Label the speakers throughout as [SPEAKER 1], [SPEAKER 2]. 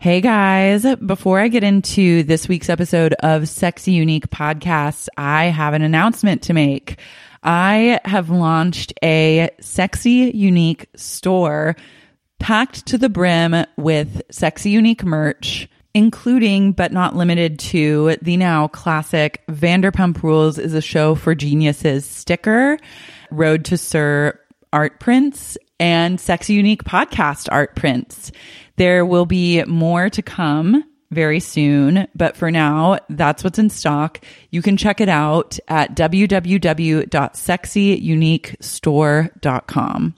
[SPEAKER 1] Hey guys, before I get into this week's episode of Sexy Unique Podcast, I have an announcement to make. I have launched a sexy unique store packed to the brim with sexy unique merch, including but not limited to the now classic Vanderpump Rules is a show for geniuses sticker, Road to Sir art prints, and Sexy Unique podcast art prints. There will be more to come very soon, but for now, that's what's in stock. You can check it out at www.sexyuniquestore.com.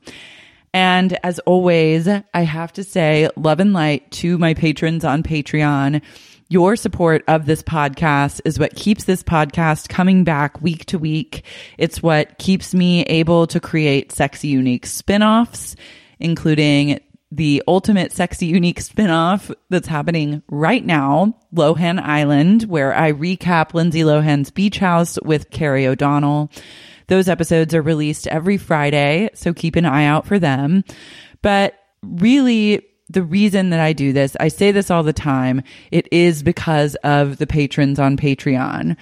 [SPEAKER 1] And as always, I have to say love and light to my patrons on Patreon. Your support of this podcast is what keeps this podcast coming back week to week. It's what keeps me able to create sexy, unique spin-offs, including the ultimate sexy unique spin-off that's happening right now, Lohan Island, where I recap Lindsay Lohan's beach house with Carrie O'Donnell. Those episodes are released every Friday, so keep an eye out for them. But really, the reason that I do this, I say this all the time, it is because of the patrons on Patreon.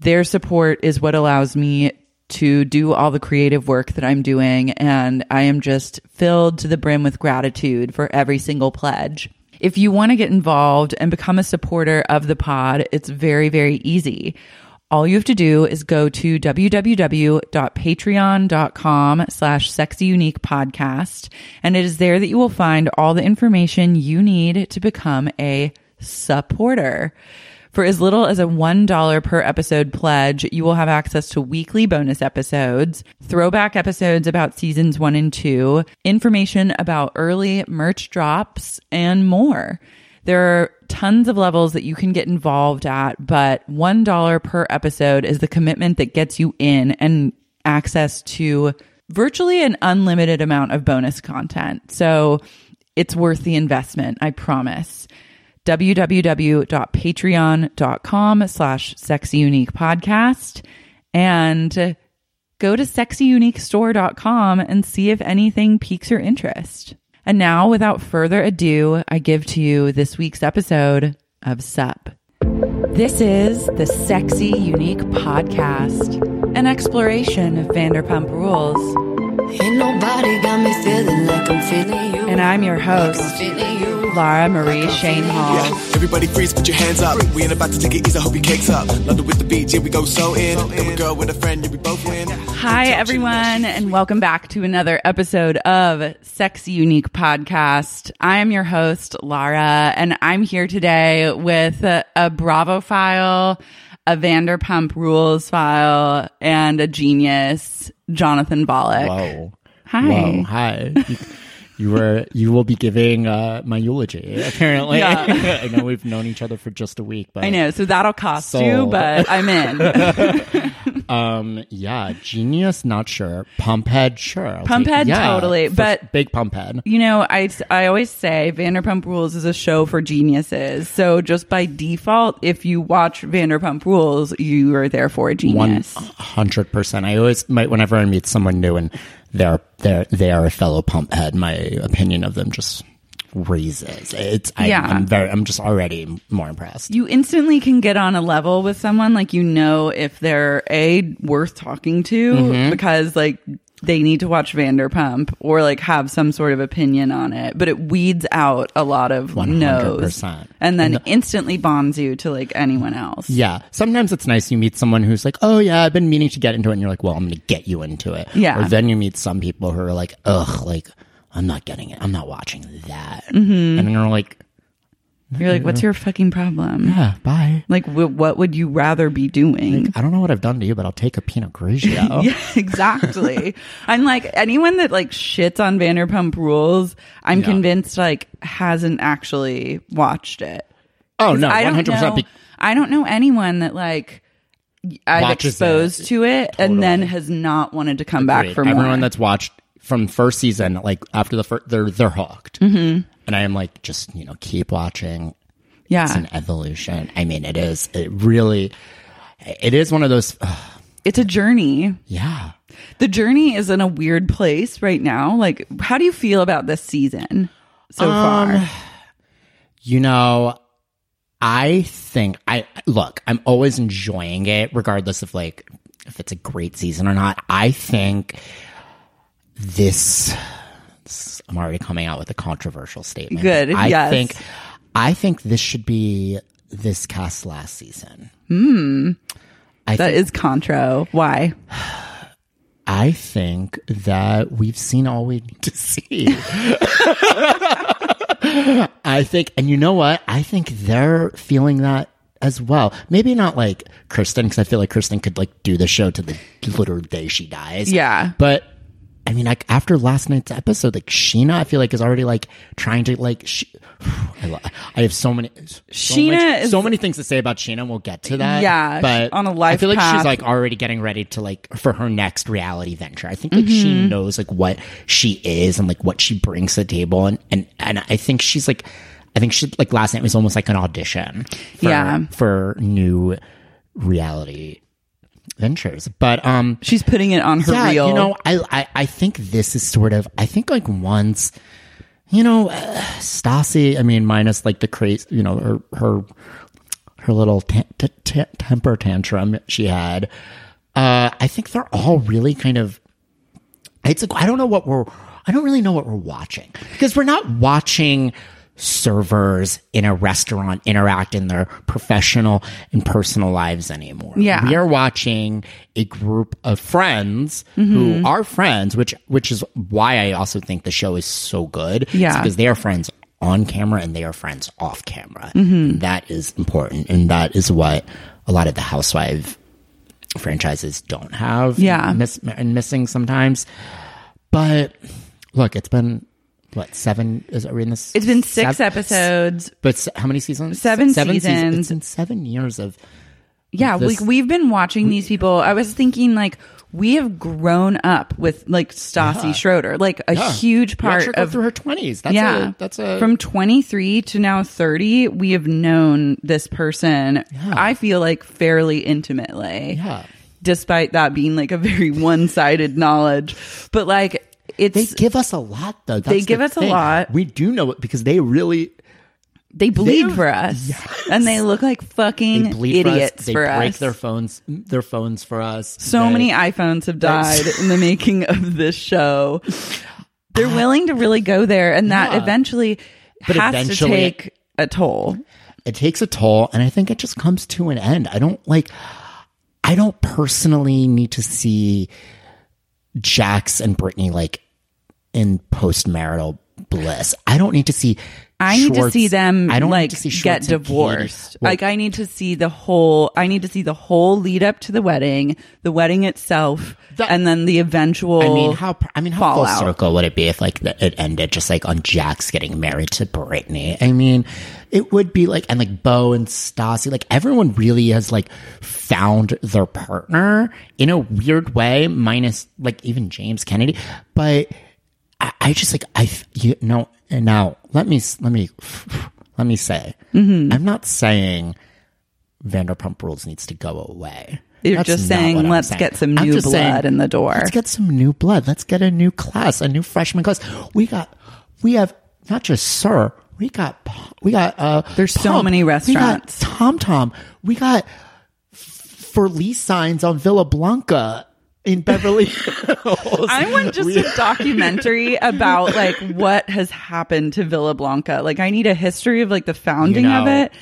[SPEAKER 1] Their support is what allows me to do all the creative work that I'm doing. And I am just filled to the brim with gratitude for every single pledge. If you want to get involved and become a supporter of the pod, it's very, very easy. All you have to do is go to www.patreon.com slash sexy unique podcast. And it is there that you will find all the information you need to become a supporter. For as little as a $1 per episode pledge, you will have access to weekly bonus episodes, throwback episodes about seasons one and two, information about early merch drops, and more. There are tons of levels that you can get involved at, but $1 per episode is the commitment that gets you in and access to virtually an unlimited amount of bonus content. So it's worth the investment, I promise www.patreon.com slash sexy unique podcast and go to sexyuniquestore.com and see if anything piques your interest. And now, without further ado, I give to you this week's episode of SUP. This is the Sexy Unique Podcast, an exploration of Vanderpump rules.
[SPEAKER 2] Ain't nobody got me feeling like I'm feeling you.
[SPEAKER 1] And I'm your host,
[SPEAKER 2] feeling you.
[SPEAKER 1] Lara Marie Shane Hall.
[SPEAKER 3] Yeah, everybody freeze, put your hands up. We ain't about to take it easy, I hope your cake's up. London with the beat, yeah, we go so in. Then we girl with a friend, yeah, we both win.
[SPEAKER 1] Hi, everyone, and welcome back to another episode of Sexy Unique Podcast. I am your host, Lara, and I'm here today with a, a Bravo file, a Vanderpump Rules file, and a genius, Jonathan Volek.
[SPEAKER 4] Whoa.
[SPEAKER 1] Hi.
[SPEAKER 4] Whoa. Hi. You, you were you will be giving uh, my eulogy apparently.
[SPEAKER 1] Yeah.
[SPEAKER 4] I know we've known each other for just a week, but
[SPEAKER 1] I know, so that'll cost you,
[SPEAKER 4] Sold.
[SPEAKER 1] but I'm in.
[SPEAKER 4] Um, yeah, genius, not sure. Pumphead, sure. I'll take-
[SPEAKER 1] Pumphead, totally,
[SPEAKER 4] for-
[SPEAKER 1] but-
[SPEAKER 4] big pumphead.
[SPEAKER 1] you know, I, I always say Vanderpump Rules is a show for geniuses. So just by default, if you watch Vanderpump Rules, you are therefore a
[SPEAKER 4] One
[SPEAKER 1] genius.
[SPEAKER 4] hundred percent. I always might whenever I meet someone new and they're they're they are a fellow pumphead. My opinion of them just raises. It's I,
[SPEAKER 1] Yeah.
[SPEAKER 4] I'm very. I'm just already more impressed.
[SPEAKER 1] You instantly can get on a level with someone, like you know if they're a worth talking to
[SPEAKER 4] Mm-hmm.
[SPEAKER 1] because like they need to watch Vanderpump or like have some sort of opinion on it. But it weeds out a lot of no's
[SPEAKER 4] 100%.
[SPEAKER 1] and then instantly bonds you to like anyone else.
[SPEAKER 4] Yeah. Sometimes it's nice you meet someone who's like, oh, yeah, I've been meaning to get into it. And you're like, well, I'm going to get you into it.
[SPEAKER 1] Yeah.
[SPEAKER 4] Or then you meet some people who are like, ugh, like, I'm not getting it. I'm not watching that.
[SPEAKER 1] Mm-hmm.
[SPEAKER 4] And then you're like,
[SPEAKER 1] You're like, what's your fucking problem?
[SPEAKER 4] yeah, bye.
[SPEAKER 1] Like, w- what would you rather be doing?
[SPEAKER 4] I don't know what I've done to you, but I'll take a Pinot Grigio.
[SPEAKER 1] Yeah, exactly. I'm like anyone that like shits on Vanderpump Rules. I'm convinced like hasn't actually watched it.
[SPEAKER 4] Oh, no.
[SPEAKER 1] I don't
[SPEAKER 4] 100%.
[SPEAKER 1] know.
[SPEAKER 4] be-
[SPEAKER 1] I don't know anyone that like I've
[SPEAKER 4] Watches
[SPEAKER 1] exposed
[SPEAKER 4] it.
[SPEAKER 1] to it and then
[SPEAKER 4] Totally.
[SPEAKER 1] has not wanted to come back
[SPEAKER 4] Great.
[SPEAKER 1] for more.
[SPEAKER 4] Everyone that's watched from first season, like after the first, they're, they're hooked.
[SPEAKER 1] Mm-hmm.
[SPEAKER 4] And I am like, just, you know, keep watching. It's
[SPEAKER 1] yeah,
[SPEAKER 4] an evolution. I mean, it is, it really, it is one of those, ugh,
[SPEAKER 1] it's a journey.
[SPEAKER 4] yeah.
[SPEAKER 1] The journey is in a weird
[SPEAKER 4] Um,
[SPEAKER 1] place right now. Like, how do you feel about this season so far?
[SPEAKER 4] You know, I think I look, I'm always enjoying it regardless of like if it's a great season or not. I think this I'm already coming out with a controversial statement.
[SPEAKER 1] Good,
[SPEAKER 4] I
[SPEAKER 1] yes.
[SPEAKER 4] think I think this should be this cast last season.
[SPEAKER 1] That is contro. Why?
[SPEAKER 4] I think that we've seen all we need to see. I think, and you know what? I think they're feeling that as well. Maybe not like Kristen, because I feel like Kristen could like do the show to the literal day she dies.
[SPEAKER 1] Yeah.
[SPEAKER 4] But I mean, like after last night's episode, like Sheena, I feel like is already like trying to like. She, I, lo- I have so many. So
[SPEAKER 1] Sheena
[SPEAKER 4] much-
[SPEAKER 1] is-
[SPEAKER 4] so many things to say about Sheena. We'll get to that.
[SPEAKER 1] Yeah,
[SPEAKER 4] but
[SPEAKER 1] on a life
[SPEAKER 4] I feel like
[SPEAKER 1] path.
[SPEAKER 4] she's like already getting ready to like for her next reality venture. I think like she knows like what she is and like what she brings to the table, and and and I think she's like, I think she like last night was almost like an audition. For,
[SPEAKER 1] Yeah.
[SPEAKER 4] for new reality ventures, but um
[SPEAKER 1] She's putting it on her
[SPEAKER 4] yeah,
[SPEAKER 1] reel.
[SPEAKER 4] You know, I, I I think this is sort of I think like once, you know, uh, Stassi. I mean, minus like the crazy, you know, her her her little t- t- t- temper tantrum she had. Uh, I think they're all really kind of. It's like I don't know what we're. I don't really know what we're watching because we're not watching servers in a restaurant interact in their professional and personal lives anymore.
[SPEAKER 1] Yeah.
[SPEAKER 4] we are watching a group of friends who are friends, which which is why I also think the show is so good. It's
[SPEAKER 1] Yeah.
[SPEAKER 4] because they are friends on camera and they are friends off camera.
[SPEAKER 1] Mm-hmm.
[SPEAKER 4] And that is important, and that is what a lot of the housewife franchises don't have.
[SPEAKER 1] Yeah.
[SPEAKER 4] miss, and missing sometimes. But look, it's been what seven? Is are we in this?
[SPEAKER 1] it's been six
[SPEAKER 4] sev-
[SPEAKER 1] episodes.
[SPEAKER 4] But s- how many seasons?
[SPEAKER 1] Seven
[SPEAKER 4] seasons.
[SPEAKER 1] seasons.
[SPEAKER 4] It's in seven years of
[SPEAKER 1] Yeah,
[SPEAKER 4] this-
[SPEAKER 1] like we've been watching these people. I was thinking like we have grown up with like Stassi Schroeder, like a
[SPEAKER 4] Uh-huh. yeah.
[SPEAKER 1] huge
[SPEAKER 4] We
[SPEAKER 1] part
[SPEAKER 4] watched her go
[SPEAKER 1] of
[SPEAKER 4] through her twenties. That's
[SPEAKER 1] yeah.
[SPEAKER 4] a, that's a
[SPEAKER 1] from 23 to now 30. We have known this person. I feel like fairly intimately.
[SPEAKER 4] Yeah.
[SPEAKER 1] Despite that being like a very one-sided knowledge, but like it's
[SPEAKER 4] They give us a lot, though. That's
[SPEAKER 1] They
[SPEAKER 4] the
[SPEAKER 1] give us a
[SPEAKER 4] thing.
[SPEAKER 1] lot.
[SPEAKER 4] We do know it because they really
[SPEAKER 1] they bleed
[SPEAKER 4] They-
[SPEAKER 1] for us and they look like fucking
[SPEAKER 4] they bleed
[SPEAKER 1] idiots
[SPEAKER 4] for us. They break
[SPEAKER 1] us.
[SPEAKER 4] their phones, their phones for us.
[SPEAKER 1] so
[SPEAKER 4] They-
[SPEAKER 1] many iPhones have died in the making of this show. They're willing to really go there, and that
[SPEAKER 4] Yeah.
[SPEAKER 1] eventually
[SPEAKER 4] But
[SPEAKER 1] has
[SPEAKER 4] eventually-
[SPEAKER 1] to take a toll.
[SPEAKER 4] it takes a toll and i think it just comes to an end i don't like i don't personally need to see jax and brittany like in post-marital bliss i don't need to see
[SPEAKER 1] I need
[SPEAKER 4] Schwartz-
[SPEAKER 1] to see them
[SPEAKER 4] I don't need
[SPEAKER 1] like
[SPEAKER 4] to see
[SPEAKER 1] get
[SPEAKER 4] Schwartz and
[SPEAKER 1] divorced.
[SPEAKER 4] Katie. Well,
[SPEAKER 1] like I need to see the whole. I need to see the whole lead up to the wedding, the wedding itself,
[SPEAKER 4] That-
[SPEAKER 1] and then the eventual.
[SPEAKER 4] I mean, how I mean, how full
[SPEAKER 1] Fallout.
[SPEAKER 4] circle would it be if like the, it ended just like on Jax getting married to Brittany? I mean, it would be like and like Bo and Stassi, like everyone really has like found their partner in a weird way, minus like even James Kennedy. But I, I just like I f- you know and now let me s- let me let me say
[SPEAKER 1] Mm-hmm.
[SPEAKER 4] I'm not saying Vanderpump Rules needs to go away.
[SPEAKER 1] You're just
[SPEAKER 4] not
[SPEAKER 1] saying,
[SPEAKER 4] what I'm
[SPEAKER 1] let's get some
[SPEAKER 4] I'm
[SPEAKER 1] new
[SPEAKER 4] just
[SPEAKER 1] blood in the door.
[SPEAKER 4] Let's get some new blood. Let's get a new class, a new freshman class. We got, we have not just Sir. We got, P- we got. uh
[SPEAKER 1] There's so many restaurants.
[SPEAKER 4] We got Tom Tom. We got for lease signs on Villa Blanca in Beverly Hills.
[SPEAKER 1] I want just a documentary about like what has happened to Villa Blanca. Like I need a history of like the founding
[SPEAKER 4] You know.
[SPEAKER 1] of it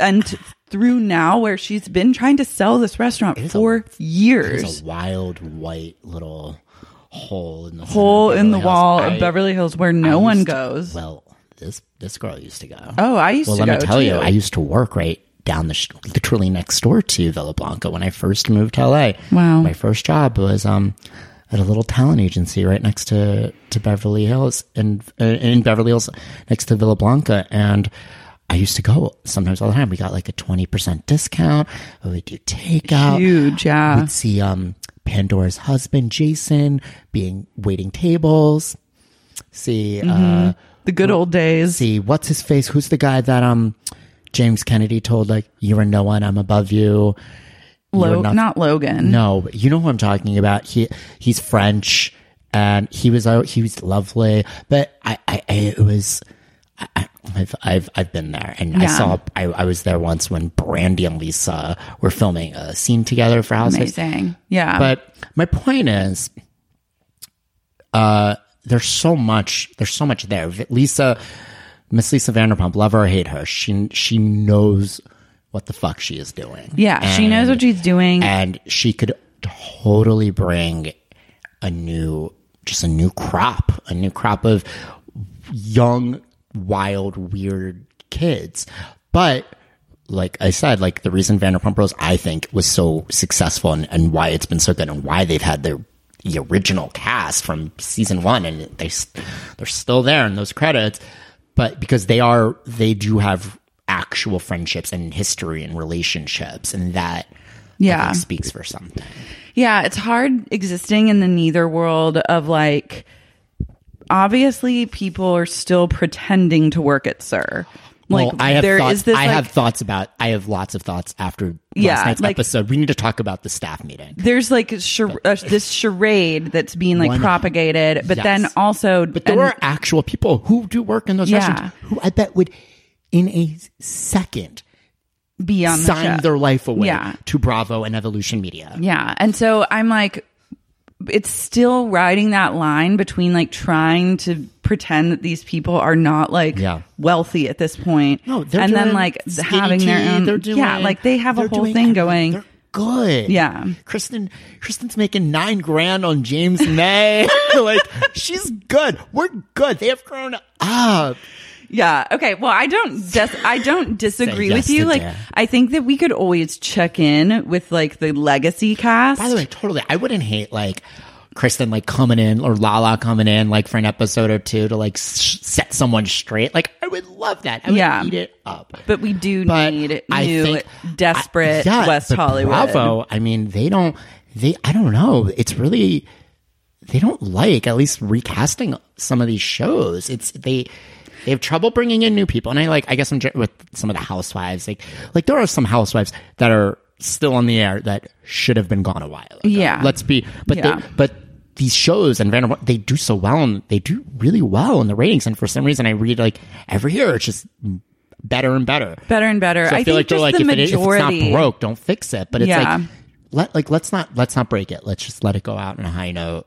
[SPEAKER 1] and t- through now where she's been trying to sell this restaurant
[SPEAKER 4] is
[SPEAKER 1] for
[SPEAKER 4] a- There's
[SPEAKER 1] years.
[SPEAKER 4] a wild white little hole in the center of
[SPEAKER 1] Hole in the
[SPEAKER 4] Beverly Hills.
[SPEAKER 1] wall
[SPEAKER 4] I-
[SPEAKER 1] of Beverly Hills where no
[SPEAKER 4] I
[SPEAKER 1] one
[SPEAKER 4] used to-
[SPEAKER 1] goes.
[SPEAKER 4] well, this this girl used to go.
[SPEAKER 1] oh, I used
[SPEAKER 4] well,
[SPEAKER 1] to
[SPEAKER 4] let
[SPEAKER 1] go
[SPEAKER 4] me tell
[SPEAKER 1] too.
[SPEAKER 4] you, I used to work right down the sh- literally next door to Villa Blanca when I first moved to LA.
[SPEAKER 1] Wow.
[SPEAKER 4] My first job was um at a little talent agency right next to to Beverly Hills and uh, in Beverly Hills next to Villa Blanca and. I used to go sometimes all the time. We got like a 20% discount. We would do takeout
[SPEAKER 1] Huge, yeah.
[SPEAKER 4] we'd see um Pandora's husband Jason being waiting tables. See uh
[SPEAKER 1] The good old days.
[SPEAKER 4] see what's his face? Who's the guy that um James Kennedy told like you are no one, I'm above you.
[SPEAKER 1] Lo-
[SPEAKER 4] were
[SPEAKER 1] not,
[SPEAKER 4] not-
[SPEAKER 1] Logan.
[SPEAKER 4] No, but you know who I'm talking about. He he's uh, French and he was out he was lovely. But I, I, I it was I've I've I've been there, and I
[SPEAKER 1] Yeah.
[SPEAKER 4] saw I, I was there once when Brandy and Lisa were filming a scene together for Housewives.
[SPEAKER 1] Amazing. Yeah.
[SPEAKER 4] But my point is, uh, there's so much. There's so much there. V- Lisa, Miss Lisa Vanderpump, love her or hate her, she she knows what the fuck she is doing.
[SPEAKER 1] yeah, she knows what she's doing.
[SPEAKER 4] and she could totally bring a new, just a new crop, a new crop of young, wild, weird kids. But like I said, like the reason Vanderpump Rules, I think, was so successful and, and why it's been so good and why they've had their the original cast from season one and they s- they're still there in those credits, but because they are they do have actual friendships and history and relationships and that I
[SPEAKER 1] Yeah.
[SPEAKER 4] think, speaks for something.
[SPEAKER 1] Yeah, it's hard existing in the neither world of like obviously people are still pretending to work at Sir. Like
[SPEAKER 4] well, I have
[SPEAKER 1] there is
[SPEAKER 4] thoughts.
[SPEAKER 1] this
[SPEAKER 4] I
[SPEAKER 1] like,
[SPEAKER 4] have thoughts about. I have lots of thoughts after last
[SPEAKER 1] Yeah,
[SPEAKER 4] night's
[SPEAKER 1] like-
[SPEAKER 4] episode. We need to talk about the staff meeting.
[SPEAKER 1] there's like a char- uh, this charade that's being like
[SPEAKER 4] One-
[SPEAKER 1] propagated, but then
[SPEAKER 4] Yes.
[SPEAKER 1] also
[SPEAKER 4] But there
[SPEAKER 1] and-
[SPEAKER 4] are actual people who do work in those
[SPEAKER 1] Yeah.
[SPEAKER 4] restaurants who I bet would, in a second,
[SPEAKER 1] be on the
[SPEAKER 4] sign
[SPEAKER 1] show.
[SPEAKER 4] their life away
[SPEAKER 1] Yeah.
[SPEAKER 4] to Bravo and Evolution Media.
[SPEAKER 1] Yeah. And so I'm like, it's still riding that line between like trying to pretend that these people are not like
[SPEAKER 4] Yeah.
[SPEAKER 1] wealthy at this point.
[SPEAKER 4] No, they're
[SPEAKER 1] and then
[SPEAKER 4] doing
[SPEAKER 1] like
[SPEAKER 4] SDDT,
[SPEAKER 1] having their own.
[SPEAKER 4] They're doing,
[SPEAKER 1] yeah. Like they have a
[SPEAKER 4] they're
[SPEAKER 1] whole
[SPEAKER 4] doing
[SPEAKER 1] thing going.
[SPEAKER 4] everything. They're good.
[SPEAKER 1] Yeah.
[SPEAKER 4] Kristen, Kristen's making nine grand on James May. like she's good. We're good. They have grown up.
[SPEAKER 1] Yeah. Okay. Well, I don't. Dis- I don't disagree
[SPEAKER 4] Say yes
[SPEAKER 1] with you.
[SPEAKER 4] to
[SPEAKER 1] Like,
[SPEAKER 4] dare.
[SPEAKER 1] I think that we could always check in with like the legacy cast.
[SPEAKER 4] By the way, totally. I wouldn't hate like Kristen like coming in or Lala coming in like for an episode or two to like s set someone straight. Like I would love that. I would
[SPEAKER 1] Yeah.
[SPEAKER 4] eat it up.
[SPEAKER 1] but we do
[SPEAKER 4] But
[SPEAKER 1] need
[SPEAKER 4] I
[SPEAKER 1] new,
[SPEAKER 4] think-
[SPEAKER 1] desperate
[SPEAKER 4] I- yeah,
[SPEAKER 1] West
[SPEAKER 4] but
[SPEAKER 1] Hollywood.
[SPEAKER 4] Bravo. I mean, they don't. They. I don't know. It's really. They don't like at least recasting some of these shows. It's they. They have trouble bringing in new people, and I like. I guess I'm dr- with some of the housewives. Like, like there are some housewives that are still on the air that should have been gone a while. ago.
[SPEAKER 1] Yeah.
[SPEAKER 4] let's be. But
[SPEAKER 1] Yeah.
[SPEAKER 4] they, but these shows and Vanderpump, they do so well, and they do really well in the ratings. And for some reason, I read like every year, it's just better and better.
[SPEAKER 1] Better and better.
[SPEAKER 4] So I,
[SPEAKER 1] I think
[SPEAKER 4] feel like they're
[SPEAKER 1] just
[SPEAKER 4] like
[SPEAKER 1] the
[SPEAKER 4] if, it, if
[SPEAKER 1] majority.
[SPEAKER 4] it's not broke, don't fix it. But it's
[SPEAKER 1] Yeah.
[SPEAKER 4] like let like let's not let's not break it. Let's just let it go out on a high note.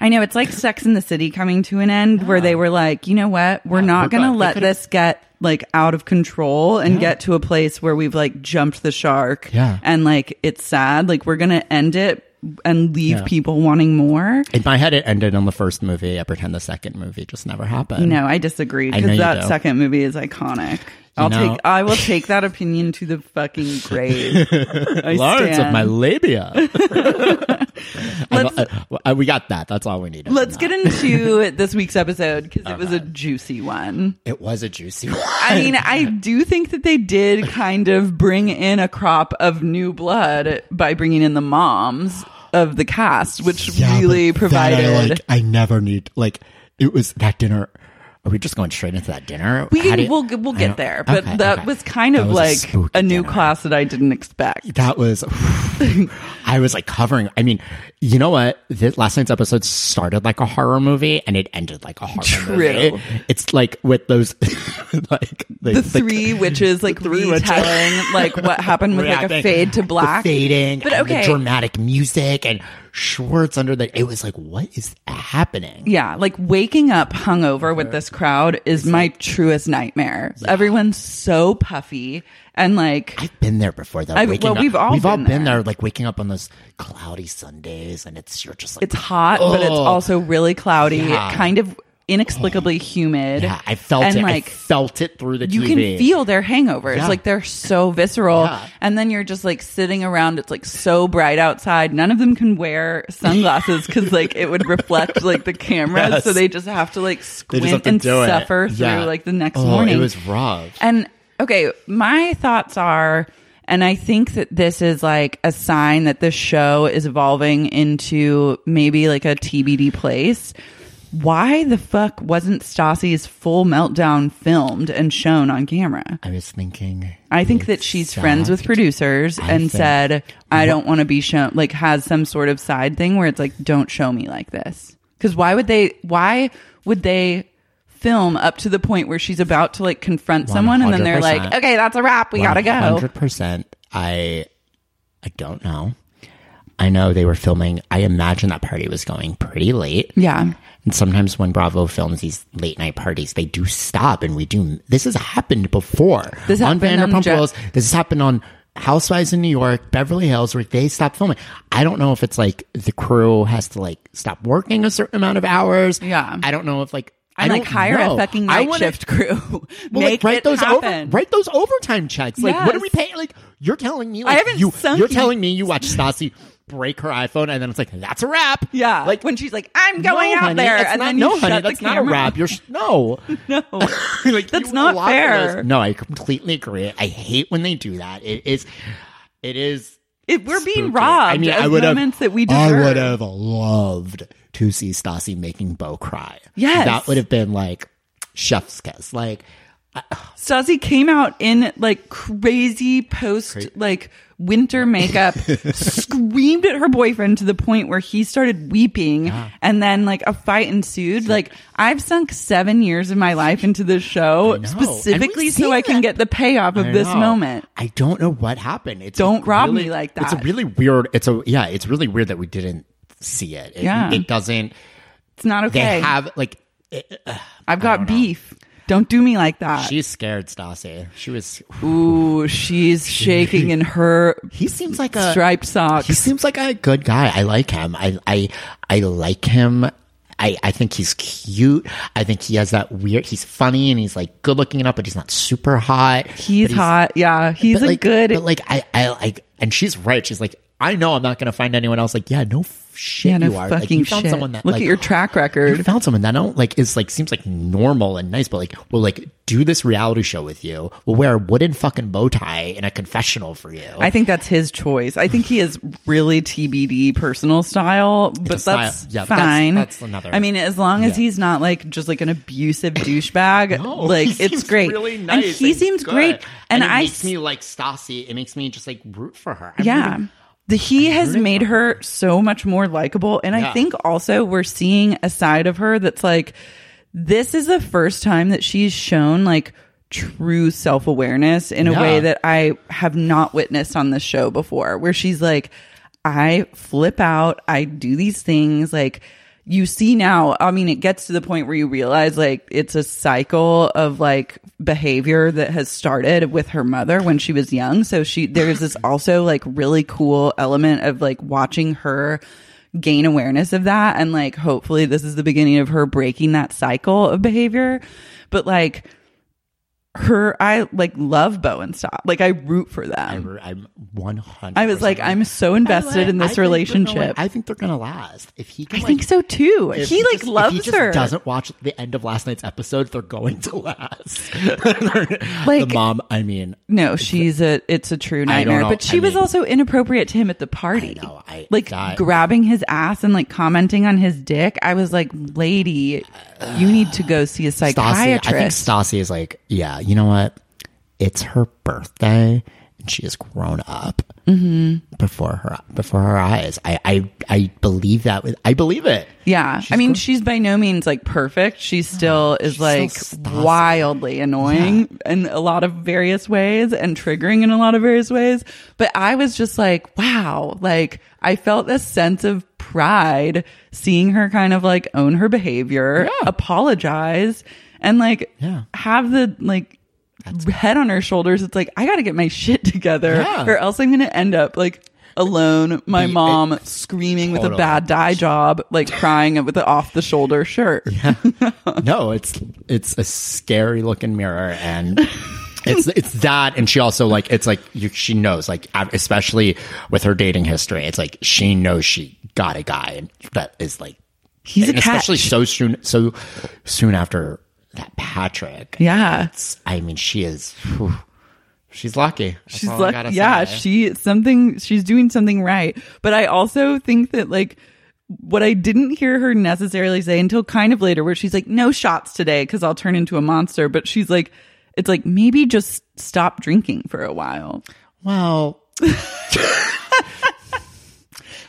[SPEAKER 1] I know it's like Sex in the City coming to an end, where they were like, you know what, we're not
[SPEAKER 4] we're
[SPEAKER 1] going to
[SPEAKER 4] good. They
[SPEAKER 1] let
[SPEAKER 4] could've-
[SPEAKER 1] this get like out of control and get to a place where we've like jumped the shark.
[SPEAKER 4] Yeah.
[SPEAKER 1] and like it's sad. Like we're going to end it and leave
[SPEAKER 4] Yeah.
[SPEAKER 1] people wanting more.
[SPEAKER 4] In my head, it ended on the first movie. I pretend the second movie just never happened.
[SPEAKER 1] No, I disagree
[SPEAKER 4] I know
[SPEAKER 1] because
[SPEAKER 4] you
[SPEAKER 1] that
[SPEAKER 4] do.
[SPEAKER 1] second movie is iconic. I'll
[SPEAKER 4] know-
[SPEAKER 1] take I will take that opinion to the fucking grave. I
[SPEAKER 4] Lawrence of
[SPEAKER 1] stand.
[SPEAKER 4] my labia. I-
[SPEAKER 1] Let's-
[SPEAKER 4] I- I- we got that. That's all we needed.
[SPEAKER 1] Let's get into this week's episode because it was a juicy one.
[SPEAKER 4] It was a juicy one.
[SPEAKER 1] I mean, I do think that they did kind of bring in a crop of new blood by bringing in the moms of the cast, which really provided.
[SPEAKER 4] I, like, I never need like it was that dinner. Are we just going straight into that dinner?
[SPEAKER 1] we
[SPEAKER 4] How
[SPEAKER 1] can,
[SPEAKER 4] did-
[SPEAKER 1] we'll we'll
[SPEAKER 4] I
[SPEAKER 1] get
[SPEAKER 4] don't-
[SPEAKER 1] there, but
[SPEAKER 4] okay,
[SPEAKER 1] that
[SPEAKER 4] okay.
[SPEAKER 1] was kind
[SPEAKER 4] That
[SPEAKER 1] of
[SPEAKER 4] was
[SPEAKER 1] like
[SPEAKER 4] spooky
[SPEAKER 1] a, new
[SPEAKER 4] dinner.
[SPEAKER 1] class that I didn't expect.
[SPEAKER 4] That was, I was like covering. I mean, you know what? This, last night's episode started like a horror movie and it ended like a horror
[SPEAKER 1] True.
[SPEAKER 4] movie. It's like with those, like
[SPEAKER 1] The three witches like
[SPEAKER 4] three witches.
[SPEAKER 1] retelling like what happened with like a
[SPEAKER 4] rapping,
[SPEAKER 1] fade to
[SPEAKER 4] the
[SPEAKER 1] black,
[SPEAKER 4] fading,
[SPEAKER 1] But
[SPEAKER 4] and the
[SPEAKER 1] okay,
[SPEAKER 4] dramatic music and Schwartz under the. It was like, what is happening?
[SPEAKER 1] Yeah, like waking up hungover with this crowd is my truest nightmare. Everyone's so puffy and like
[SPEAKER 4] I've been there before. Though
[SPEAKER 1] I've-
[SPEAKER 4] waking
[SPEAKER 1] well,
[SPEAKER 4] up-
[SPEAKER 1] we've all
[SPEAKER 4] we've all
[SPEAKER 1] been
[SPEAKER 4] been
[SPEAKER 1] there.
[SPEAKER 4] there. Like waking up on those cloudy Sundays, and it's you're just like
[SPEAKER 1] it's hot, but it's
[SPEAKER 4] Ugh.
[SPEAKER 1] also really cloudy,
[SPEAKER 4] Yeah.
[SPEAKER 1] kind of inexplicably humid.
[SPEAKER 4] Yeah, I felt
[SPEAKER 1] and
[SPEAKER 4] it.
[SPEAKER 1] Like
[SPEAKER 4] I felt it through the
[SPEAKER 1] you
[SPEAKER 4] TV.
[SPEAKER 1] can feel their hangovers,
[SPEAKER 4] Yeah.
[SPEAKER 1] like they're so visceral.
[SPEAKER 4] Yeah.
[SPEAKER 1] And then you're just like sitting around. It's like so bright outside. None of them can wear sunglasses because like it would reflect like the cameras.
[SPEAKER 4] Yes.
[SPEAKER 1] So they just have to like squint
[SPEAKER 4] just have to
[SPEAKER 1] and
[SPEAKER 4] do it.
[SPEAKER 1] suffer
[SPEAKER 4] Yeah.
[SPEAKER 1] through like the next
[SPEAKER 4] Oh,
[SPEAKER 1] morning.
[SPEAKER 4] It was rough.
[SPEAKER 1] And okay, my thoughts are, and I think that this is like a sign that this show is evolving into maybe like a TBD place. Why the fuck wasn't Stassi's full meltdown filmed and shown on camera?
[SPEAKER 4] I was thinking.
[SPEAKER 1] I think that she's
[SPEAKER 4] exact-
[SPEAKER 1] friends with producers and
[SPEAKER 4] think-
[SPEAKER 1] said, I don't want to be shown, like, has some sort of side thing where it's like, don't show me like this. Because why would they, why would they film up to the point where she's about to like confront someone, and then they're like,
[SPEAKER 4] 100%.
[SPEAKER 1] "Okay, that's a wrap. We gotta go."
[SPEAKER 4] Hundred percent. I I don't know. I know they were filming. I imagine that party was going pretty late.
[SPEAKER 1] Yeah,
[SPEAKER 4] And sometimes when Bravo films these late night parties, they do stop, and we do. This has happened before.
[SPEAKER 1] This
[SPEAKER 4] on
[SPEAKER 1] happened on
[SPEAKER 4] Vanderpump
[SPEAKER 1] Jet-
[SPEAKER 4] Rules. This has happened on Housewives in New York, Beverly Hills, where they stop filming. I don't know if it's like the crew has to like stop working a certain amount of hours.
[SPEAKER 1] Yeah.
[SPEAKER 4] I don't know if like
[SPEAKER 1] I'm
[SPEAKER 4] I
[SPEAKER 1] like
[SPEAKER 4] don't
[SPEAKER 1] hire
[SPEAKER 4] know.
[SPEAKER 1] a fucking
[SPEAKER 4] I
[SPEAKER 1] night
[SPEAKER 4] wanna-
[SPEAKER 1] shift crew.
[SPEAKER 4] well,
[SPEAKER 1] Make
[SPEAKER 4] like, write
[SPEAKER 1] it
[SPEAKER 4] those
[SPEAKER 1] happen.
[SPEAKER 4] over, write those overtime checks. Like, what are we
[SPEAKER 1] Yes.
[SPEAKER 4] paying? Like, you're telling me, like,
[SPEAKER 1] haven't
[SPEAKER 4] you,
[SPEAKER 1] sunk
[SPEAKER 4] you're
[SPEAKER 1] you-
[SPEAKER 4] telling me you watch Stassi break her iPhone, and then it's like that's a wrap.
[SPEAKER 1] Yeah,
[SPEAKER 4] like
[SPEAKER 1] like when she's like, "I'm
[SPEAKER 4] no,
[SPEAKER 1] going out
[SPEAKER 4] honey,
[SPEAKER 1] there,"
[SPEAKER 4] that's
[SPEAKER 1] and
[SPEAKER 4] not-
[SPEAKER 1] then you
[SPEAKER 4] no,
[SPEAKER 1] shut
[SPEAKER 4] honey,
[SPEAKER 1] the
[SPEAKER 4] that's not a
[SPEAKER 1] camera.
[SPEAKER 4] wrap. You're sh- no,
[SPEAKER 1] No,
[SPEAKER 4] Like,
[SPEAKER 1] That's
[SPEAKER 4] you
[SPEAKER 1] not
[SPEAKER 4] allow for
[SPEAKER 1] fair.
[SPEAKER 4] this. No, I completely agree. I hate when they do that. It is, it is.
[SPEAKER 1] if we're being
[SPEAKER 4] spooky.
[SPEAKER 1] robbed
[SPEAKER 4] I mean, I
[SPEAKER 1] of
[SPEAKER 4] would have-
[SPEAKER 1] moments that we
[SPEAKER 4] I
[SPEAKER 1] deserve.
[SPEAKER 4] would have loved to see Stassi making Bo cry.
[SPEAKER 1] Yes.
[SPEAKER 4] that would have been like chef's kiss. Like.
[SPEAKER 1] Stasi came out in like crazy post like winter makeup, screamed at her boyfriend to the point where he started weeping, and then like a fight ensued. Like I've sunk seven years of my life into this show
[SPEAKER 4] know. And we've
[SPEAKER 1] specifically so
[SPEAKER 4] seen
[SPEAKER 1] I can
[SPEAKER 4] that.
[SPEAKER 1] get the payoff of
[SPEAKER 4] I
[SPEAKER 1] this
[SPEAKER 4] know.
[SPEAKER 1] moment.
[SPEAKER 4] I don't know what happened. It's
[SPEAKER 1] Don't
[SPEAKER 4] a
[SPEAKER 1] rob me like that.
[SPEAKER 4] It's a really weird. It's a yeah. It's really weird that we didn't see it. It,
[SPEAKER 1] Yeah.
[SPEAKER 4] it doesn't.
[SPEAKER 1] It's not
[SPEAKER 4] They
[SPEAKER 1] okay.
[SPEAKER 4] have like
[SPEAKER 1] I've got beef. Don't do me like that.
[SPEAKER 4] she's scared. Stassi. She was.
[SPEAKER 1] Ooh, she's shaking in her
[SPEAKER 4] He seems like a
[SPEAKER 1] striped socks.
[SPEAKER 4] He seems like a good guy. I like him. I I I like him. I, I think he's cute. I think he has that weird. He's funny and he's like good looking enough, but he's not super hot.
[SPEAKER 1] He's,
[SPEAKER 4] But
[SPEAKER 1] hot. Yeah, he's
[SPEAKER 4] but
[SPEAKER 1] a
[SPEAKER 4] like,
[SPEAKER 1] good.
[SPEAKER 4] But like, I, I, I, and she's right. She's like, I know I'm not going to find anyone else. Like, yeah, no f- shit,
[SPEAKER 1] yeah, no
[SPEAKER 4] you are. like,
[SPEAKER 1] fucking
[SPEAKER 4] you found
[SPEAKER 1] shit.
[SPEAKER 4] someone that
[SPEAKER 1] Look
[SPEAKER 4] like,
[SPEAKER 1] at your track
[SPEAKER 4] You
[SPEAKER 1] record.
[SPEAKER 4] found someone that I don't like is like seems like normal and nice, but like will like do this reality show with you. Will wear a wooden fucking bow tie in a confessional for you.
[SPEAKER 1] I think that's his choice. I think he is really TBD personal style, but
[SPEAKER 4] style.
[SPEAKER 1] that's
[SPEAKER 4] Yeah, that's-
[SPEAKER 1] fine.
[SPEAKER 4] that's another-
[SPEAKER 1] I mean, as long as
[SPEAKER 4] Yeah.
[SPEAKER 1] he's not like just like an abusive douchebag,
[SPEAKER 4] No,
[SPEAKER 1] like
[SPEAKER 4] Oh, he
[SPEAKER 1] it's
[SPEAKER 4] seems
[SPEAKER 1] great.
[SPEAKER 4] Really
[SPEAKER 1] and
[SPEAKER 4] nice
[SPEAKER 1] he seems
[SPEAKER 4] good.
[SPEAKER 1] great. And,
[SPEAKER 4] it
[SPEAKER 1] I,
[SPEAKER 4] makes
[SPEAKER 1] s-
[SPEAKER 4] me like Stassi. It makes me just like root for her. I'm
[SPEAKER 1] yeah.
[SPEAKER 4] rooting-
[SPEAKER 1] The, he has made her so much more likable. And I
[SPEAKER 4] Yeah.
[SPEAKER 1] think also we're seeing a side of her that's like, this is the first time that she's shown like true self awareness in a
[SPEAKER 4] Yeah.
[SPEAKER 1] way that I have not witnessed on this show before, where she's like, I flip out, I do these things, like, you see now, I mean, it gets to the point where you realize like it's a cycle of like behavior that has started with her mother when she was young. So she, there's this also like really cool element of like watching her gain awareness of that. And like, hopefully this is the beginning of her breaking that cycle of behavior. But like, her, I like love Bo and Stop. Like, I root for them.
[SPEAKER 4] I'm- I'm one hundred.
[SPEAKER 1] I was like, I'm so invested in this relationship.
[SPEAKER 4] I think they're gonna last. If he, can,
[SPEAKER 1] I think
[SPEAKER 4] like,
[SPEAKER 1] so too.
[SPEAKER 4] If
[SPEAKER 1] He like
[SPEAKER 4] just- if
[SPEAKER 1] loves
[SPEAKER 4] he just
[SPEAKER 1] her.
[SPEAKER 4] Doesn't watch the end of last night's episode. They're going to last.
[SPEAKER 1] Like-
[SPEAKER 4] the mom. I mean,
[SPEAKER 1] No, she's a. It's a true
[SPEAKER 4] I don't
[SPEAKER 1] nightmare.
[SPEAKER 4] know.
[SPEAKER 1] But she
[SPEAKER 4] I
[SPEAKER 1] was
[SPEAKER 4] mean-
[SPEAKER 1] also inappropriate to him at the party.
[SPEAKER 4] I know. I-
[SPEAKER 1] like
[SPEAKER 4] that-
[SPEAKER 1] grabbing his ass and like commenting on his dick. I was like, lady, you need to go see a
[SPEAKER 4] Stassi. I think
[SPEAKER 1] psychiatrist.
[SPEAKER 4] Stassi is like, yeah. You know what? It's her birthday, and she has grown up
[SPEAKER 1] Mm-hmm.
[SPEAKER 4] before her before her eyes. I I, I believe that. With, I believe it.
[SPEAKER 1] yeah, I mean, she's by no means like perfect.
[SPEAKER 4] Oh,
[SPEAKER 1] She still is like
[SPEAKER 4] Stassi.
[SPEAKER 1] wildly annoying in a lot of various ways and triggering in a lot of various ways. But I was just like, wow, like I felt this sense of pride seeing her kind of like own her behavior, apologize, and like
[SPEAKER 4] Yeah.
[SPEAKER 1] have the like head on her shoulders. It's like, I got to get my shit together
[SPEAKER 4] Yeah.
[SPEAKER 1] or else I'm going to end up like alone, my
[SPEAKER 4] The-
[SPEAKER 1] mom screaming with a
[SPEAKER 4] Totally.
[SPEAKER 1] bad dye job, like crying with an off the shoulder shirt.
[SPEAKER 4] no, it's it's a scary looking mirror, and it's it's that, and she also like it's like you, she knows like especially with her dating history, it's like she knows she got a guy that is like
[SPEAKER 1] He's a
[SPEAKER 4] and
[SPEAKER 1] catch.
[SPEAKER 4] especially so soon so soon after that Patrick.
[SPEAKER 1] yeah.
[SPEAKER 4] I mean, she is. whew, she's lucky. That's
[SPEAKER 1] She's
[SPEAKER 4] all I
[SPEAKER 1] like,
[SPEAKER 4] gotta
[SPEAKER 1] yeah,
[SPEAKER 4] say.
[SPEAKER 1] she something, she's doing something right. But I also think that like, what I didn't hear her necessarily say until kind of later, where she's like, no shots today because I'll turn into a monster. But she's like, it's like, maybe just stop drinking for a while.
[SPEAKER 4] Well,
[SPEAKER 1] You're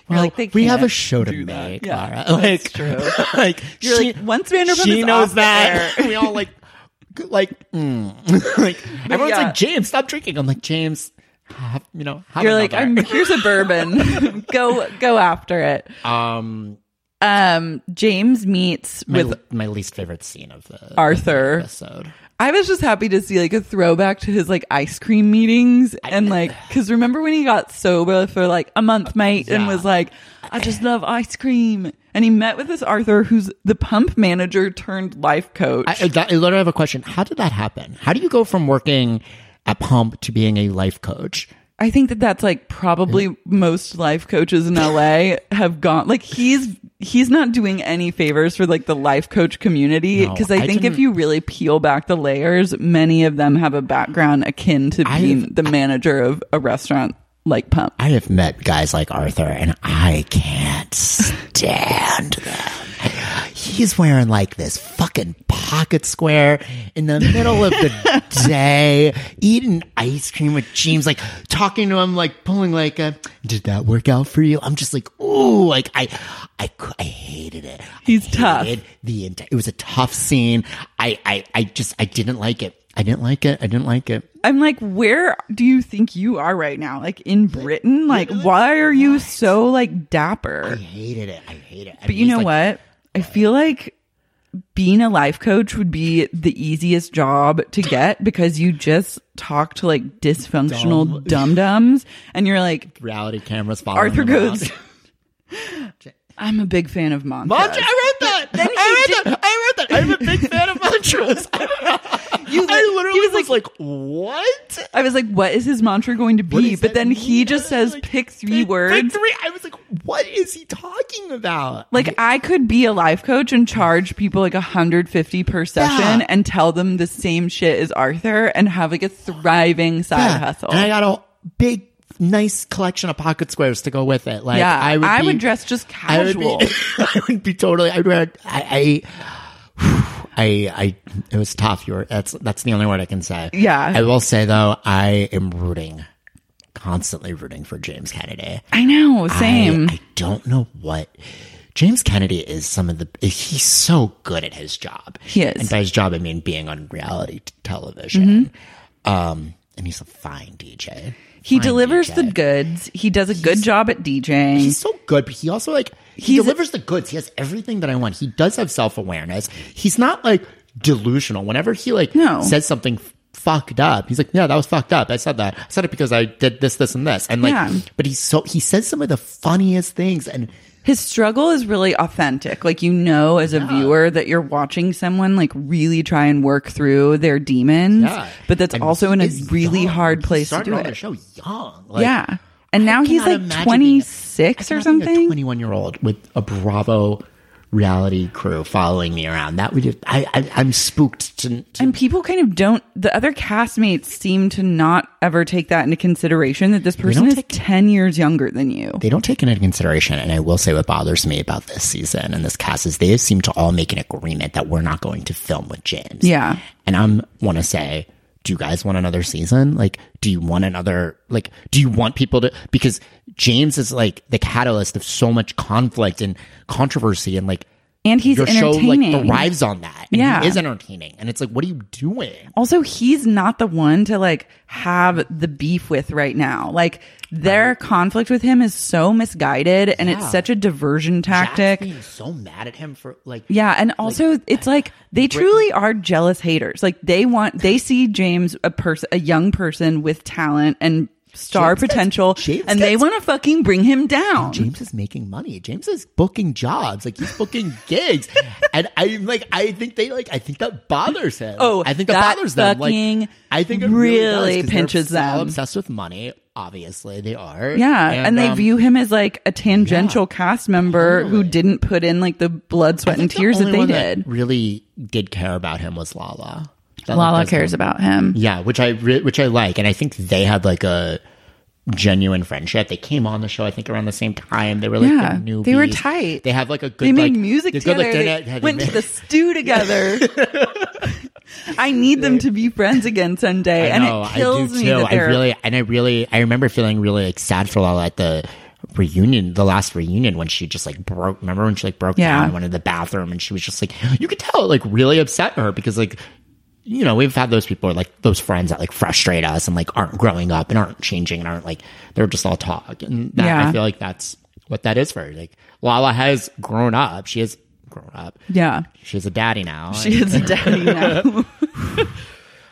[SPEAKER 4] Well,
[SPEAKER 1] like, they
[SPEAKER 4] we have
[SPEAKER 1] can't
[SPEAKER 4] a show to
[SPEAKER 1] do that.
[SPEAKER 4] make,
[SPEAKER 1] Yeah, that's
[SPEAKER 4] Lara. Like,
[SPEAKER 1] true.
[SPEAKER 4] like
[SPEAKER 1] You're
[SPEAKER 4] she,
[SPEAKER 1] like, once Vanderpump
[SPEAKER 4] she
[SPEAKER 1] is off
[SPEAKER 4] knows
[SPEAKER 1] the
[SPEAKER 4] that. we all like, g- like, mm. like everyone's
[SPEAKER 1] yeah.
[SPEAKER 4] like, James, stop drinking. I'm like, James, have, you know, have
[SPEAKER 1] You're like, I'm,
[SPEAKER 4] another."
[SPEAKER 1] here's a bourbon. go go after it.
[SPEAKER 4] um,
[SPEAKER 1] Um, James meets
[SPEAKER 4] my,
[SPEAKER 1] with
[SPEAKER 4] my least favorite scene of the
[SPEAKER 1] Arthur.
[SPEAKER 4] episode.
[SPEAKER 1] I was just happy to see like a throwback to his like ice cream meetings and like because remember when he got sober for like a month, mate, and
[SPEAKER 4] Uh, Yeah.
[SPEAKER 1] was like, I just love ice cream. And he met with this Arthur who's the pump manager turned life coach.
[SPEAKER 4] I, I, that, I literally have a question. How did that happen? How do you go from working at Pump to being a life coach?
[SPEAKER 1] I think that that's like probably most life coaches in LA have gone like he's he's not doing any favors for like the life coach community
[SPEAKER 4] No,
[SPEAKER 1] because I,
[SPEAKER 4] I
[SPEAKER 1] think if
[SPEAKER 4] didn't-
[SPEAKER 1] you really peel back the layers, many of them have a background akin to
[SPEAKER 4] I've-
[SPEAKER 1] being the manager of a restaurant like Pump.
[SPEAKER 4] I have met guys like Arthur, and I can't stand them. He's wearing like this fucking pocket square in the middle of the day, eating ice cream with James, like talking to him, like pulling like, a, "Did that work out for you?" I'm just like, "Ooh, like I, I, cou- I hated it."
[SPEAKER 1] He's
[SPEAKER 4] I hated
[SPEAKER 1] tough.
[SPEAKER 4] The entire it was a tough scene. I, I, I just I didn't like it. I didn't like it. I didn't like it.
[SPEAKER 1] I'm like, where do you think you are right now? Like in Britain? Like why are you so like dapper?
[SPEAKER 4] I hated it. I hate it.
[SPEAKER 1] But you know what? I feel like being a life coach would be the easiest job to get because you just talk to like dysfunctional dum dums and you're like,
[SPEAKER 4] reality cameras following
[SPEAKER 1] Arthur
[SPEAKER 4] him
[SPEAKER 1] goes,
[SPEAKER 4] around.
[SPEAKER 1] I'm a big fan of Montrose.
[SPEAKER 4] Mantra, I read that. I read that. I read that. I'm a big fan of mantras.
[SPEAKER 1] You
[SPEAKER 4] I
[SPEAKER 1] li-
[SPEAKER 4] literally
[SPEAKER 1] he was like,
[SPEAKER 4] was like, what?
[SPEAKER 1] I was like, what is his mantra going to
[SPEAKER 4] What
[SPEAKER 1] be?
[SPEAKER 4] does
[SPEAKER 1] But
[SPEAKER 4] that
[SPEAKER 1] then he
[SPEAKER 4] mean?
[SPEAKER 1] just says,
[SPEAKER 4] Like,
[SPEAKER 1] pick
[SPEAKER 4] pick-
[SPEAKER 1] three
[SPEAKER 4] pick
[SPEAKER 1] words.
[SPEAKER 4] three. I was like, what is he talking about?
[SPEAKER 1] Like I could be a life coach and charge people like 150 per session
[SPEAKER 4] Yeah.
[SPEAKER 1] and tell them the same shit as Arthur and have like a thriving side
[SPEAKER 4] Yeah.
[SPEAKER 1] hustle.
[SPEAKER 4] And I got a big, nice collection of pocket squares to go with it. Like,
[SPEAKER 1] yeah,
[SPEAKER 4] I would, be-
[SPEAKER 1] dress just
[SPEAKER 4] I would
[SPEAKER 1] casual.
[SPEAKER 4] be, I would be totally. I would wear. I, I, I, I. It was tough. You were. That's that's the only word I can say.
[SPEAKER 1] Yeah.
[SPEAKER 4] I will say though, I am rooting, constantly rooting for James Kennedy.
[SPEAKER 1] I know,
[SPEAKER 4] I-
[SPEAKER 1] same.
[SPEAKER 4] I, don't know what. James Kennedy is some of the. He's so good at his job.
[SPEAKER 1] He is.
[SPEAKER 4] And by his job, I mean being on reality t- television. Um, and he's a fine DJ.
[SPEAKER 1] Mm-hmm. he
[SPEAKER 4] Fine
[SPEAKER 1] delivers
[SPEAKER 4] DJ.
[SPEAKER 1] the goods. He does a good job at DJing.
[SPEAKER 4] He's so good, but he also like he
[SPEAKER 1] He's a-
[SPEAKER 4] delivers the goods. He has everything that I want. He does have self awareness. He's not like delusional. Whenever he like
[SPEAKER 1] No.
[SPEAKER 4] says something f- fucked up, he's like, "Yeah, that was fucked up. I said that. I said it because I did this, this, and this." And like,
[SPEAKER 1] Yeah.
[SPEAKER 4] but he's so he says some of the funniest things, and
[SPEAKER 1] His struggle is really authentic. Like you know as a viewer that you're watching someone like really try and work through their demons.
[SPEAKER 4] yeah.
[SPEAKER 1] But that's
[SPEAKER 4] And
[SPEAKER 1] also in a
[SPEAKER 4] he is
[SPEAKER 1] really
[SPEAKER 4] young.
[SPEAKER 1] hard
[SPEAKER 4] He
[SPEAKER 1] place to
[SPEAKER 4] started
[SPEAKER 1] do
[SPEAKER 4] on The
[SPEAKER 1] it.
[SPEAKER 4] show young, Like,
[SPEAKER 1] yeah. And now
[SPEAKER 4] I
[SPEAKER 1] he's
[SPEAKER 4] cannot
[SPEAKER 1] like
[SPEAKER 4] imagine being a-
[SPEAKER 1] 26
[SPEAKER 4] I
[SPEAKER 1] or
[SPEAKER 4] cannot be A
[SPEAKER 1] something.
[SPEAKER 4] Twenty-one year old with a Bravo reality crew following me around. That would just, I, I I'm spooked to, to
[SPEAKER 1] And people kind of don't. The other castmates seem to not ever take that into consideration that this person
[SPEAKER 4] don't
[SPEAKER 1] is
[SPEAKER 4] take-
[SPEAKER 1] ten years younger than you.
[SPEAKER 4] they don't take it into consideration. And I will say what bothers me about this season and this cast is they seem to all make an agreement that we're not going to film with James.
[SPEAKER 1] Yeah.
[SPEAKER 4] And I'm want to say, do you guys want another season? Like, do you want another, like, do you want people to, because James is like the catalyst of so much conflict and controversy and like,
[SPEAKER 1] And he's
[SPEAKER 4] your show like
[SPEAKER 1] entertaining.
[SPEAKER 4] thrives on that. And
[SPEAKER 1] Yeah.
[SPEAKER 4] He is entertaining. And it's like, what are you doing?
[SPEAKER 1] Also, he's not the one to like have the beef with right now. Like their conflict with him is so misguided and it's such a diversion
[SPEAKER 4] Jack's
[SPEAKER 1] tactic.
[SPEAKER 4] being so mad at him for like,
[SPEAKER 1] Yeah, and also it's like they truly are jealous haters. Like they want they see James a person a young person with talent and star
[SPEAKER 4] James gets-
[SPEAKER 1] potential
[SPEAKER 4] James
[SPEAKER 1] and they
[SPEAKER 4] gets-
[SPEAKER 1] want to fucking bring him down.
[SPEAKER 4] James is making money. James is booking jobs. Like he's booking gigs. and I'm like, I think they like, I think that bothers him.
[SPEAKER 1] Oh,
[SPEAKER 4] I think that,
[SPEAKER 1] that
[SPEAKER 4] bothers them.
[SPEAKER 1] fucking
[SPEAKER 4] Like, I think it really, does,
[SPEAKER 1] really
[SPEAKER 4] 'cause they're
[SPEAKER 1] pinches
[SPEAKER 4] so
[SPEAKER 1] them.
[SPEAKER 4] Obsessed with money, obviously they are.
[SPEAKER 1] Yeah, and, they
[SPEAKER 4] um,
[SPEAKER 1] view him as like a tangential cast member who didn't put in like the blood,
[SPEAKER 4] I
[SPEAKER 1] sweat, and
[SPEAKER 4] think the
[SPEAKER 1] tears that
[SPEAKER 4] only
[SPEAKER 1] they
[SPEAKER 4] one
[SPEAKER 1] did.
[SPEAKER 4] really did care about him was Lala. That, like,
[SPEAKER 1] Lala
[SPEAKER 4] was the-
[SPEAKER 1] cares about him.
[SPEAKER 4] Yeah, which I re- which I like, and I think they had like a genuine friendship. They came on the show, I think, around the same time. They were like
[SPEAKER 1] Yeah,
[SPEAKER 4] the newbies.
[SPEAKER 1] they were tight.
[SPEAKER 4] They have like a good.
[SPEAKER 1] They made
[SPEAKER 4] like-
[SPEAKER 1] music
[SPEAKER 4] they're good,
[SPEAKER 1] together.
[SPEAKER 4] like, they're
[SPEAKER 1] they
[SPEAKER 4] not-
[SPEAKER 1] went
[SPEAKER 4] they-
[SPEAKER 1] to the stew together. I need them to be friends again someday,
[SPEAKER 4] I know,
[SPEAKER 1] and it kills
[SPEAKER 4] I do
[SPEAKER 1] me
[SPEAKER 4] too.
[SPEAKER 1] that
[SPEAKER 4] I
[SPEAKER 1] they're
[SPEAKER 4] really and I really I remember feeling really like sad for Lala at the reunion, the last reunion when she just like broke. Remember when she like broke
[SPEAKER 1] Yeah.
[SPEAKER 4] down and went to the bathroom and she was just like, you could tell it like really upset her because like, you know, we've had those people like those friends that like frustrate us and like aren't growing up and aren't changing and aren't like they're just all talk. And that,
[SPEAKER 1] Yeah.
[SPEAKER 4] I feel like that's what that is for her. Like Lala has grown up. She has grown up.
[SPEAKER 1] Yeah.
[SPEAKER 4] She's a daddy now.
[SPEAKER 1] She is a daddy now.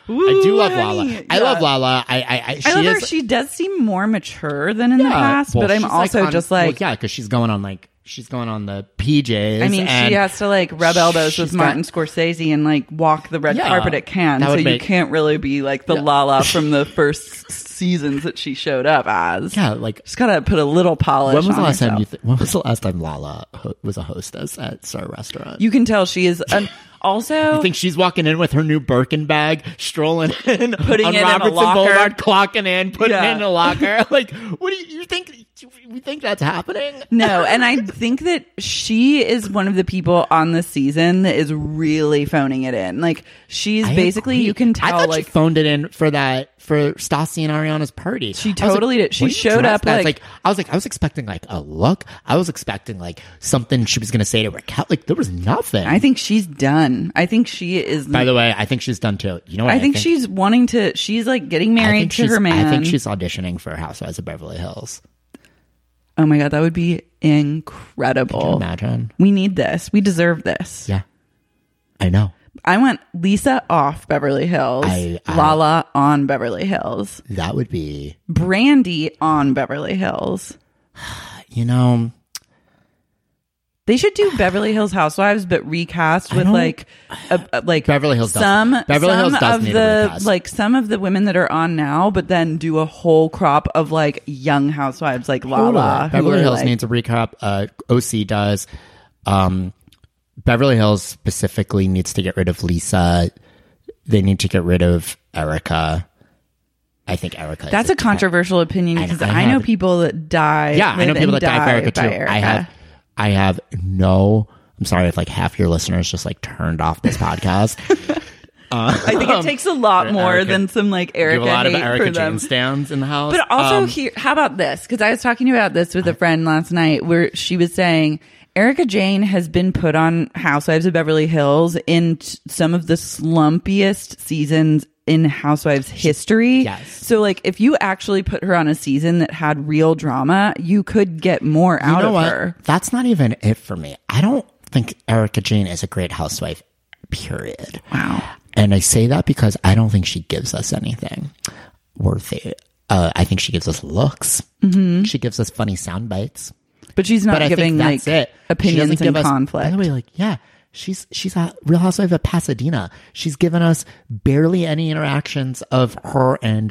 [SPEAKER 4] I do love
[SPEAKER 1] honey.
[SPEAKER 4] Lala. I
[SPEAKER 1] Yeah.
[SPEAKER 4] love Lala. I I, I, she
[SPEAKER 1] I love
[SPEAKER 4] is,
[SPEAKER 1] her. She does seem more mature than in the
[SPEAKER 4] Yeah.
[SPEAKER 1] past,
[SPEAKER 4] Well,
[SPEAKER 1] but I'm
[SPEAKER 4] she's, like,
[SPEAKER 1] also
[SPEAKER 4] on-
[SPEAKER 1] just like,
[SPEAKER 4] well, yeah, because she's going on like she's going on the PJs.
[SPEAKER 1] I mean,
[SPEAKER 4] and-
[SPEAKER 1] she has to like rub elbows with
[SPEAKER 4] she's got-
[SPEAKER 1] Martin Scorsese and like walk the red
[SPEAKER 4] Yeah.
[SPEAKER 1] carpet at Cannes,
[SPEAKER 4] That
[SPEAKER 1] so
[SPEAKER 4] would
[SPEAKER 1] you
[SPEAKER 4] make-
[SPEAKER 1] can't really be like the Lala from the first seasons that she showed up as.
[SPEAKER 4] Yeah, like
[SPEAKER 1] just gotta put a little polish.
[SPEAKER 4] when was
[SPEAKER 1] on
[SPEAKER 4] the last time
[SPEAKER 1] herself.
[SPEAKER 4] you? Th- when was the last time Lala ho- was a hostess at Star Restaurant?
[SPEAKER 1] You can tell she is an, also
[SPEAKER 4] think she's walking in with her new Birkin bag, strolling in,
[SPEAKER 1] Putting
[SPEAKER 4] on
[SPEAKER 1] it in a
[SPEAKER 4] Robertson
[SPEAKER 1] locker.
[SPEAKER 4] Boulevard, clocking in, putting
[SPEAKER 1] Yeah.
[SPEAKER 4] it in a locker. like, what do you, you think? We think that's happening?
[SPEAKER 1] No, and I think that she is one of the people on this season that is really phoning it in. Like she's
[SPEAKER 4] I
[SPEAKER 1] basically
[SPEAKER 4] agree.
[SPEAKER 1] you can
[SPEAKER 4] I
[SPEAKER 1] tell
[SPEAKER 4] thought
[SPEAKER 1] like
[SPEAKER 4] she phoned it in for that for Stassi and Ariana's party. She
[SPEAKER 1] totally did. She showed up, like-
[SPEAKER 4] like I was like I was expecting like a look. I was expecting like something she was gonna say to Raquel. Like there was nothing.
[SPEAKER 1] I think she's done. I think she is
[SPEAKER 4] By the way, I think she's done too. You know what?
[SPEAKER 1] I think she's wanting to she's like getting
[SPEAKER 4] I
[SPEAKER 1] married
[SPEAKER 4] think
[SPEAKER 1] to
[SPEAKER 4] she's-
[SPEAKER 1] her man.
[SPEAKER 4] I think she's auditioning for Housewives of Beverly Hills.
[SPEAKER 1] Oh my god, that would be incredible.
[SPEAKER 4] Imagine.
[SPEAKER 1] We need this. We deserve this.
[SPEAKER 4] Yeah, I know.
[SPEAKER 1] I want Lisa off Beverly Hills,
[SPEAKER 4] I- I-
[SPEAKER 1] Lala on Beverly Hills,
[SPEAKER 4] That would be.
[SPEAKER 1] Brandy on Beverly Hills.
[SPEAKER 4] You know.
[SPEAKER 1] They should do Beverly Hills Housewives, but recast with
[SPEAKER 4] don't-
[SPEAKER 1] like, a, a- like
[SPEAKER 4] Beverly Hills does-
[SPEAKER 1] Some
[SPEAKER 4] Beverly
[SPEAKER 1] some
[SPEAKER 4] Hills does
[SPEAKER 1] of
[SPEAKER 4] need a
[SPEAKER 1] the
[SPEAKER 4] recast.
[SPEAKER 1] like some of the women that are on now, but then do a whole crop of like young housewives like Lala.
[SPEAKER 4] Totally.
[SPEAKER 1] who
[SPEAKER 4] Beverly
[SPEAKER 1] are,
[SPEAKER 4] Hills
[SPEAKER 1] like-
[SPEAKER 4] needs a recap. Uh, OC does. Um, Beverly Hills specifically needs to get rid of Lisa. They need to get rid of Erica. I think Erica.
[SPEAKER 1] That's a controversial opinion
[SPEAKER 4] I-
[SPEAKER 1] because
[SPEAKER 4] I
[SPEAKER 1] I, know
[SPEAKER 4] have-
[SPEAKER 1] people that die.
[SPEAKER 4] yeah. I know
[SPEAKER 1] live
[SPEAKER 4] people
[SPEAKER 1] and
[SPEAKER 4] that die for Erica too.
[SPEAKER 1] by
[SPEAKER 4] I have. I have no. I'm sorry if like half your listeners just like turned off this podcast.
[SPEAKER 1] I think it takes a lot more
[SPEAKER 4] Erica-
[SPEAKER 1] than some like
[SPEAKER 4] We have
[SPEAKER 1] Erica
[SPEAKER 4] a lot of
[SPEAKER 1] hate
[SPEAKER 4] Erica
[SPEAKER 1] for them.
[SPEAKER 4] Jane stands in the house,
[SPEAKER 1] But also
[SPEAKER 4] Um,
[SPEAKER 1] here, how about this? Because I was talking about this with a friend last night, where she was saying Erica Jane has been put on Housewives of Beverly Hills in t- some of the slumpiest seasons in Housewives history.
[SPEAKER 4] Yes.
[SPEAKER 1] So, like, if you actually put her on a season that had real drama, you could get more out
[SPEAKER 4] You know
[SPEAKER 1] of
[SPEAKER 4] what?
[SPEAKER 1] her.
[SPEAKER 4] That's not even it for me. I don't think Erica Jane is a great housewife, period. Wow. And I say that because I don't think she gives us anything worthy. Uh, I think she gives us looks.
[SPEAKER 1] Mm-hmm.
[SPEAKER 4] She gives us funny sound bites.
[SPEAKER 1] But she's not
[SPEAKER 4] But I
[SPEAKER 1] giving
[SPEAKER 4] think that's
[SPEAKER 1] like
[SPEAKER 4] it. She
[SPEAKER 1] opinions
[SPEAKER 4] doesn't
[SPEAKER 1] and
[SPEAKER 4] give us-
[SPEAKER 1] conflict.
[SPEAKER 4] By the way, like yeah, she's she's a Real Housewife of Pasadena. She's given us barely any interactions of her and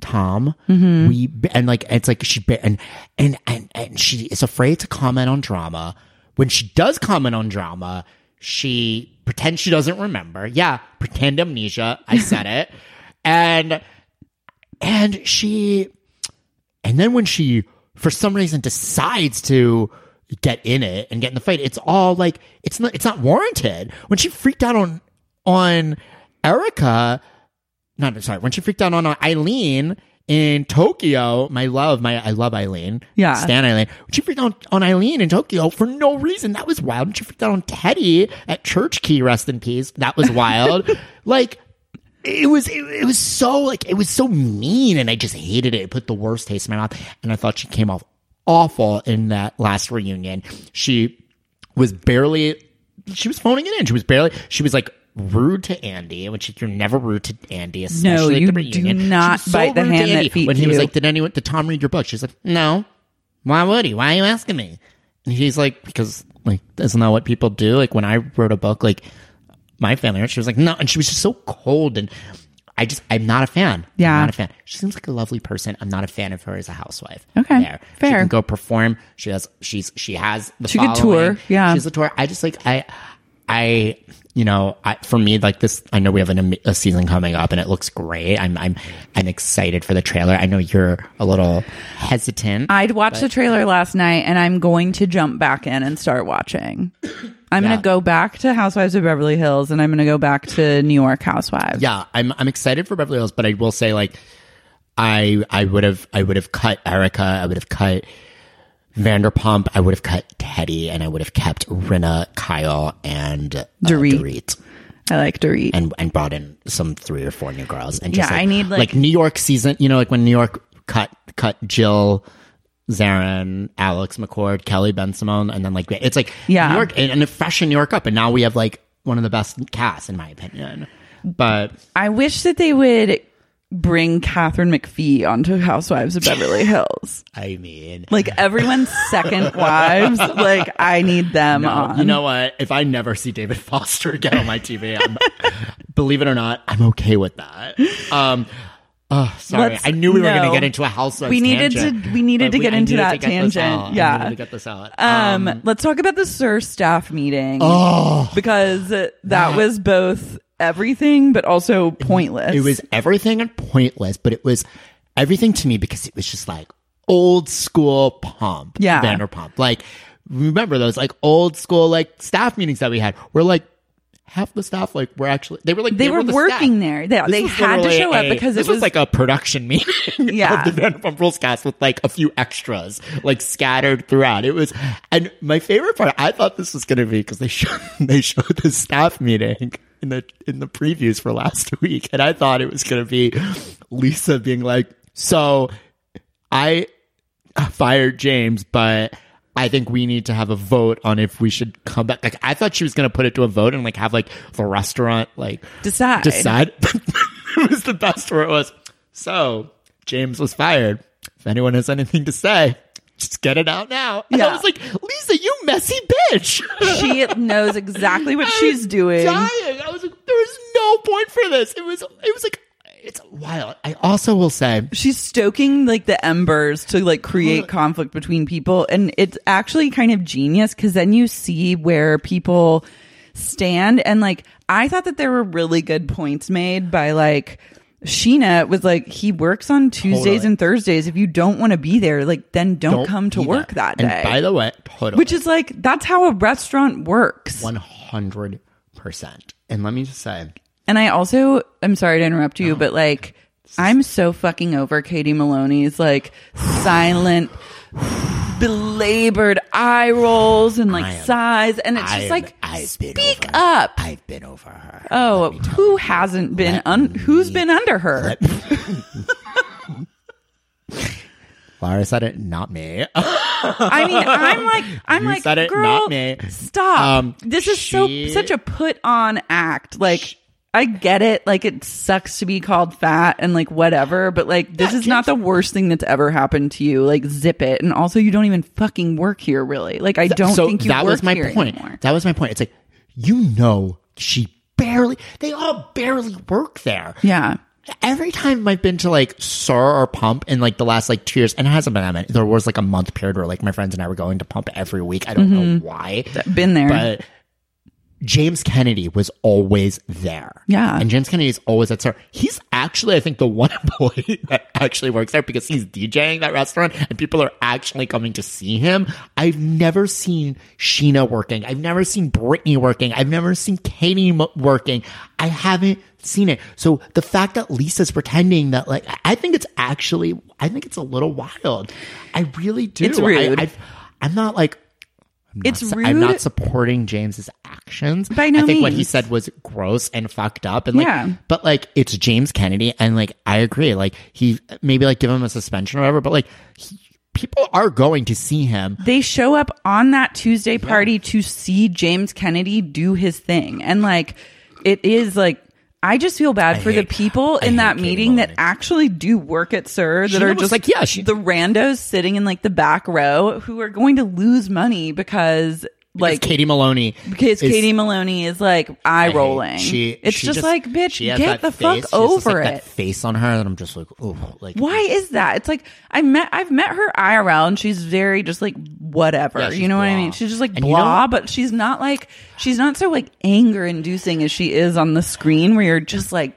[SPEAKER 4] Tom.
[SPEAKER 1] Mm-hmm.
[SPEAKER 4] We and like it's like she ba- and and and and she is afraid to comment on drama. When she does comment on drama, she pretends she doesn't remember. Yeah, pretend amnesia. I said it, and and she and then when she, for some reason, decides to get in it and get in the fight, it's all like it's not it's not warranted. When she freaked out on on Erica, not sorry, when she freaked out on Eileen in Tokyo, my love, my I love Eileen,
[SPEAKER 1] Yeah.
[SPEAKER 4] Stan Eileen. When she freaked out on Eileen in Tokyo for no reason, that was wild. When she freaked out on Teddy at Church Key, rest in peace, that was wild. like it was it, it was so like it was so mean and i just hated it it put the worst taste in my mouth and i thought she came off awful in that last reunion she was barely she was phoning it in she was barely she was like rude to andy which you're never rude to andy especially
[SPEAKER 1] you do
[SPEAKER 4] at the reunion She
[SPEAKER 1] not
[SPEAKER 4] was so
[SPEAKER 1] bite the
[SPEAKER 4] rude to
[SPEAKER 1] hand that
[SPEAKER 4] Andy
[SPEAKER 1] feeds
[SPEAKER 4] when he was
[SPEAKER 1] you.
[SPEAKER 4] like did anyone did tom read your book she's like no why would he why are you asking me and he's like because like isn't that what people do like when i wrote a book like my family. right? She was like, no, and she was just so cold, and I just, I'm not a fan.
[SPEAKER 1] Yeah.
[SPEAKER 4] I'm not a fan. She seems like a lovely person. I'm not a fan of her as a housewife.
[SPEAKER 1] Okay.
[SPEAKER 4] She
[SPEAKER 1] Fair.
[SPEAKER 4] can go perform. She has, she's, she has the.
[SPEAKER 1] She could
[SPEAKER 4] following.
[SPEAKER 1] tour, yeah.
[SPEAKER 4] She's a tour. I just like I, I, you know, I, for me, like this. I know we have an, am- a season coming up, and it looks great. I'm, I'm, I'm excited for the trailer. I know you're a little hesitant.
[SPEAKER 1] I'd watched the trailer last night and I'm going to jump back in and start watching. I'm going
[SPEAKER 4] Yeah.
[SPEAKER 1] to go back to Housewives of Beverly Hills and I'm going to go back to New York Housewives.
[SPEAKER 4] yeah, I'm I'm excited for Beverly Hills, but I will say like I I would have I would have cut Erica, I would have cut Vanderpump, I would have cut Teddy and I would have kept Rinna, Kyle, and uh,
[SPEAKER 1] Dorit.
[SPEAKER 4] Dorit.
[SPEAKER 1] I like Dorit.
[SPEAKER 4] and and brought in some three or four new girls and just
[SPEAKER 1] Yeah,
[SPEAKER 4] like,
[SPEAKER 1] I need, like-
[SPEAKER 4] New York season. You know, like when New York cut cut Jill. Zarin, Alex McCord, Kelly Ben Simone, and then like it's like
[SPEAKER 1] Yeah.
[SPEAKER 4] New York and, and it freshened New York up, and now we have like one of the best casts in my opinion. But
[SPEAKER 1] I wish that they would bring Catherine McPhee onto Housewives of Beverly Hills.
[SPEAKER 4] I mean,
[SPEAKER 1] Like everyone's second wives. Like I need them on.
[SPEAKER 4] you know what? If I never see David Foster again on my TV, I'm, believe it or not, I'm okay with that. Um, oh, sorry,
[SPEAKER 1] Let's-
[SPEAKER 4] I knew we were going
[SPEAKER 1] no.
[SPEAKER 4] to get into a housewives.
[SPEAKER 1] We needed
[SPEAKER 4] tangent,
[SPEAKER 1] to- we needed
[SPEAKER 4] but
[SPEAKER 1] to get
[SPEAKER 4] I
[SPEAKER 1] into
[SPEAKER 4] needed
[SPEAKER 1] that
[SPEAKER 4] to get this
[SPEAKER 1] tangent,
[SPEAKER 4] out. I
[SPEAKER 1] yeah.
[SPEAKER 4] needed to get this out.
[SPEAKER 1] Um, let's talk about the Sir staff meeting.
[SPEAKER 4] Oh.
[SPEAKER 1] because that was both everything but also pointless.
[SPEAKER 4] Uh, It was everything and pointless, but it was everything to me because it was just like old school pomp.
[SPEAKER 1] Yeah.
[SPEAKER 4] Vanderpump. Like, remember those like old school like staff meetings that we had where like half the staff like were actually they were like
[SPEAKER 1] They were
[SPEAKER 4] the
[SPEAKER 1] working
[SPEAKER 4] staff.
[SPEAKER 1] there. They-
[SPEAKER 4] This
[SPEAKER 1] they
[SPEAKER 4] was
[SPEAKER 1] had to
[SPEAKER 4] literally
[SPEAKER 1] show up
[SPEAKER 4] a-
[SPEAKER 1] because it
[SPEAKER 4] this was,
[SPEAKER 1] was-
[SPEAKER 4] like a production meeting
[SPEAKER 1] Yeah.
[SPEAKER 4] of the Vanderpump Rules cast with like a few extras like scattered throughout. It was and my favorite part I thought this was going to be because they showed they showed the staff meeting in the in the previews for last week and I thought it was going to be Lisa being like so I uh, fired James, but I think we need to have a vote on if we should come back. Like I thought she was going to put it to a vote and like have like the restaurant like
[SPEAKER 1] Decide.
[SPEAKER 4] decide. it was the best where it was. So James was fired. If anyone has anything to say, just get it out now. And I
[SPEAKER 1] Yeah.
[SPEAKER 4] was like, Lisa, you messy bitch.
[SPEAKER 1] she knows exactly what
[SPEAKER 4] I
[SPEAKER 1] she's
[SPEAKER 4] was
[SPEAKER 1] doing.
[SPEAKER 4] Dying. I was like, there was no point for this. It was. It was like. It's wild. I also will say
[SPEAKER 1] She's stoking like the embers to like create conflict between people. And it's actually kind of genius because then you see where people stand. And like, I thought that there were really good points made by like, Sheena was like, he works on Tuesdays
[SPEAKER 4] Totally.
[SPEAKER 1] and Thursdays. If you don't want to be there, like, then don't,
[SPEAKER 4] don't
[SPEAKER 1] come to
[SPEAKER 4] be
[SPEAKER 1] work
[SPEAKER 4] there.
[SPEAKER 1] that day.
[SPEAKER 4] And by the way, totally.
[SPEAKER 1] Which is like, that's how a restaurant works.
[SPEAKER 4] One hundred percent. And let me just say,
[SPEAKER 1] And I also, I'm sorry to interrupt
[SPEAKER 4] Oh,
[SPEAKER 1] you, but like, I'm so fucking over Katie Maloney's like silent, belabored eye rolls and like
[SPEAKER 4] I am-
[SPEAKER 1] sighs. And it's
[SPEAKER 4] I've-
[SPEAKER 1] just like,
[SPEAKER 4] I've been
[SPEAKER 1] speak
[SPEAKER 4] over-
[SPEAKER 1] up.
[SPEAKER 4] I've been over her.
[SPEAKER 1] oh, who hasn't been, un- who's been under her?
[SPEAKER 4] Laura said it, not me.
[SPEAKER 1] I mean, I'm like, I'm
[SPEAKER 4] You
[SPEAKER 1] like,
[SPEAKER 4] said it,
[SPEAKER 1] girl,
[SPEAKER 4] not me."
[SPEAKER 1] stop.
[SPEAKER 4] Um,
[SPEAKER 1] this is
[SPEAKER 4] she-
[SPEAKER 1] so, such a put on act. Like, I get it. Like, it sucks to be called fat and like whatever, but like, this is not the worst thing that's ever happened to you. Like, zip it. And also, you don't even fucking work here, really. Like, I don't
[SPEAKER 4] so
[SPEAKER 1] think you
[SPEAKER 4] that
[SPEAKER 1] work
[SPEAKER 4] was my
[SPEAKER 1] here
[SPEAKER 4] point.
[SPEAKER 1] anymore.
[SPEAKER 4] That was my point. It's like you know she barely. They all barely work there.
[SPEAKER 1] yeah.
[SPEAKER 4] Every time I've been to like Sir or Pump in like the last like two years, and it hasn't been that many. There was like a month period where like my friends and I were going to Pump every week. I don't
[SPEAKER 1] Mm-hmm.
[SPEAKER 4] know why.
[SPEAKER 1] Been there.
[SPEAKER 4] But James Kennedy was always there.
[SPEAKER 1] Yeah.
[SPEAKER 4] And James Kennedy is always at Sir. He's actually, I think, the one employee that actually works there because he's DJing that restaurant and people are actually coming to see him. I've never seen Sheena working. I've never seen Brittany working. I've never seen Katie m- working. I haven't seen it. So the fact that Lisa's pretending that, like, I- I think it's actually, I think it's a little wild. I really do.
[SPEAKER 1] It's rude.
[SPEAKER 4] I, I've- I'm not like,
[SPEAKER 1] it's
[SPEAKER 4] so
[SPEAKER 1] rude.
[SPEAKER 4] I'm not supporting James's actions.
[SPEAKER 1] By no
[SPEAKER 4] I think what
[SPEAKER 1] means.
[SPEAKER 4] he said was gross and fucked up. And like,
[SPEAKER 1] Yeah.
[SPEAKER 4] but like, it's James Kennedy, and like, I agree. Like, he maybe like give him a suspension or whatever. But like, he, people are going to see him.
[SPEAKER 1] they show up on that Tuesday party to see James Kennedy do his thing. And like it is like I just feel bad for the
[SPEAKER 4] hate-
[SPEAKER 1] people
[SPEAKER 4] I
[SPEAKER 1] in
[SPEAKER 4] hate
[SPEAKER 1] that
[SPEAKER 4] Katie
[SPEAKER 1] meeting that
[SPEAKER 4] Maloney.
[SPEAKER 1] actually do work at Sir that
[SPEAKER 4] Sheena
[SPEAKER 1] are
[SPEAKER 4] was
[SPEAKER 1] just
[SPEAKER 4] like, yeah, she-
[SPEAKER 1] the randos sitting in like the back row who are going to lose money because
[SPEAKER 4] Like
[SPEAKER 1] like
[SPEAKER 4] Katie Maloney,
[SPEAKER 1] because
[SPEAKER 4] is-
[SPEAKER 1] Katie Maloney is like eye
[SPEAKER 4] I hate-
[SPEAKER 1] rolling.
[SPEAKER 4] She,
[SPEAKER 1] it's
[SPEAKER 4] she
[SPEAKER 1] just, like, bitch,
[SPEAKER 4] she has
[SPEAKER 1] get
[SPEAKER 4] that
[SPEAKER 1] the
[SPEAKER 4] face. She
[SPEAKER 1] fuck
[SPEAKER 4] has just,
[SPEAKER 1] over
[SPEAKER 4] like,
[SPEAKER 1] it.
[SPEAKER 4] That face on her that I'm just like, oh, like
[SPEAKER 1] Why is that? It's like I met I've met her IRL and she's very just like whatever.
[SPEAKER 4] Yeah, she's
[SPEAKER 1] you know what I mean?
[SPEAKER 4] blah.
[SPEAKER 1] She's just like
[SPEAKER 4] And you know
[SPEAKER 1] blah,
[SPEAKER 4] what?
[SPEAKER 1] but she's not like she's not so like anger inducing as she is on the screen where you're just like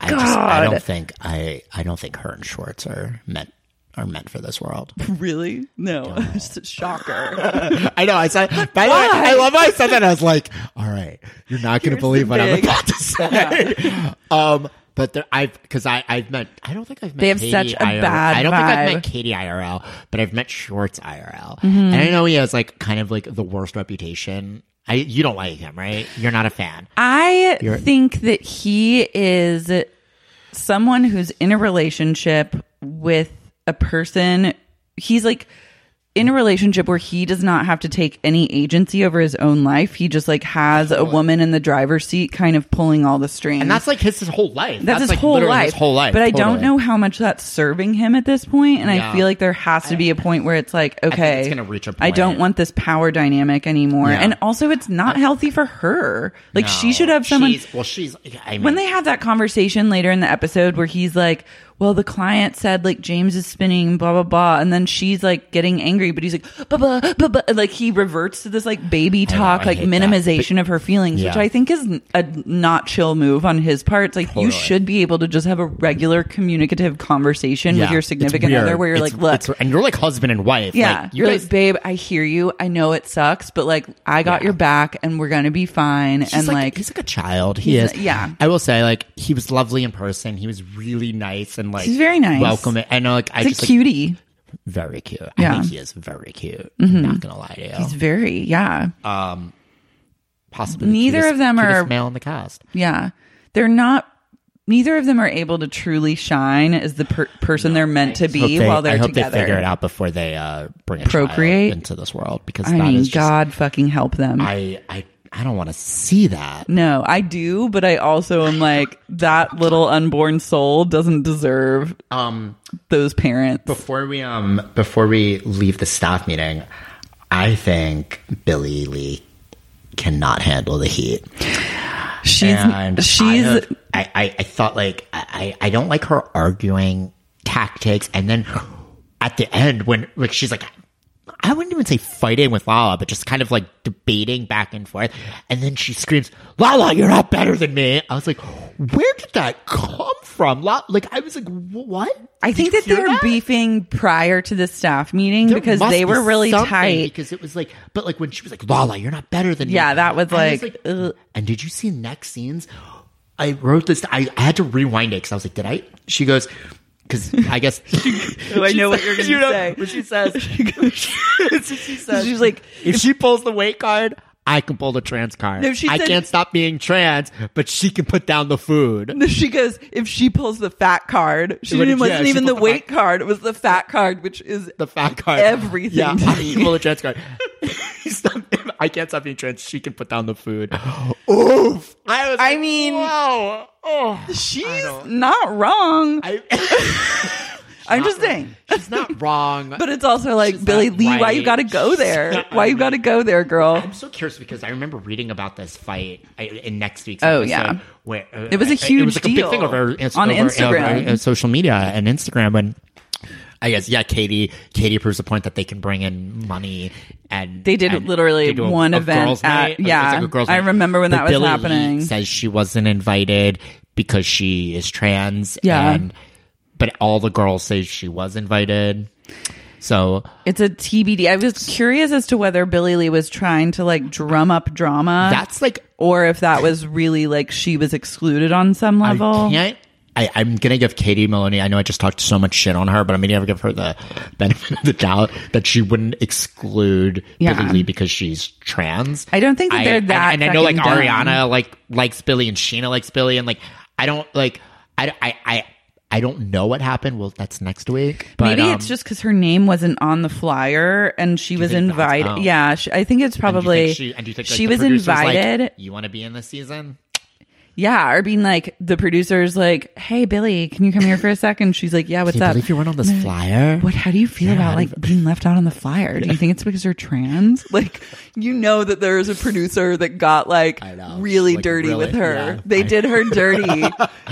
[SPEAKER 4] I, just, I
[SPEAKER 1] God.
[SPEAKER 4] don't think I, I don't think her and Schwartz are meant are meant for this world.
[SPEAKER 1] really? No. It's a shocker.
[SPEAKER 4] I know. I said. By the way, I love how I said that. I was like, "All right, you're not going to believe what I'm
[SPEAKER 1] big-
[SPEAKER 4] about to say." um, But there, I've because I I've met I don't think I've met
[SPEAKER 1] They have
[SPEAKER 4] Katie
[SPEAKER 1] such a
[SPEAKER 4] IRL.
[SPEAKER 1] bad
[SPEAKER 4] I don't think I've
[SPEAKER 1] vibe. Mm-hmm.
[SPEAKER 4] met Katie IRL, but I've met Schwartz IRL, and I know he has like kind of like the worst reputation. I you don't like him, right? You're not a fan.
[SPEAKER 1] I think that he is someone who's in a relationship with a person. He's like in a relationship where he does not have to take any agency over his own life. He just like has a woman in the driver's seat kind of pulling all the strings.
[SPEAKER 4] And that's like his, his whole life.
[SPEAKER 1] that's, his
[SPEAKER 4] like,
[SPEAKER 1] whole
[SPEAKER 4] literally
[SPEAKER 1] life.
[SPEAKER 4] His whole life.
[SPEAKER 1] But I
[SPEAKER 4] Totally.
[SPEAKER 1] don't know how much that's serving him at this point, and
[SPEAKER 4] Yeah.
[SPEAKER 1] I feel like there has to be a point where it's like, okay,
[SPEAKER 4] it's gonna reach a
[SPEAKER 1] I don't
[SPEAKER 4] point.
[SPEAKER 1] want this power dynamic anymore,
[SPEAKER 4] Yeah.
[SPEAKER 1] and also it's not healthy for her. Like she
[SPEAKER 4] No.
[SPEAKER 1] should have someone.
[SPEAKER 4] She's, well, she's. I mean,
[SPEAKER 1] when they have that conversation later in the episode where he's like, "Well, the client said like James is spinning, blah blah blah," and then she's like getting angry, but he's like, "Blah blah blah,", blah. like he reverts to this like baby
[SPEAKER 4] know,
[SPEAKER 1] talk,
[SPEAKER 4] I
[SPEAKER 1] like
[SPEAKER 4] hate that.
[SPEAKER 1] minimization of her feelings, which
[SPEAKER 4] Yeah.
[SPEAKER 1] I think is a not chill move on his part. It's like you
[SPEAKER 4] Totally.
[SPEAKER 1] should be able to just have a regular communicative conversation
[SPEAKER 4] Yeah.
[SPEAKER 1] with your
[SPEAKER 4] It's
[SPEAKER 1] significant
[SPEAKER 4] weird.
[SPEAKER 1] other, where you're
[SPEAKER 4] It's-
[SPEAKER 1] like, "Look,
[SPEAKER 4] it's- and you're like husband and wife.
[SPEAKER 1] yeah,
[SPEAKER 4] Like, you
[SPEAKER 1] you're
[SPEAKER 4] guys-
[SPEAKER 1] like, babe, I hear you, I know it sucks, but like I got your back, and we're gonna be fine."
[SPEAKER 4] He's
[SPEAKER 1] and
[SPEAKER 4] like,
[SPEAKER 1] like,
[SPEAKER 4] he's like a child. He
[SPEAKER 1] He's-
[SPEAKER 4] is.
[SPEAKER 1] yeah.
[SPEAKER 4] I will say, like, he was lovely in person. He was really nice and like
[SPEAKER 1] He's very nice.
[SPEAKER 4] Welcoming. And uh, like I
[SPEAKER 1] it's
[SPEAKER 4] just
[SPEAKER 1] a
[SPEAKER 4] like,
[SPEAKER 1] cutie.
[SPEAKER 4] very cute. I
[SPEAKER 1] Yeah. Mm-hmm.
[SPEAKER 4] think he is very cute. Not gonna lie to you.
[SPEAKER 1] It's very yeah.
[SPEAKER 4] Possibly the
[SPEAKER 1] neither
[SPEAKER 4] cutest-
[SPEAKER 1] of them
[SPEAKER 4] cutest
[SPEAKER 1] are-
[SPEAKER 4] male in the cast.
[SPEAKER 1] Yeah. They're not neither of them are able to truly shine as the per- person they're meant to
[SPEAKER 4] Hope
[SPEAKER 1] be
[SPEAKER 4] they-
[SPEAKER 1] while they're
[SPEAKER 4] I hope
[SPEAKER 1] together.
[SPEAKER 4] they figure it out before they uh, bring a
[SPEAKER 1] Procreate?
[SPEAKER 4] child into this world because
[SPEAKER 1] I
[SPEAKER 4] that
[SPEAKER 1] mean,
[SPEAKER 4] is just,
[SPEAKER 1] God fucking help them.
[SPEAKER 4] I I I don't want to see that.
[SPEAKER 1] no, I do, but I also am like that little unborn soul doesn't deserve
[SPEAKER 4] Um.
[SPEAKER 1] those parents.
[SPEAKER 4] Before we um before we leave the staff meeting, I think Billy Lee cannot handle the heat.
[SPEAKER 1] she's
[SPEAKER 4] And
[SPEAKER 1] she's
[SPEAKER 4] I, have- I, I, I thought like I, I I don't like her arguing tactics and then at the end when like she's like I wouldn't even say fighting with Lala, but just kind of like debating back and forth. And then she screams, Lala, you're not better than me. I was like, where did that come from? La-? Like, I was like, what?
[SPEAKER 1] I
[SPEAKER 4] Did
[SPEAKER 1] think
[SPEAKER 4] you
[SPEAKER 1] that
[SPEAKER 4] hear
[SPEAKER 1] they're
[SPEAKER 4] that?
[SPEAKER 1] beefing prior to the staff meeting
[SPEAKER 4] There
[SPEAKER 1] because
[SPEAKER 4] must
[SPEAKER 1] they
[SPEAKER 4] be
[SPEAKER 1] were really
[SPEAKER 4] something,
[SPEAKER 1] tight.
[SPEAKER 4] Because it was like, but like when she was like, "Lala, you're not better than me."
[SPEAKER 1] Yeah, that was
[SPEAKER 4] And I
[SPEAKER 1] like,
[SPEAKER 4] "Ugh." and did you see next scenes? I wrote this. I, I had to rewind it because I was like, "Did I?" She goes, "Because I guess."
[SPEAKER 1] I
[SPEAKER 4] She
[SPEAKER 1] know what
[SPEAKER 4] said-
[SPEAKER 1] you're gonna
[SPEAKER 4] you know,
[SPEAKER 1] say.
[SPEAKER 4] What she says. she says.
[SPEAKER 1] She's like,
[SPEAKER 4] if she pulls the weight card. I can pull the trans card.
[SPEAKER 1] No, she
[SPEAKER 4] I
[SPEAKER 1] said-
[SPEAKER 4] can't stop being trans, but she can put down the food.
[SPEAKER 1] She goes, if she pulls the fat card, she
[SPEAKER 4] What
[SPEAKER 1] didn't,
[SPEAKER 4] did- yeah,
[SPEAKER 1] wasn't
[SPEAKER 4] she
[SPEAKER 1] even the
[SPEAKER 4] pulled the
[SPEAKER 1] weight card. It was the fat card, which is
[SPEAKER 4] the fat card.
[SPEAKER 1] Everything
[SPEAKER 4] Yeah,
[SPEAKER 1] to
[SPEAKER 4] I
[SPEAKER 1] me.
[SPEAKER 4] can pull the trans card. Stop- I can't stop being trans. She can put down the food. Oof. I, was
[SPEAKER 1] I
[SPEAKER 4] like,
[SPEAKER 1] mean-
[SPEAKER 4] wow. Oh.
[SPEAKER 1] she's not wrong. I, am just saying.
[SPEAKER 4] She's not wrong.
[SPEAKER 1] But it's also like,
[SPEAKER 4] She's
[SPEAKER 1] Billy
[SPEAKER 4] not
[SPEAKER 1] Lee, why you
[SPEAKER 4] right.
[SPEAKER 1] gotta go
[SPEAKER 4] She's
[SPEAKER 1] there?
[SPEAKER 4] not
[SPEAKER 1] Why you gotta go there, girl?
[SPEAKER 4] I'm so curious because I remember reading about this fight I- in next week's.
[SPEAKER 1] Oh,
[SPEAKER 4] episode
[SPEAKER 1] yeah.
[SPEAKER 4] where uh,
[SPEAKER 1] It was a
[SPEAKER 4] I-
[SPEAKER 1] huge
[SPEAKER 4] it was like a
[SPEAKER 1] deal
[SPEAKER 4] big thing over,
[SPEAKER 1] on
[SPEAKER 4] over-
[SPEAKER 1] Instagram.
[SPEAKER 4] over, uh, social media, and Instagram, and I guess yeah, Katie. Katie proves the point that they can bring in money, and
[SPEAKER 1] They did
[SPEAKER 4] and
[SPEAKER 1] literally
[SPEAKER 4] they do a-
[SPEAKER 1] one
[SPEAKER 4] a
[SPEAKER 1] event
[SPEAKER 4] girls'
[SPEAKER 1] at-
[SPEAKER 4] night. It was
[SPEAKER 1] yeah.
[SPEAKER 4] like a girls'
[SPEAKER 1] I
[SPEAKER 4] night.
[SPEAKER 1] remember when
[SPEAKER 4] But
[SPEAKER 1] that was
[SPEAKER 4] Billie Lee
[SPEAKER 1] happening.
[SPEAKER 4] Says she wasn't invited because she is trans.
[SPEAKER 1] Yeah.
[SPEAKER 4] and, but all the girls say she was invited. So
[SPEAKER 1] It's a TBD. I was curious as to whether Billy Lee was trying to like drum up drama.
[SPEAKER 4] that's like
[SPEAKER 1] or if that was really like she was excluded on some level.
[SPEAKER 4] I can't. I, I'm gonna give Katie Maloney. I know I just talked so much shit on her, but I'm gonna give her the benefit of the doubt that she wouldn't exclude
[SPEAKER 1] Yeah.
[SPEAKER 4] Billy Lee because she's trans.
[SPEAKER 1] I don't think that they're that
[SPEAKER 4] And, and I know like
[SPEAKER 1] fucking dumb.
[SPEAKER 4] Ariana like likes Billy and Sheena likes Billy, and like I don't like I I I, I don't know what happened. Well, that's next week. But,
[SPEAKER 1] Maybe
[SPEAKER 4] um,
[SPEAKER 1] it's just because her name wasn't on the flyer and she was
[SPEAKER 4] think that's-
[SPEAKER 1] invited.
[SPEAKER 4] oh.
[SPEAKER 1] Yeah, she, I think it's
[SPEAKER 4] and do you
[SPEAKER 1] probably
[SPEAKER 4] think she, and do you think, like,
[SPEAKER 1] she
[SPEAKER 4] the
[SPEAKER 1] was
[SPEAKER 4] producer's like,
[SPEAKER 1] invited.
[SPEAKER 4] you want to be in this season?
[SPEAKER 1] yeah, or being like the producers, like, "Hey, Billy, can you come here for a second? She's like, "Yeah, what's
[SPEAKER 4] Can you
[SPEAKER 1] up?"
[SPEAKER 4] believe you weren't on this flyer?
[SPEAKER 1] What? How do you feel about like being left out on the flyer? Do you think it's because you're trans? Like, you know that there is a producer that got like
[SPEAKER 4] know.
[SPEAKER 1] really
[SPEAKER 4] Like,
[SPEAKER 1] dirty
[SPEAKER 4] really-
[SPEAKER 1] with her.
[SPEAKER 4] yeah.
[SPEAKER 1] They
[SPEAKER 4] I-
[SPEAKER 1] did her dirty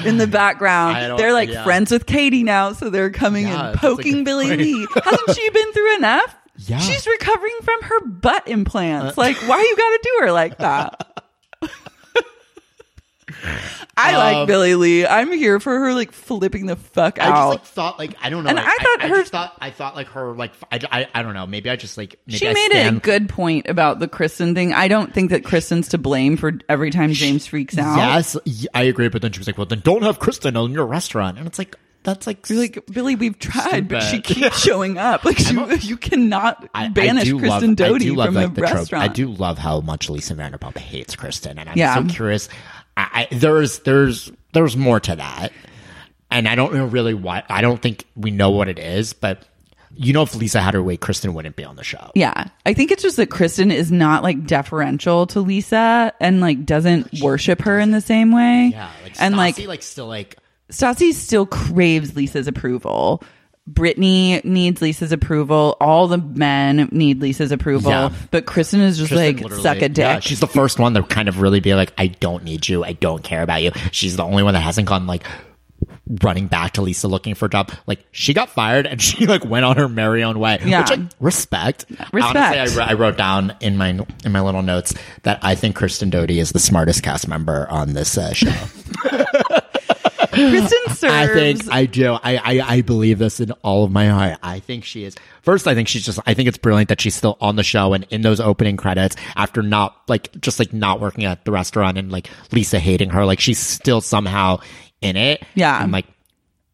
[SPEAKER 1] in the
[SPEAKER 4] I
[SPEAKER 1] background.
[SPEAKER 4] don't-
[SPEAKER 1] They're like
[SPEAKER 4] yeah.
[SPEAKER 1] friends with Katie now, so they're coming
[SPEAKER 4] Yeah,
[SPEAKER 1] and
[SPEAKER 4] that's a good
[SPEAKER 1] poking Billy
[SPEAKER 4] point.
[SPEAKER 1] Lee. Hasn't she been through enough?
[SPEAKER 4] Yeah. Uh.
[SPEAKER 1] She's recovering from her butt implants. like, why you got to do her like that? I like Billy Lee. I'm here for her like flipping the fuck
[SPEAKER 4] Um, I just
[SPEAKER 1] out.
[SPEAKER 4] like thought like I don't know.
[SPEAKER 1] And
[SPEAKER 4] like,
[SPEAKER 1] I thought her-
[SPEAKER 4] just thought I thought like her like I, I, I don't know. Maybe I just like maybe
[SPEAKER 1] she
[SPEAKER 4] I
[SPEAKER 1] made
[SPEAKER 4] stand-
[SPEAKER 1] a good point about the Kristen thing. I don't think that Kristen's to blame for every time James freaks out.
[SPEAKER 4] Yes, y- I agree. But then she was like, "Well, then don't have Kristen in your restaurant." And it's like that's like
[SPEAKER 1] You're like Billy, we've tried, but she
[SPEAKER 4] Stupid.
[SPEAKER 1] keeps showing up. Like you, you cannot banish
[SPEAKER 4] do
[SPEAKER 1] Kristen
[SPEAKER 4] love, I
[SPEAKER 1] Doty
[SPEAKER 4] do love,
[SPEAKER 1] from
[SPEAKER 4] like,
[SPEAKER 1] the,
[SPEAKER 4] trope.
[SPEAKER 1] restaurant.
[SPEAKER 4] I do love how much Lisa Vanderpump hates Kristen, and I'm
[SPEAKER 1] Yeah.
[SPEAKER 4] so curious. I, I, there's there's there's more to that, and I don't know really why. I don't think we know what it is, but you know, if Lisa had her way, Kristen wouldn't be on the show.
[SPEAKER 1] Yeah. I think it's just that Kristen is not like deferential to Lisa and like doesn't worship her in the same way.
[SPEAKER 4] Yeah, like
[SPEAKER 1] and like,
[SPEAKER 4] like still like
[SPEAKER 1] Stassi still craves Lisa's approval. Brittany needs Lisa's approval. All the men need Lisa's approval.
[SPEAKER 4] Yeah.
[SPEAKER 1] But Kristen is just
[SPEAKER 4] Kristen
[SPEAKER 1] like,
[SPEAKER 4] literally-
[SPEAKER 1] suck a dick.
[SPEAKER 4] Yeah, she's the first one to kind of really be like, I don't need you. I don't care about you. She's the only one that hasn't gone like running back to Lisa looking for a job. Like she got fired and she like went on her merry own way.
[SPEAKER 1] Yeah.
[SPEAKER 4] Which like, respect.
[SPEAKER 1] Respect.
[SPEAKER 4] Honestly, I, wr- I wrote down in my in my little notes that I think Kristen Doty is the smartest cast member on this uh, show.
[SPEAKER 1] Kristen serves.
[SPEAKER 4] I think I do. I, I I believe this in all of my heart. I think she is. First, I think she's just. I think it's brilliant that she's still on the show and in those opening credits after not like just like not working at the restaurant and like Lisa hating her. Like she's still somehow in it.
[SPEAKER 1] Yeah.
[SPEAKER 4] I'm like.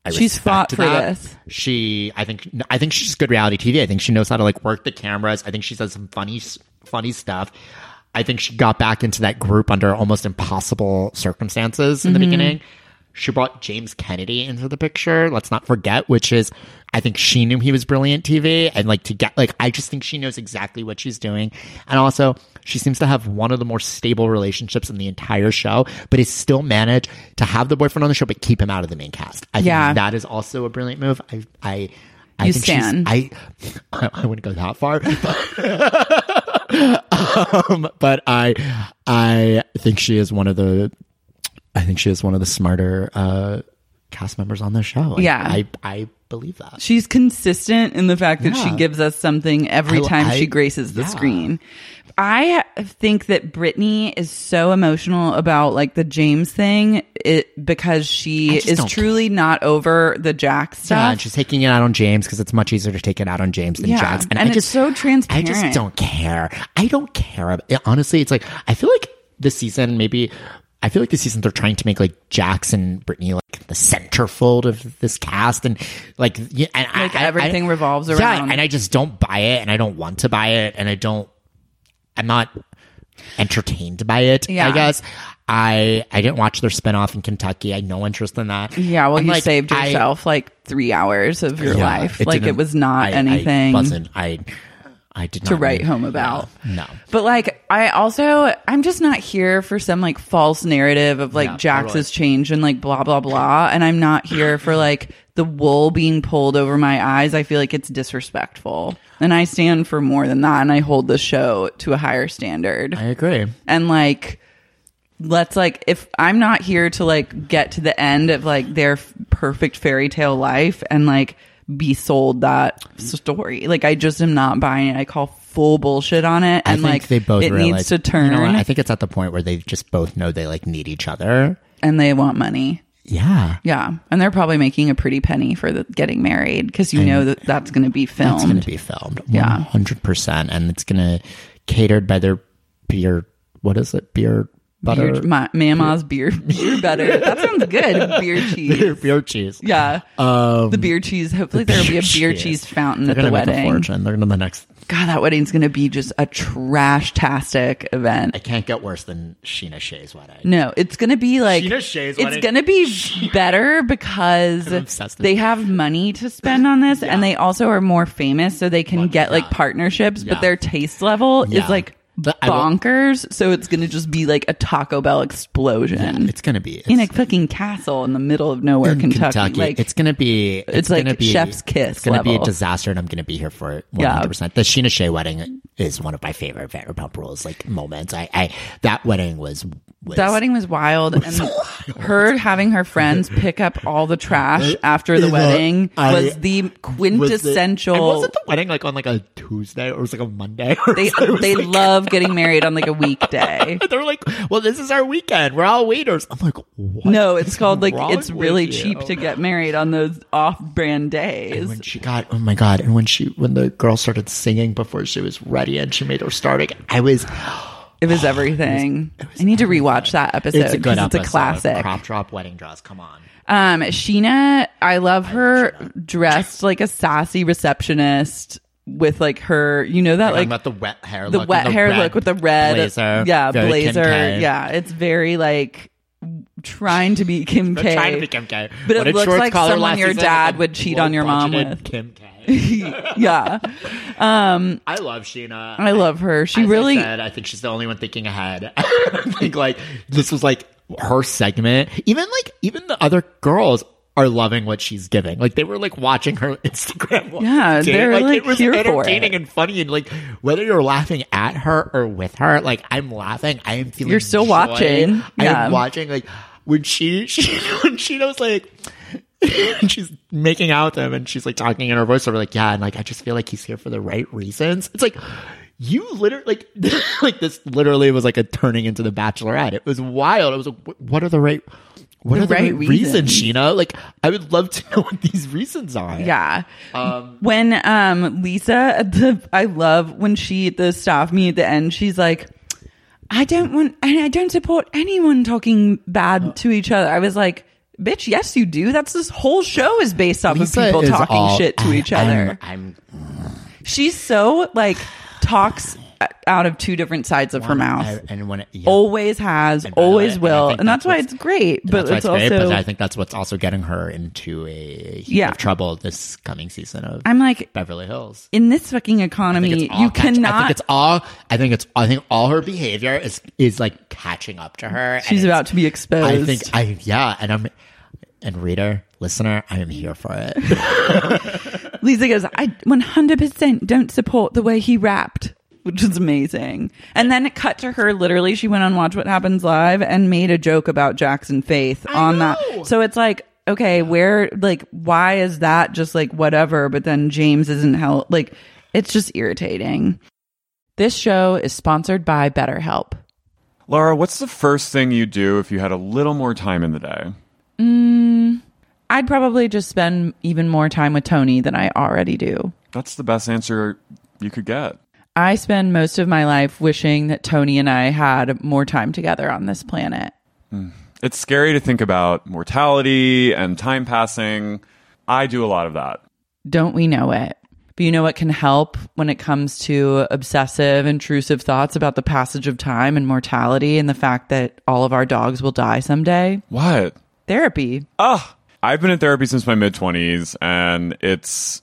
[SPEAKER 4] I
[SPEAKER 1] She's fought
[SPEAKER 4] respect
[SPEAKER 1] for
[SPEAKER 4] that.
[SPEAKER 1] this.
[SPEAKER 4] She, I think, I think she's good reality TV. I think she knows how to like work the cameras. I think she does some funny, s- funny stuff. I think she got back into that group under almost impossible circumstances in the beginning. She brought James Kennedy into the picture. Let's not forget, which is, I think she knew he was brilliant TV, and like to get like, I just think she knows exactly what she's doing, and also she seems to have one of the more stable relationships in the entire show, but is still managed to have the boyfriend on the show, but keep him out of the main cast. I
[SPEAKER 1] Yeah.
[SPEAKER 4] think that is also a brilliant move. I, I, I
[SPEAKER 1] You
[SPEAKER 4] think she's-
[SPEAKER 1] stan.
[SPEAKER 4] I, I, wouldn't go that far, um, but I, I think she is one of the, I think she is one of the smarter uh, cast members on the show. And
[SPEAKER 1] Yeah.
[SPEAKER 4] I, I believe that.
[SPEAKER 1] She's consistent in the fact that she
[SPEAKER 4] Yeah.
[SPEAKER 1] gives us something every
[SPEAKER 4] I-
[SPEAKER 1] time
[SPEAKER 4] I-
[SPEAKER 1] she graces the
[SPEAKER 4] yeah.
[SPEAKER 1] screen. I think that Brittany is so emotional about like the James thing it, because she
[SPEAKER 4] I just
[SPEAKER 1] is
[SPEAKER 4] don't
[SPEAKER 1] truly not over the Jack stuff.
[SPEAKER 4] Yeah, and she's taking it out on James because it's much easier to take it out on James than
[SPEAKER 1] Yeah,
[SPEAKER 4] Jax.
[SPEAKER 1] and it's so transparent.
[SPEAKER 4] I just don't care. I don't care. ab- it- honestly, it's like I feel like this season maybe. I feel like this season they're trying to make like Jax and Brittany like the centerfold of this cast and like yeah, and I-
[SPEAKER 1] Like,
[SPEAKER 4] I- I-
[SPEAKER 1] everything revolves
[SPEAKER 4] Yeah,
[SPEAKER 1] around-
[SPEAKER 4] and I just don't buy it, and I don't want to buy it, and I don't. I'm not entertained by it.
[SPEAKER 1] Yeah.
[SPEAKER 4] I guess. I I didn't watch their spinoff in Kentucky. I had no interest in that.
[SPEAKER 1] yeah, well,
[SPEAKER 4] And,
[SPEAKER 1] you
[SPEAKER 4] like,
[SPEAKER 1] saved
[SPEAKER 4] I-
[SPEAKER 1] yourself like three hours of your
[SPEAKER 4] yeah,
[SPEAKER 1] life. like it
[SPEAKER 4] didn't-
[SPEAKER 1] was not
[SPEAKER 4] I-
[SPEAKER 1] anything.
[SPEAKER 4] I wasn't. I I did
[SPEAKER 1] to
[SPEAKER 4] not
[SPEAKER 1] write
[SPEAKER 4] read-
[SPEAKER 1] home about.
[SPEAKER 4] No.
[SPEAKER 1] But like I also I'm just not here for some like false narrative of like
[SPEAKER 4] Yeah,
[SPEAKER 1] Jax's
[SPEAKER 4] totally.
[SPEAKER 1] change and like blah blah blah and I'm not here for like the wool being pulled over my eyes. I feel like it's disrespectful. And I stand for more than that and I hold the show to a higher standard.
[SPEAKER 4] I agree.
[SPEAKER 1] and like let's like if I'm not here to like get to the end of like their f- perfect fairy tale life and like be sold that story. Like I just am not buying it. I call full bullshit on it,
[SPEAKER 4] I
[SPEAKER 1] and
[SPEAKER 4] think
[SPEAKER 1] like
[SPEAKER 4] they both
[SPEAKER 1] it
[SPEAKER 4] realize,
[SPEAKER 1] needs to
[SPEAKER 4] you
[SPEAKER 1] turn,
[SPEAKER 4] know what, I think it's at the point where they just both know they like need each other.
[SPEAKER 1] and they want money.
[SPEAKER 4] Yeah.
[SPEAKER 1] Yeah, and they're probably making a pretty penny for the getting married because you know that that's going to be filmed.
[SPEAKER 4] It's going to be filmed.
[SPEAKER 1] Yeah.
[SPEAKER 4] 100%. And it's going to catered by their beer. What is it? Beer butter.
[SPEAKER 1] Beer, my, Mama's beer, beer better. That sounds good. Beer cheese.
[SPEAKER 4] beer, beer cheese.
[SPEAKER 1] Yeah.
[SPEAKER 4] Um,
[SPEAKER 1] the beer cheese. Hopefully there will be a beer cheese fountain
[SPEAKER 4] They're
[SPEAKER 1] at the
[SPEAKER 4] gonna make a
[SPEAKER 1] wedding.
[SPEAKER 4] fortune. They're going to the next.
[SPEAKER 1] God, that wedding's going to be just a trash tastic event.
[SPEAKER 4] It can't get worse than Sheena Shea's wedding.
[SPEAKER 1] No, it's gonna be like
[SPEAKER 4] Sheena Shea's
[SPEAKER 1] it's
[SPEAKER 4] wedding.
[SPEAKER 1] gonna be better because
[SPEAKER 4] obsessed with
[SPEAKER 1] they
[SPEAKER 4] it.
[SPEAKER 1] have money to spend on this, and they also are more famous, so they can get like partnerships.
[SPEAKER 4] Yeah.
[SPEAKER 1] But their taste level
[SPEAKER 4] Yeah.
[SPEAKER 1] is like
[SPEAKER 4] But I will-
[SPEAKER 1] bonkers, so it's gonna just be like a Taco Bell explosion
[SPEAKER 4] It's going to be. It's,
[SPEAKER 1] in a fucking castle in the middle of nowhere, Kentucky. Like
[SPEAKER 4] it's gonna be. It's,
[SPEAKER 1] like
[SPEAKER 4] gonna be,
[SPEAKER 1] chef's kiss
[SPEAKER 4] It's gonna be
[SPEAKER 1] level.
[SPEAKER 4] a disaster, and I'm gonna be here for it.
[SPEAKER 1] Yeah.
[SPEAKER 4] 100. percent The Sheena Shea wedding is one of my favorite Vanderpump Rules like moments. I, I that wedding was, was
[SPEAKER 1] That wedding was wild, and her having her friends pick up all the trash after the
[SPEAKER 4] You know,
[SPEAKER 1] wedding
[SPEAKER 4] I-
[SPEAKER 1] was the
[SPEAKER 4] was the- and
[SPEAKER 1] quintessential.
[SPEAKER 4] wasn't the wedding like on like a Tuesday or it was like a Monday? Or
[SPEAKER 1] they
[SPEAKER 4] something? It was,
[SPEAKER 1] they
[SPEAKER 4] like-
[SPEAKER 1] love getting married on like a weekday.
[SPEAKER 4] they were like, well, this is our weekend. We're all waiters. I'm like, what?
[SPEAKER 1] No, it's
[SPEAKER 4] is
[SPEAKER 1] called like
[SPEAKER 4] wrong
[SPEAKER 1] it's
[SPEAKER 4] with
[SPEAKER 1] really
[SPEAKER 4] you?
[SPEAKER 1] cheap to get married on those off-brand days.
[SPEAKER 4] And when she got, oh my god! And when she, when the girl started singing before she was ready, and she made her start, like, I was.
[SPEAKER 1] It was everything. I need to rewatch that episode
[SPEAKER 4] It's a good
[SPEAKER 1] because it's
[SPEAKER 4] episode.
[SPEAKER 1] a classic.
[SPEAKER 4] Crop drop wedding dress. Come on.
[SPEAKER 1] Um, Sheena, I love her dressed like a sassy receptionist with like her, you know that like
[SPEAKER 4] Like, about the wet
[SPEAKER 1] the
[SPEAKER 4] hair. look and
[SPEAKER 1] wet hair
[SPEAKER 4] red
[SPEAKER 1] look with the red
[SPEAKER 4] blazer.
[SPEAKER 1] yeah,
[SPEAKER 4] Very Kim
[SPEAKER 1] blazer,
[SPEAKER 4] K.
[SPEAKER 1] yeah. It's very like trying to be Kim
[SPEAKER 4] They're
[SPEAKER 1] K.
[SPEAKER 4] trying to be Kim K.
[SPEAKER 1] But
[SPEAKER 4] What
[SPEAKER 1] it
[SPEAKER 4] did
[SPEAKER 1] looks
[SPEAKER 4] Schwartz
[SPEAKER 1] like
[SPEAKER 4] call her
[SPEAKER 1] someone
[SPEAKER 4] last
[SPEAKER 1] your
[SPEAKER 4] season?
[SPEAKER 1] dad
[SPEAKER 4] Like a
[SPEAKER 1] would cheat on your mom
[SPEAKER 4] low-budgeted
[SPEAKER 1] with.
[SPEAKER 4] Kim K.
[SPEAKER 1] yeah,
[SPEAKER 4] I love Sheena.
[SPEAKER 1] I love her. She
[SPEAKER 4] As
[SPEAKER 1] really,
[SPEAKER 4] I, said, I think she's the only one thinking ahead. I think like this was like her segment. Even like even the other girls are loving what she's giving. Like they were like watching her Instagram. while
[SPEAKER 1] Yeah,
[SPEAKER 4] she's
[SPEAKER 1] they're,
[SPEAKER 4] dating. like,
[SPEAKER 1] like,
[SPEAKER 4] it was
[SPEAKER 1] here for
[SPEAKER 4] entertaining
[SPEAKER 1] it.
[SPEAKER 4] and funny and like whether you're laughing at her or with her, like I'm laughing. I am feeling
[SPEAKER 1] You're still
[SPEAKER 4] joy.
[SPEAKER 1] watching. Yeah.
[SPEAKER 4] I'm watching like when she, she when she knows like and she's making out with him and she's like talking in her voiceover like yeah and like i just feel like he's here for the right reasons it's like you literally like like this literally was like a turning into the bachelorette it was wild i was like "Wh- what are the right what
[SPEAKER 1] The
[SPEAKER 4] are the
[SPEAKER 1] right
[SPEAKER 4] right, reasons
[SPEAKER 1] reasons.
[SPEAKER 4] sheena like i would love to know what these reasons are
[SPEAKER 1] yeah. when um Lisa, at the, I love when she the staff me at the end. She's like, I don't want, and I don't support anyone talking bad to each other. I was like. Bitch, yes, you do. That's this whole show is based off
[SPEAKER 4] Lisa
[SPEAKER 1] of people
[SPEAKER 4] is
[SPEAKER 1] talking
[SPEAKER 4] all-
[SPEAKER 1] shit to
[SPEAKER 4] I-
[SPEAKER 1] each
[SPEAKER 4] I'm-
[SPEAKER 1] other.
[SPEAKER 4] I'm,
[SPEAKER 1] She's so like talks out of two different sides of her mouth.
[SPEAKER 4] I- and when it, yeah.
[SPEAKER 1] always has,
[SPEAKER 4] by the way,
[SPEAKER 1] always
[SPEAKER 4] and I
[SPEAKER 1] will,
[SPEAKER 4] think
[SPEAKER 1] and that's,
[SPEAKER 4] that's
[SPEAKER 1] why it's
[SPEAKER 4] what's-
[SPEAKER 1] great. But
[SPEAKER 4] that's why
[SPEAKER 1] it's
[SPEAKER 4] it's great,
[SPEAKER 1] also
[SPEAKER 4] but I think that's what's also getting her into a heap
[SPEAKER 1] Yeah.
[SPEAKER 4] of trouble this coming season of
[SPEAKER 1] I'm like
[SPEAKER 4] Beverly Hills.
[SPEAKER 1] in this fucking
[SPEAKER 4] I think
[SPEAKER 1] economy,
[SPEAKER 4] it's all
[SPEAKER 1] you
[SPEAKER 4] catch- I think
[SPEAKER 1] cannot.
[SPEAKER 4] it's all. I think it's. I think all her behavior is is like catching up to her. and
[SPEAKER 1] She's
[SPEAKER 4] it's-
[SPEAKER 1] about to be exposed.
[SPEAKER 4] I think. I yeah, and I'm. And reader, listener, I am here for it.
[SPEAKER 1] Lisa goes, I 100% don't support the way he rapped, which is amazing. And then it cut to her literally, she went on Watch What Happens Live and made a joke about Jackson Faith on that. So it's like, okay, where, like, why is that just like whatever, but then James isn't held? Like, it's just irritating. This show is sponsored by BetterHelp.
[SPEAKER 5] Laura, what's the first thing you do if you had a little more time in the day?
[SPEAKER 1] I'd probably just spend even more time with Tony than I already do.
[SPEAKER 5] That's the best answer you could get.
[SPEAKER 1] I spend most of my life wishing that Tony and I had more time together on this planet.
[SPEAKER 5] It's scary to think about mortality and time passing. I do a lot of that.
[SPEAKER 1] Don't we know it? But you know what can help when it comes to obsessive, intrusive thoughts about the passage of time and mortality and the fact that all of our dogs will die someday?
[SPEAKER 5] What?
[SPEAKER 1] Therapy.
[SPEAKER 5] Ah, I've been in therapy since my mid 20s, and it's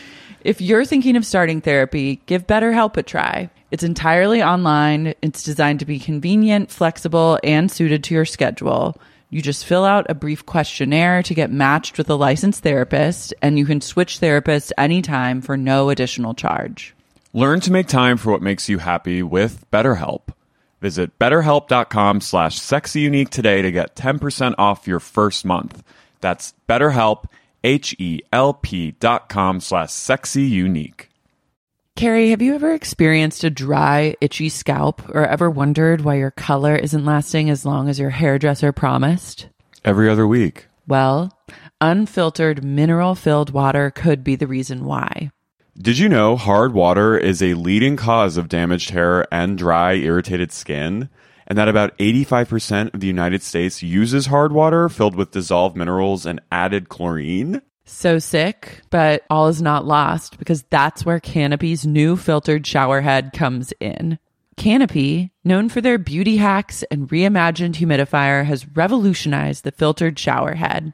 [SPEAKER 1] If you're thinking of starting therapy, give BetterHelp a try. It's entirely online, it's designed to be convenient, flexible, and suited to your schedule. You just fill out a brief questionnaire to get matched with a licensed therapist, and you can switch therapists anytime for no additional charge.
[SPEAKER 5] Learn to make time for what makes you happy with BetterHelp. Visit betterhelp.com slash sexyunique today to get 10% off your first month. That's betterhelp, H-E-L-P dot com slash sexyunique.
[SPEAKER 1] Carrie, have you ever experienced a dry, itchy scalp or ever wondered why your color isn't lasting as long as your hairdresser promised?
[SPEAKER 5] Every other week.
[SPEAKER 1] Well, unfiltered, mineral filled water could be the reason why.
[SPEAKER 5] Did you know hard water is a leading cause of damaged hair and dry, irritated skin? And that about 85% of the United States uses hard water filled with dissolved minerals and added chlorine?
[SPEAKER 1] So sick, but all is not lost because that's where Canopy's new filtered shower head comes in. Canopy, known for their beauty hacks and reimagined humidifier, has revolutionized the filtered shower head.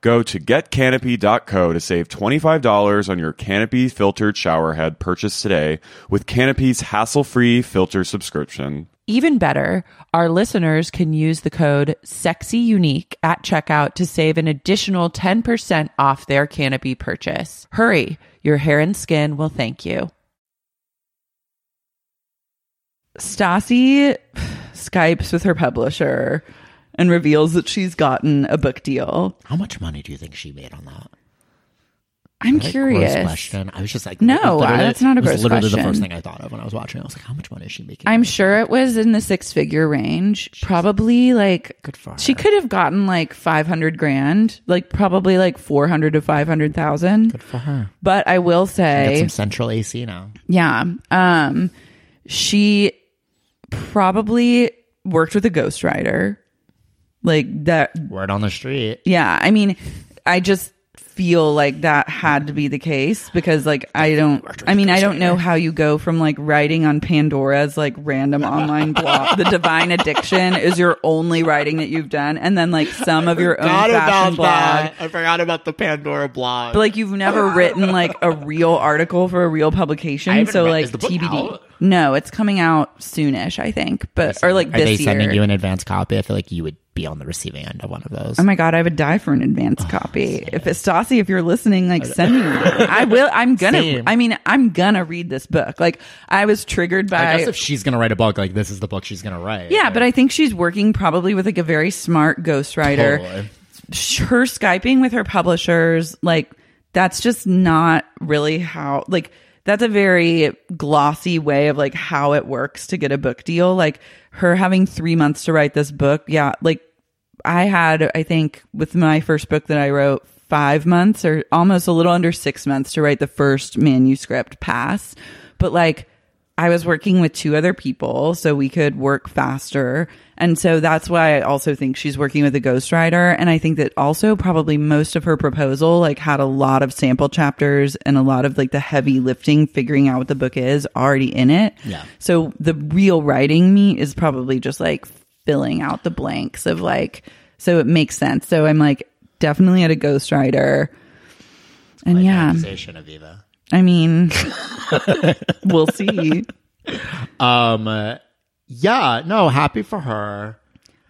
[SPEAKER 5] Go to getcanopy.co to save $25 on your Canopy filtered shower head purchase today with Canopy's hassle free filter subscription.
[SPEAKER 1] Even better, our listeners can use the code SEXYUNIQUE at checkout to save an additional 10% off their canopy purchase. Hurry, your hair and skin will thank you. Stassi Skypes with her publisher and reveals that she's gotten a book deal.
[SPEAKER 4] How much money do you think she made on that?
[SPEAKER 1] I'm
[SPEAKER 4] Like,
[SPEAKER 1] curious.
[SPEAKER 4] Gross question. I was just like,
[SPEAKER 1] No, uh,
[SPEAKER 4] it was literally-
[SPEAKER 1] that's not a
[SPEAKER 4] it was
[SPEAKER 1] gross
[SPEAKER 4] literally the
[SPEAKER 1] question.
[SPEAKER 4] first thing I thought of when I was watching. I was like, how much money is she making?
[SPEAKER 1] I'm sure it was in the six figure range. Probably like
[SPEAKER 4] Good for
[SPEAKER 1] She
[SPEAKER 4] her.
[SPEAKER 1] could have gotten like five hundred grand, like probably like four hundred to five hundred thousand.
[SPEAKER 4] Good for her.
[SPEAKER 1] But I will
[SPEAKER 4] Got
[SPEAKER 1] say,
[SPEAKER 4] some central AC now.
[SPEAKER 1] yeah, um, she probably worked with a ghostwriter, like that.
[SPEAKER 4] Word on the street.
[SPEAKER 1] Yeah, I mean, I just feel like that had to be the case because like I don't I mean I don't know how you go from like writing on Pandora's like random online blog The Divine Addiction is your only writing that you've done and then like some of your own fashion blog.
[SPEAKER 4] I forgot about the Pandora blog.
[SPEAKER 1] But like you've never written like a real article for a real publication.
[SPEAKER 4] I haven't
[SPEAKER 1] so
[SPEAKER 4] read-
[SPEAKER 1] like
[SPEAKER 4] is the book
[SPEAKER 1] TBD.
[SPEAKER 4] out?
[SPEAKER 1] No, it's coming out soonish, I think. But or like
[SPEAKER 4] Are they
[SPEAKER 1] this
[SPEAKER 4] sending
[SPEAKER 1] year.
[SPEAKER 4] you an advance copy? I feel like you would be on the receiving end of one of those.
[SPEAKER 1] Oh my god, I would die for an advance
[SPEAKER 4] Oh,
[SPEAKER 1] copy. If Stassi, if you're listening, like send me. one. I will. I'm gonna.
[SPEAKER 4] Same.
[SPEAKER 1] I mean, I'm gonna read this book. Like I was triggered by.
[SPEAKER 4] I guess if she's gonna write a book, like this is the book she's gonna write.
[SPEAKER 1] yeah, but I think she's working probably with like a very smart ghostwriter.
[SPEAKER 4] Totally.
[SPEAKER 1] Sh- Her skyping with her publishers, like that's just not really how. Like that's a very glossy way of like how it works to get a book deal. Like her having three months to write this book. Yeah, like I had, I think, with my first book that I wrote, five months or almost a little under six months to write the first manuscript pass. But like, I was working with two other people so we could work faster. And so that's why I also think she's working with a ghostwriter. And I think that also probably most of her proposal, like, had a lot of sample chapters and a lot of like the heavy lifting, figuring out what the book is already in it.
[SPEAKER 4] Yeah.
[SPEAKER 1] So the real writing me is probably just like filling out the blanks of like, so it makes sense. So I'm like definitely at a ghostwriter. And yeah,
[SPEAKER 4] Accusation of Eva.
[SPEAKER 1] I mean, we'll see.
[SPEAKER 4] Um. uh, yeah. No. Happy for her.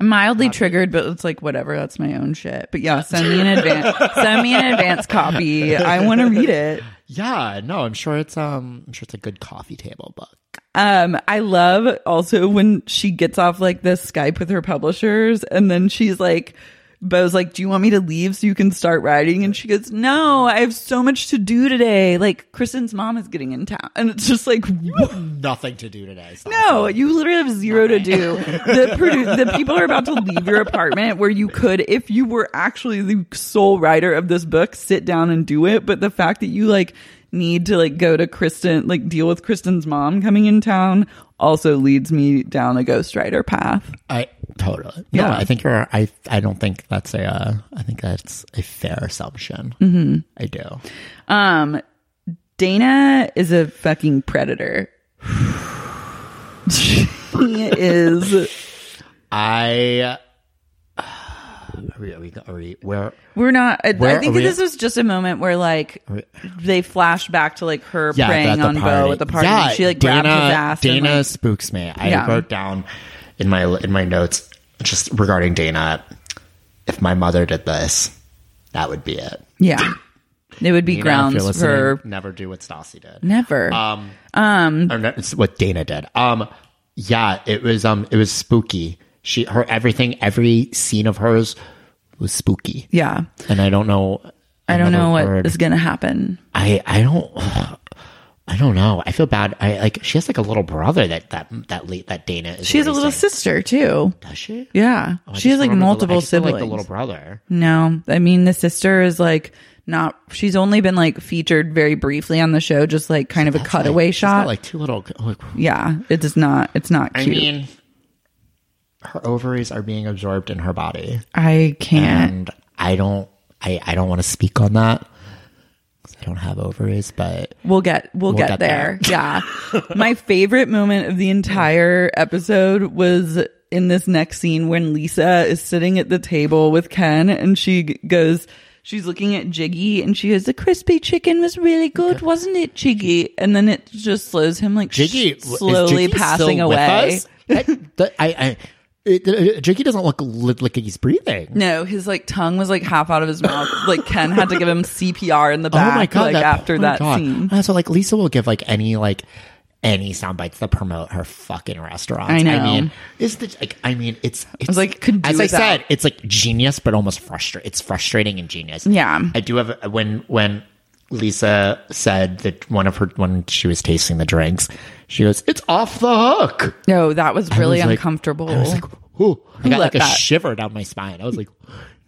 [SPEAKER 1] I'm mildly triggered, but it's like whatever. That's my own shit. But yeah, send me an advance. send me an advance copy. I want to read it.
[SPEAKER 4] Yeah. No. I'm sure it's um. I'm sure it's a good coffee table book.
[SPEAKER 1] Um, I love also when she gets off like this Skype with her publishers, and then she's like, Bo's like, Do you want me to leave so you can start writing? And she goes, No, I have so much to do today. Like, Kristen's mom is getting in town. And it's just like,
[SPEAKER 4] Nothing to do today. Stassi.
[SPEAKER 1] No, you literally have zero to do. The produ- the people are about to leave your apartment where you could, if you were actually the sole writer of this book, sit down and do it. But the fact that you like need to like go to Kristen, like deal with Kristen's mom coming in town, also leads me down a ghostwriter path.
[SPEAKER 4] I totally.
[SPEAKER 1] Yeah.
[SPEAKER 4] No. I think you're. I. I don't think that's a. Uh, I think that's a fair assumption. Mm-hmm. I do.
[SPEAKER 1] Um, Dana is a fucking predator. she is.
[SPEAKER 4] I. Are we, are we, are we, where
[SPEAKER 1] We're not. I,
[SPEAKER 4] Where
[SPEAKER 1] I think
[SPEAKER 4] are we
[SPEAKER 1] this was just a moment where like they flash back to like her
[SPEAKER 4] yeah,
[SPEAKER 1] praying on Bo at the party.
[SPEAKER 4] Yeah,
[SPEAKER 1] she like
[SPEAKER 4] Dana,
[SPEAKER 1] grabbed his ass. and,
[SPEAKER 4] Dana
[SPEAKER 1] like-
[SPEAKER 4] spooks me. I
[SPEAKER 1] Yeah.
[SPEAKER 4] wrote down in my in my notes just regarding Dana. If my mother did this, that would be it.
[SPEAKER 1] yeah, it would be
[SPEAKER 4] You know, if you're
[SPEAKER 1] grounds
[SPEAKER 4] listening,
[SPEAKER 1] for
[SPEAKER 4] never do what Stassi did.
[SPEAKER 1] never.
[SPEAKER 4] Um, i
[SPEAKER 1] Mm-hmm.
[SPEAKER 4] do not, it's what Dana did. Um, yeah, it was um, it was spooky. She, her, everything, every scene of hers was spooky,
[SPEAKER 1] Yeah.
[SPEAKER 4] and I don't know.
[SPEAKER 1] I don't
[SPEAKER 4] another
[SPEAKER 1] know what is
[SPEAKER 4] word.
[SPEAKER 1] going to happen.
[SPEAKER 4] I, I don't, I don't know. I feel bad. I like she has like a little brother that that that late that Dana is.
[SPEAKER 1] She has a little
[SPEAKER 4] raising.
[SPEAKER 1] sister too.
[SPEAKER 4] Does she?
[SPEAKER 1] Yeah.
[SPEAKER 4] Oh, I
[SPEAKER 1] she has
[SPEAKER 4] just
[SPEAKER 1] like
[SPEAKER 4] remember the- I
[SPEAKER 1] multiple
[SPEAKER 4] just feel
[SPEAKER 1] siblings.
[SPEAKER 4] like the little brother.
[SPEAKER 1] no, I mean, the sister is like not, she's only been like featured very briefly on the show, just like kind of a
[SPEAKER 4] That's
[SPEAKER 1] cutaway
[SPEAKER 4] like, she's got,
[SPEAKER 1] shot.
[SPEAKER 4] like two little. Like,
[SPEAKER 1] yeah. It does not, it's not
[SPEAKER 4] I
[SPEAKER 1] cute.
[SPEAKER 4] mean, her ovaries are being absorbed in her body,
[SPEAKER 1] I can't.
[SPEAKER 4] and I don't. I, I don't want to speak on that. 'cause I don't have ovaries, but
[SPEAKER 1] We'll get we'll, get,
[SPEAKER 4] get
[SPEAKER 1] there. Yeah. My favorite moment of the entire episode was in this next scene when Lisa is sitting at the table with Ken and she g- goes she's looking at Jiggy and she goes the crispy chicken was really good wasn't it Jiggy and then it just slows him like
[SPEAKER 4] Jiggy
[SPEAKER 1] sh-
[SPEAKER 4] is
[SPEAKER 1] slowly
[SPEAKER 4] Jiggy still
[SPEAKER 1] passing
[SPEAKER 4] with
[SPEAKER 1] away.
[SPEAKER 4] us? That- that- I, I, it, it- Jiggy doesn't look li- like he's breathing.
[SPEAKER 1] No, his like tongue was like half out of his mouth. like Ken had to give him CPR in the
[SPEAKER 4] Oh
[SPEAKER 1] back
[SPEAKER 4] my god!
[SPEAKER 1] like
[SPEAKER 4] that,
[SPEAKER 1] after
[SPEAKER 4] oh my
[SPEAKER 1] that
[SPEAKER 4] God.
[SPEAKER 1] scene.
[SPEAKER 4] Uh, So like Lisa will give like any like any sound bites that promote her fucking restaurant.
[SPEAKER 1] I know.
[SPEAKER 4] mean, is the like I mean it's it's
[SPEAKER 1] like, could do
[SPEAKER 4] as I
[SPEAKER 1] without.
[SPEAKER 4] said, it's like genius, but almost frustrating. It's frustrating and genius.
[SPEAKER 1] Yeah.
[SPEAKER 4] I do have when when Lisa said that one of her when she was tasting the drinks, she goes, "It's off the hook."
[SPEAKER 1] No, that was
[SPEAKER 4] I
[SPEAKER 1] really
[SPEAKER 4] was like-
[SPEAKER 1] uncomfortable.
[SPEAKER 4] I was like, "Ooh!" I got
[SPEAKER 1] let
[SPEAKER 4] like a
[SPEAKER 1] that?
[SPEAKER 4] shiver down my spine. I was like,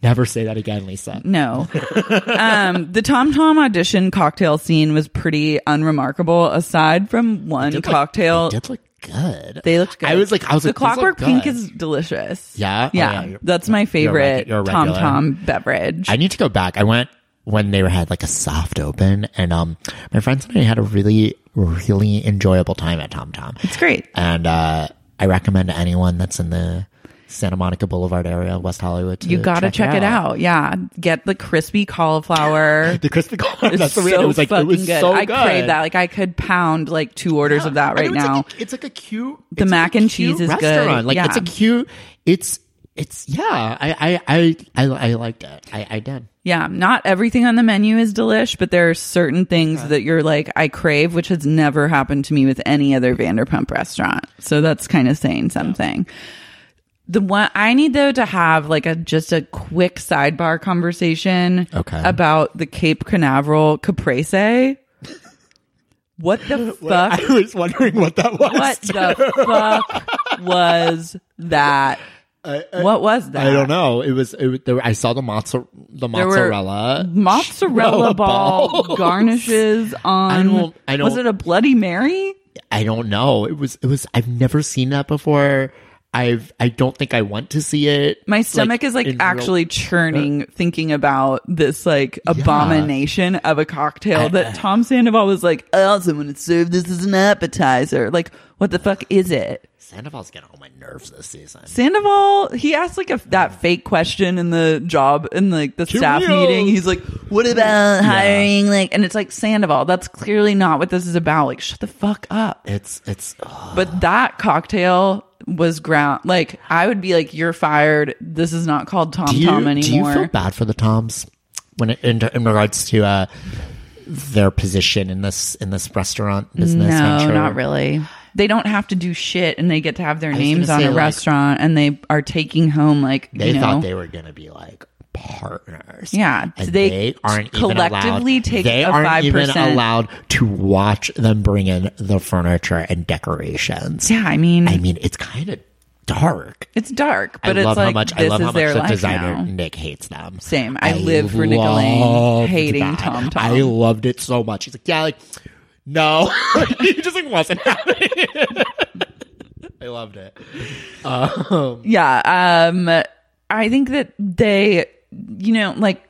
[SPEAKER 4] "Never say that again, Lisa."
[SPEAKER 1] No. um, the Tom Tom audition cocktail scene was pretty unremarkable, aside from one
[SPEAKER 4] Did look-
[SPEAKER 1] cocktail.
[SPEAKER 4] they did look good.
[SPEAKER 1] they looked good.
[SPEAKER 4] I was like, I was
[SPEAKER 1] the
[SPEAKER 4] like, these look
[SPEAKER 1] Clockwork Pink
[SPEAKER 4] good.
[SPEAKER 1] is delicious.
[SPEAKER 4] Yeah? Oh, yeah,
[SPEAKER 1] yeah,
[SPEAKER 4] you're-
[SPEAKER 1] that's my
[SPEAKER 4] you're a regu-
[SPEAKER 1] favorite
[SPEAKER 4] you're a
[SPEAKER 1] Tom
[SPEAKER 4] regular.
[SPEAKER 1] Tom beverage.
[SPEAKER 4] I need to go back. I went when they were had like a soft open, and um, my friends and I had a really, really enjoyable time at Tom Tom,
[SPEAKER 1] it's great.
[SPEAKER 4] and uh, I recommend to anyone that's in the Santa Monica Boulevard area, West Hollywood. To
[SPEAKER 1] You got to check it out. Yeah, get the crispy cauliflower.
[SPEAKER 4] The crispy corn.
[SPEAKER 1] It's
[SPEAKER 4] That's the way
[SPEAKER 1] so
[SPEAKER 4] it was like. It
[SPEAKER 1] fucking
[SPEAKER 4] was
[SPEAKER 1] good.
[SPEAKER 4] so
[SPEAKER 1] I
[SPEAKER 4] good.
[SPEAKER 1] crave that. Like I could pound like two orders of that
[SPEAKER 4] Uh, I know,
[SPEAKER 1] right
[SPEAKER 4] it's
[SPEAKER 1] now.
[SPEAKER 4] Like a, it's like a cute.
[SPEAKER 1] The
[SPEAKER 4] it's
[SPEAKER 1] mac
[SPEAKER 4] like a
[SPEAKER 1] and
[SPEAKER 4] cute
[SPEAKER 1] cheese is good.
[SPEAKER 4] restaurant. Like it's a
[SPEAKER 1] Yeah.
[SPEAKER 4] cute. It's it's yeah. I I I I, I liked it. I I did.
[SPEAKER 1] Yeah, not everything on the menu is delish, but there are certain things that you're like, I crave, which has never happened to me with any other Vanderpump restaurant. So that's kind of saying something. The one I need though to have like a just a quick sidebar conversation
[SPEAKER 4] Okay.
[SPEAKER 1] about the Cape Canaveral Caprese. What the fuck?
[SPEAKER 4] I was wondering what that was.
[SPEAKER 1] What the fuck was that? what was that?
[SPEAKER 4] I don't know. It was. It, was- there, I saw the mozzarella. The
[SPEAKER 1] There were
[SPEAKER 4] mozzarella.
[SPEAKER 1] mozzarella ball
[SPEAKER 4] balls.
[SPEAKER 1] garnishes on.
[SPEAKER 4] I don't- I
[SPEAKER 1] Was
[SPEAKER 4] don't-
[SPEAKER 1] it a Bloody Mary?
[SPEAKER 4] I don't know. It was. It was. I've never seen that before. I've. I don't think I want to see it.
[SPEAKER 1] My stomach is like
[SPEAKER 4] in real- uh,
[SPEAKER 1] actually churning, thinking about this like abomination of a cocktail
[SPEAKER 4] Uh-huh.
[SPEAKER 1] that Tom Sandoval was like, I also want to serve this as an appetizer. Like, what the fuck is it?
[SPEAKER 4] Sandoval's getting on my nerves this season.
[SPEAKER 1] Sandoval, he asked like a, that fake question in the job in like the staff
[SPEAKER 4] Cheerios.
[SPEAKER 1] meeting. He's like, "What about hiring?" Like, and it's like Sandoval. That's clearly not what this is about. Like, shut the fuck up.
[SPEAKER 4] It's. It's. ugh.
[SPEAKER 1] But that cocktail was ground. Like I would be like, "You're fired. This is not called Tom
[SPEAKER 4] do you,
[SPEAKER 1] Tom
[SPEAKER 4] do you
[SPEAKER 1] anymore."
[SPEAKER 4] feel bad for the Toms when it, in, in regards to uh, their position in this in this restaurant
[SPEAKER 1] no,
[SPEAKER 4] business? venture?
[SPEAKER 1] not really. They don't have to do shit, and they get to have their
[SPEAKER 4] was
[SPEAKER 1] names
[SPEAKER 4] gonna
[SPEAKER 1] on
[SPEAKER 4] say,
[SPEAKER 1] a
[SPEAKER 4] like-
[SPEAKER 1] restaurant, and they are taking home like
[SPEAKER 4] They
[SPEAKER 1] you know,
[SPEAKER 4] thought they were going to be like partners.
[SPEAKER 1] Yeah,
[SPEAKER 4] and
[SPEAKER 1] they
[SPEAKER 4] they, aren't
[SPEAKER 1] collectively
[SPEAKER 4] even allowed,
[SPEAKER 1] take
[SPEAKER 4] They
[SPEAKER 1] a
[SPEAKER 4] aren't even
[SPEAKER 1] 5%.
[SPEAKER 4] allowed to watch them bring in the furniture and decorations.
[SPEAKER 1] Yeah, I mean,
[SPEAKER 4] I mean, it's kind of dark.
[SPEAKER 1] it's dark, but
[SPEAKER 4] I
[SPEAKER 1] it's
[SPEAKER 4] love
[SPEAKER 1] like
[SPEAKER 4] how much
[SPEAKER 1] this
[SPEAKER 4] I love
[SPEAKER 1] is
[SPEAKER 4] how
[SPEAKER 1] their
[SPEAKER 4] much the
[SPEAKER 1] life
[SPEAKER 4] designer
[SPEAKER 1] now.
[SPEAKER 4] Nick hates them.
[SPEAKER 1] Same. I live for Nick Lane,
[SPEAKER 4] loved
[SPEAKER 1] hating
[SPEAKER 4] that.
[SPEAKER 1] Tom Tom.
[SPEAKER 4] I loved it so much. He's like, yeah, like no, he just like wasn't having it. I loved it.
[SPEAKER 1] Yeah. Um, I think that they, you know, like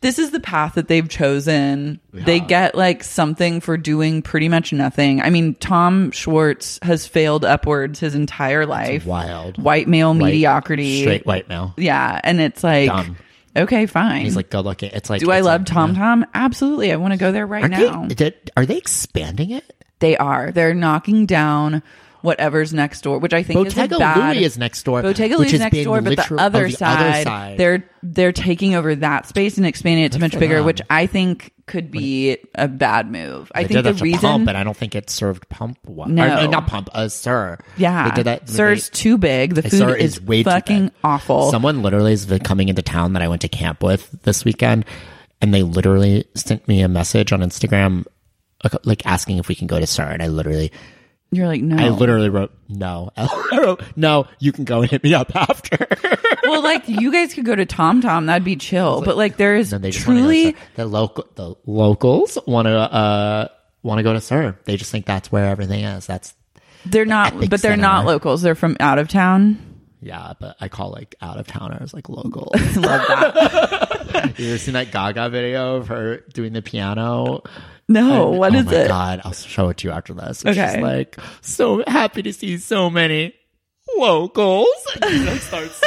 [SPEAKER 1] this is the path that they've chosen. They get like something for doing pretty much nothing. I mean, Tom Schwartz has failed upwards his entire life.
[SPEAKER 4] wild.
[SPEAKER 1] White male
[SPEAKER 4] Like,
[SPEAKER 1] mediocrity.
[SPEAKER 4] straight white male.
[SPEAKER 1] Yeah. And it's like,
[SPEAKER 4] Dumb.
[SPEAKER 1] okay, fine.
[SPEAKER 4] He's like good looking. It's like,
[SPEAKER 1] do I
[SPEAKER 4] it's
[SPEAKER 1] love
[SPEAKER 4] like,
[SPEAKER 1] Tom Tom? Absolutely. I want to go there right
[SPEAKER 4] Aren't
[SPEAKER 1] now.
[SPEAKER 4] They, did- are they expanding it?
[SPEAKER 1] They are. They're knocking down whatever's next door, which I think
[SPEAKER 4] Bottega
[SPEAKER 1] is bad.
[SPEAKER 4] Louie is next door,
[SPEAKER 1] Bottega
[SPEAKER 4] which
[SPEAKER 1] Louie is
[SPEAKER 4] is
[SPEAKER 1] next
[SPEAKER 4] being
[SPEAKER 1] door, but the
[SPEAKER 4] literal-
[SPEAKER 1] other,
[SPEAKER 4] of the
[SPEAKER 1] side,
[SPEAKER 4] other side.
[SPEAKER 1] they're they're taking over that space and expanding it to much
[SPEAKER 4] for
[SPEAKER 1] bigger,
[SPEAKER 4] them.
[SPEAKER 1] which I think could be a bad move. I
[SPEAKER 4] They
[SPEAKER 1] think
[SPEAKER 4] did
[SPEAKER 1] the
[SPEAKER 4] that to
[SPEAKER 1] reason
[SPEAKER 4] pump, but I don't think it served pump well.
[SPEAKER 1] No.
[SPEAKER 4] I mean, not pump, uh, sir.
[SPEAKER 1] Yeah,
[SPEAKER 4] they did that.
[SPEAKER 1] Sir's
[SPEAKER 4] they-
[SPEAKER 1] too big. The
[SPEAKER 4] Hey,
[SPEAKER 1] food
[SPEAKER 4] sir
[SPEAKER 1] is,
[SPEAKER 4] is way too
[SPEAKER 1] fucking
[SPEAKER 4] big.
[SPEAKER 1] awful.
[SPEAKER 4] Someone literally is v- coming into town that I went to camp with this weekend, and they literally sent me a message on Instagram, like- like asking if we can go to Sir. And I literally,
[SPEAKER 1] You're like, no.
[SPEAKER 4] I literally wrote no. I wrote no. You can go and hit me up after.
[SPEAKER 1] well, like you guys could go to Tom Tom. That'd be chill. but like there is
[SPEAKER 4] And they just wanna go to
[SPEAKER 1] truly
[SPEAKER 4] Sir. the local the locals want to uh want to go to Sir. They just think that's where everything is. That's
[SPEAKER 1] they're not,
[SPEAKER 4] Ethics
[SPEAKER 1] but they're not
[SPEAKER 4] Center.
[SPEAKER 1] locals. They're from out of town.
[SPEAKER 4] yeah, but I call like out of towners like local.
[SPEAKER 1] Love that.
[SPEAKER 4] you ever seen that Gaga video of her doing the piano?
[SPEAKER 1] No, what
[SPEAKER 4] oh
[SPEAKER 1] is
[SPEAKER 4] my
[SPEAKER 1] it?
[SPEAKER 4] God, I'll show it to you after this. She's
[SPEAKER 1] Okay.
[SPEAKER 4] like so happy to see so many locals. And she, like, starts-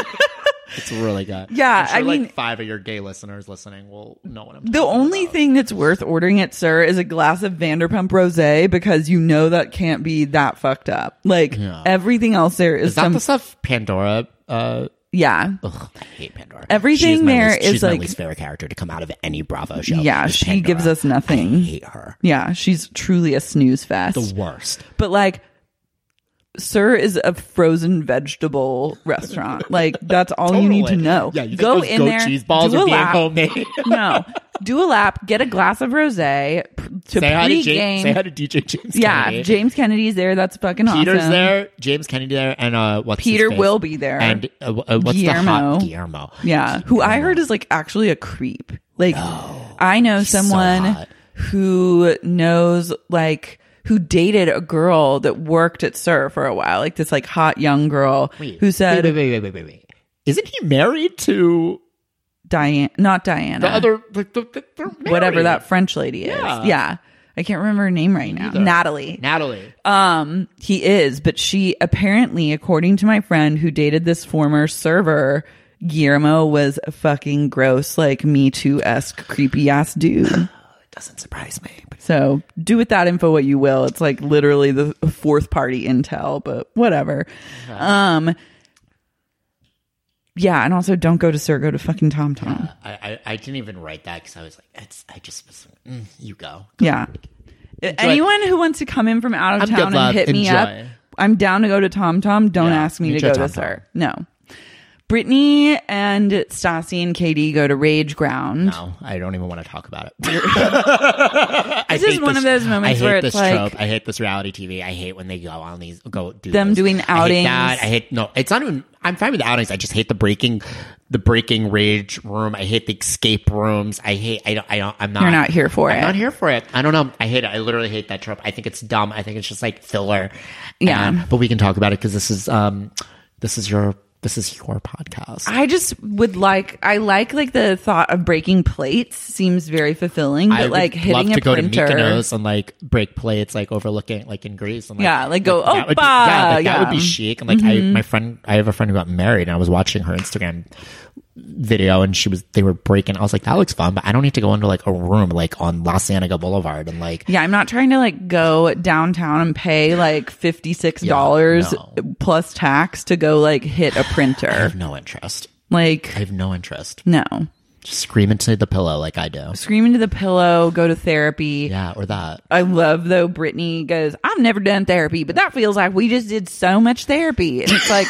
[SPEAKER 4] it's really good.
[SPEAKER 1] Yeah,
[SPEAKER 4] I'm sure,
[SPEAKER 1] I mean-
[SPEAKER 4] like five of your gay listeners listening will know what I'm.
[SPEAKER 1] The
[SPEAKER 4] talking
[SPEAKER 1] only
[SPEAKER 4] about.
[SPEAKER 1] thing that's worth ordering at Sir is a glass of Vanderpump Rosé because you know that can't be that fucked up. Like everything else there is,
[SPEAKER 4] is that
[SPEAKER 1] some
[SPEAKER 4] the stuff Pandora. Uh,
[SPEAKER 1] yeah.
[SPEAKER 4] ugh, I hate Pandora.
[SPEAKER 1] Everything
[SPEAKER 4] She's my
[SPEAKER 1] there
[SPEAKER 4] least,
[SPEAKER 1] is,
[SPEAKER 4] she's
[SPEAKER 1] like-
[SPEAKER 4] my least favorite character to come out of any Bravo show.
[SPEAKER 1] Yeah,
[SPEAKER 4] is
[SPEAKER 1] she
[SPEAKER 4] Pandora.
[SPEAKER 1] gives us nothing.
[SPEAKER 4] I hate her.
[SPEAKER 1] Yeah, she's truly a snooze fest.
[SPEAKER 4] The worst.
[SPEAKER 1] but like Sir is a frozen vegetable restaurant. Like that's all you need to
[SPEAKER 4] Totally.
[SPEAKER 1] know.
[SPEAKER 4] Yeah, you think
[SPEAKER 1] Go
[SPEAKER 4] those
[SPEAKER 1] in
[SPEAKER 4] goat
[SPEAKER 1] there.
[SPEAKER 4] cheese balls
[SPEAKER 1] do
[SPEAKER 4] are
[SPEAKER 1] a
[SPEAKER 4] being
[SPEAKER 1] lap.
[SPEAKER 4] homemade.
[SPEAKER 1] no, do a lap. Get a glass of rosé p- to
[SPEAKER 4] Say hi to,
[SPEAKER 1] pregame.
[SPEAKER 4] James, say hi to DJ James.
[SPEAKER 1] yeah,
[SPEAKER 4] Kennedy.
[SPEAKER 1] James Kennedy's there. That's fucking
[SPEAKER 4] Peter's
[SPEAKER 1] awesome.
[SPEAKER 4] there, James Kennedy there, and uh, what's his
[SPEAKER 1] Peter
[SPEAKER 4] face?
[SPEAKER 1] will be there.
[SPEAKER 4] And uh, w- uh, what's the hot
[SPEAKER 1] Guillermo.
[SPEAKER 4] Guillermo?
[SPEAKER 1] Yeah, who I heard is like actually a creep. Like I know
[SPEAKER 4] so
[SPEAKER 1] someone
[SPEAKER 4] hot.
[SPEAKER 1] who knows like who dated a girl that worked at Sir for a while, like this like hot young girl who said
[SPEAKER 4] wait, wait, wait, wait, wait, wait, wait. Isn't he married to
[SPEAKER 1] Diane, not Diana,
[SPEAKER 4] the other? Like the, the, they're
[SPEAKER 1] whatever
[SPEAKER 4] married.
[SPEAKER 1] that French lady is. Yeah.
[SPEAKER 4] Yeah.
[SPEAKER 1] I can't remember her name right now. Natalie.
[SPEAKER 4] Natalie.
[SPEAKER 1] Um, he is, but she apparently, according to my friend who dated this former server, Guillermo was a fucking gross, like Me Too esque, creepy ass dude.
[SPEAKER 4] it doesn't surprise me. But
[SPEAKER 1] So do with that info what you will. It's like literally the fourth party intel, but whatever. Um, yeah, and also don't go to Sir, go to fucking Tom Tom.
[SPEAKER 4] I, I, I didn't even write that because I was like, it's, I just was like, mm, you go.
[SPEAKER 1] Yeah. Anyone who wants to come in from out of
[SPEAKER 4] I'm
[SPEAKER 1] town
[SPEAKER 4] good,
[SPEAKER 1] and
[SPEAKER 4] love.
[SPEAKER 1] hit me up,
[SPEAKER 4] Enjoy.
[SPEAKER 1] I'm down to go to Tom Tom. Don't
[SPEAKER 4] Yeah,
[SPEAKER 1] ask me
[SPEAKER 4] me
[SPEAKER 1] to
[SPEAKER 4] too,
[SPEAKER 1] go
[SPEAKER 4] Tom
[SPEAKER 1] to
[SPEAKER 4] Tom.
[SPEAKER 1] Sir. No. Brittany and Stassi and Katie go to Rage Ground.
[SPEAKER 4] No, I don't even want to talk about it. I
[SPEAKER 1] This is
[SPEAKER 4] hate
[SPEAKER 1] one of those moments
[SPEAKER 4] I hate
[SPEAKER 1] where
[SPEAKER 4] this
[SPEAKER 1] it's like-
[SPEAKER 4] trope. I hate this reality TV. I hate when they go on these go do
[SPEAKER 1] Them
[SPEAKER 4] this.
[SPEAKER 1] doing
[SPEAKER 4] I hate
[SPEAKER 1] outings.
[SPEAKER 4] that. I hate no. It's not even. I'm fine with the outings. I just hate the breaking, the breaking rage room. I hate the escape rooms. I hate. I don't. I don't. I'm not.
[SPEAKER 1] You're not here for
[SPEAKER 4] I'm
[SPEAKER 1] it.
[SPEAKER 4] not here for it. I don't know. I hate it. I literally hate that trope. I think it's dumb. I think it's just like filler.
[SPEAKER 1] Yeah.
[SPEAKER 4] And- but we can talk about it because this is um, this is your this is your podcast.
[SPEAKER 1] I just would like I like like the thought of breaking plates seems very fulfilling, but
[SPEAKER 4] I would
[SPEAKER 1] like hitting
[SPEAKER 4] love
[SPEAKER 1] a
[SPEAKER 4] to go
[SPEAKER 1] printer.
[SPEAKER 4] to Mykonos and like break plates, like overlooking like in Greece. And, like,
[SPEAKER 1] Yeah, like go,
[SPEAKER 4] that would be,
[SPEAKER 1] "Opa!"
[SPEAKER 4] yeah, like, that would be
[SPEAKER 1] Yeah. Mm-hmm.
[SPEAKER 4] chic. And like I, my friend, I have a friend who got married, and I was watching her Instagram video, and she was they were breaking. I was like, that looks fun, but I don't need to go into like a room like on La Cienega Boulevard and like
[SPEAKER 1] Yeah, I'm not trying to like go downtown and pay like fifty six dollars
[SPEAKER 4] Yeah,
[SPEAKER 1] plus tax to go like hit a
[SPEAKER 4] I
[SPEAKER 1] printer.
[SPEAKER 4] have no interest.
[SPEAKER 1] Like
[SPEAKER 4] I have no interest.
[SPEAKER 1] no.
[SPEAKER 4] Just scream into the pillow like I do.
[SPEAKER 1] Scream into the pillow, go to therapy.
[SPEAKER 4] Yeah, or that.
[SPEAKER 1] I love though Brittany goes, I've never done therapy, but that feels like we just did so much therapy. And it's like,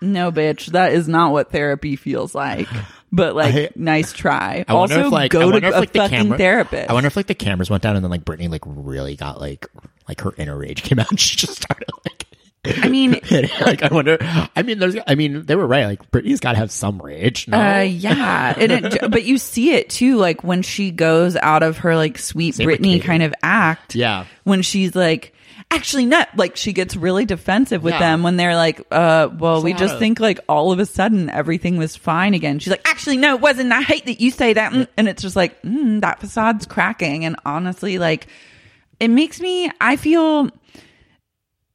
[SPEAKER 1] no, bitch, that is not what therapy feels like. But like,
[SPEAKER 4] I-
[SPEAKER 1] nice try.
[SPEAKER 4] I
[SPEAKER 1] also,
[SPEAKER 4] wonder if like I
[SPEAKER 1] go to
[SPEAKER 4] wonder if
[SPEAKER 1] a
[SPEAKER 4] like the
[SPEAKER 1] fucking
[SPEAKER 4] camera
[SPEAKER 1] therapist.
[SPEAKER 4] I wonder if like the cameras went down and then like Brittany like really got like like her inner rage came out. and She just started like.
[SPEAKER 1] I mean,
[SPEAKER 4] like I wonder. I mean, there's. I mean, they were right. Like Britney's got to have some rage. No?
[SPEAKER 1] Uh, yeah, and it, but you see it too, like when she goes out of her like sweet
[SPEAKER 4] Same with
[SPEAKER 1] Britney
[SPEAKER 4] Katie.
[SPEAKER 1] kind of act.
[SPEAKER 4] Yeah.
[SPEAKER 1] when she's like, actually, not like she gets really defensive with
[SPEAKER 4] Yeah.
[SPEAKER 1] them when they're like, uh, well, we
[SPEAKER 4] lot
[SPEAKER 1] just
[SPEAKER 4] of-
[SPEAKER 1] think like all of a sudden everything was fine again. She's like, actually, no, it wasn't. I hate that you say that, Mm. and it's just like mm, that facade's cracking. And honestly, like it makes me, I feel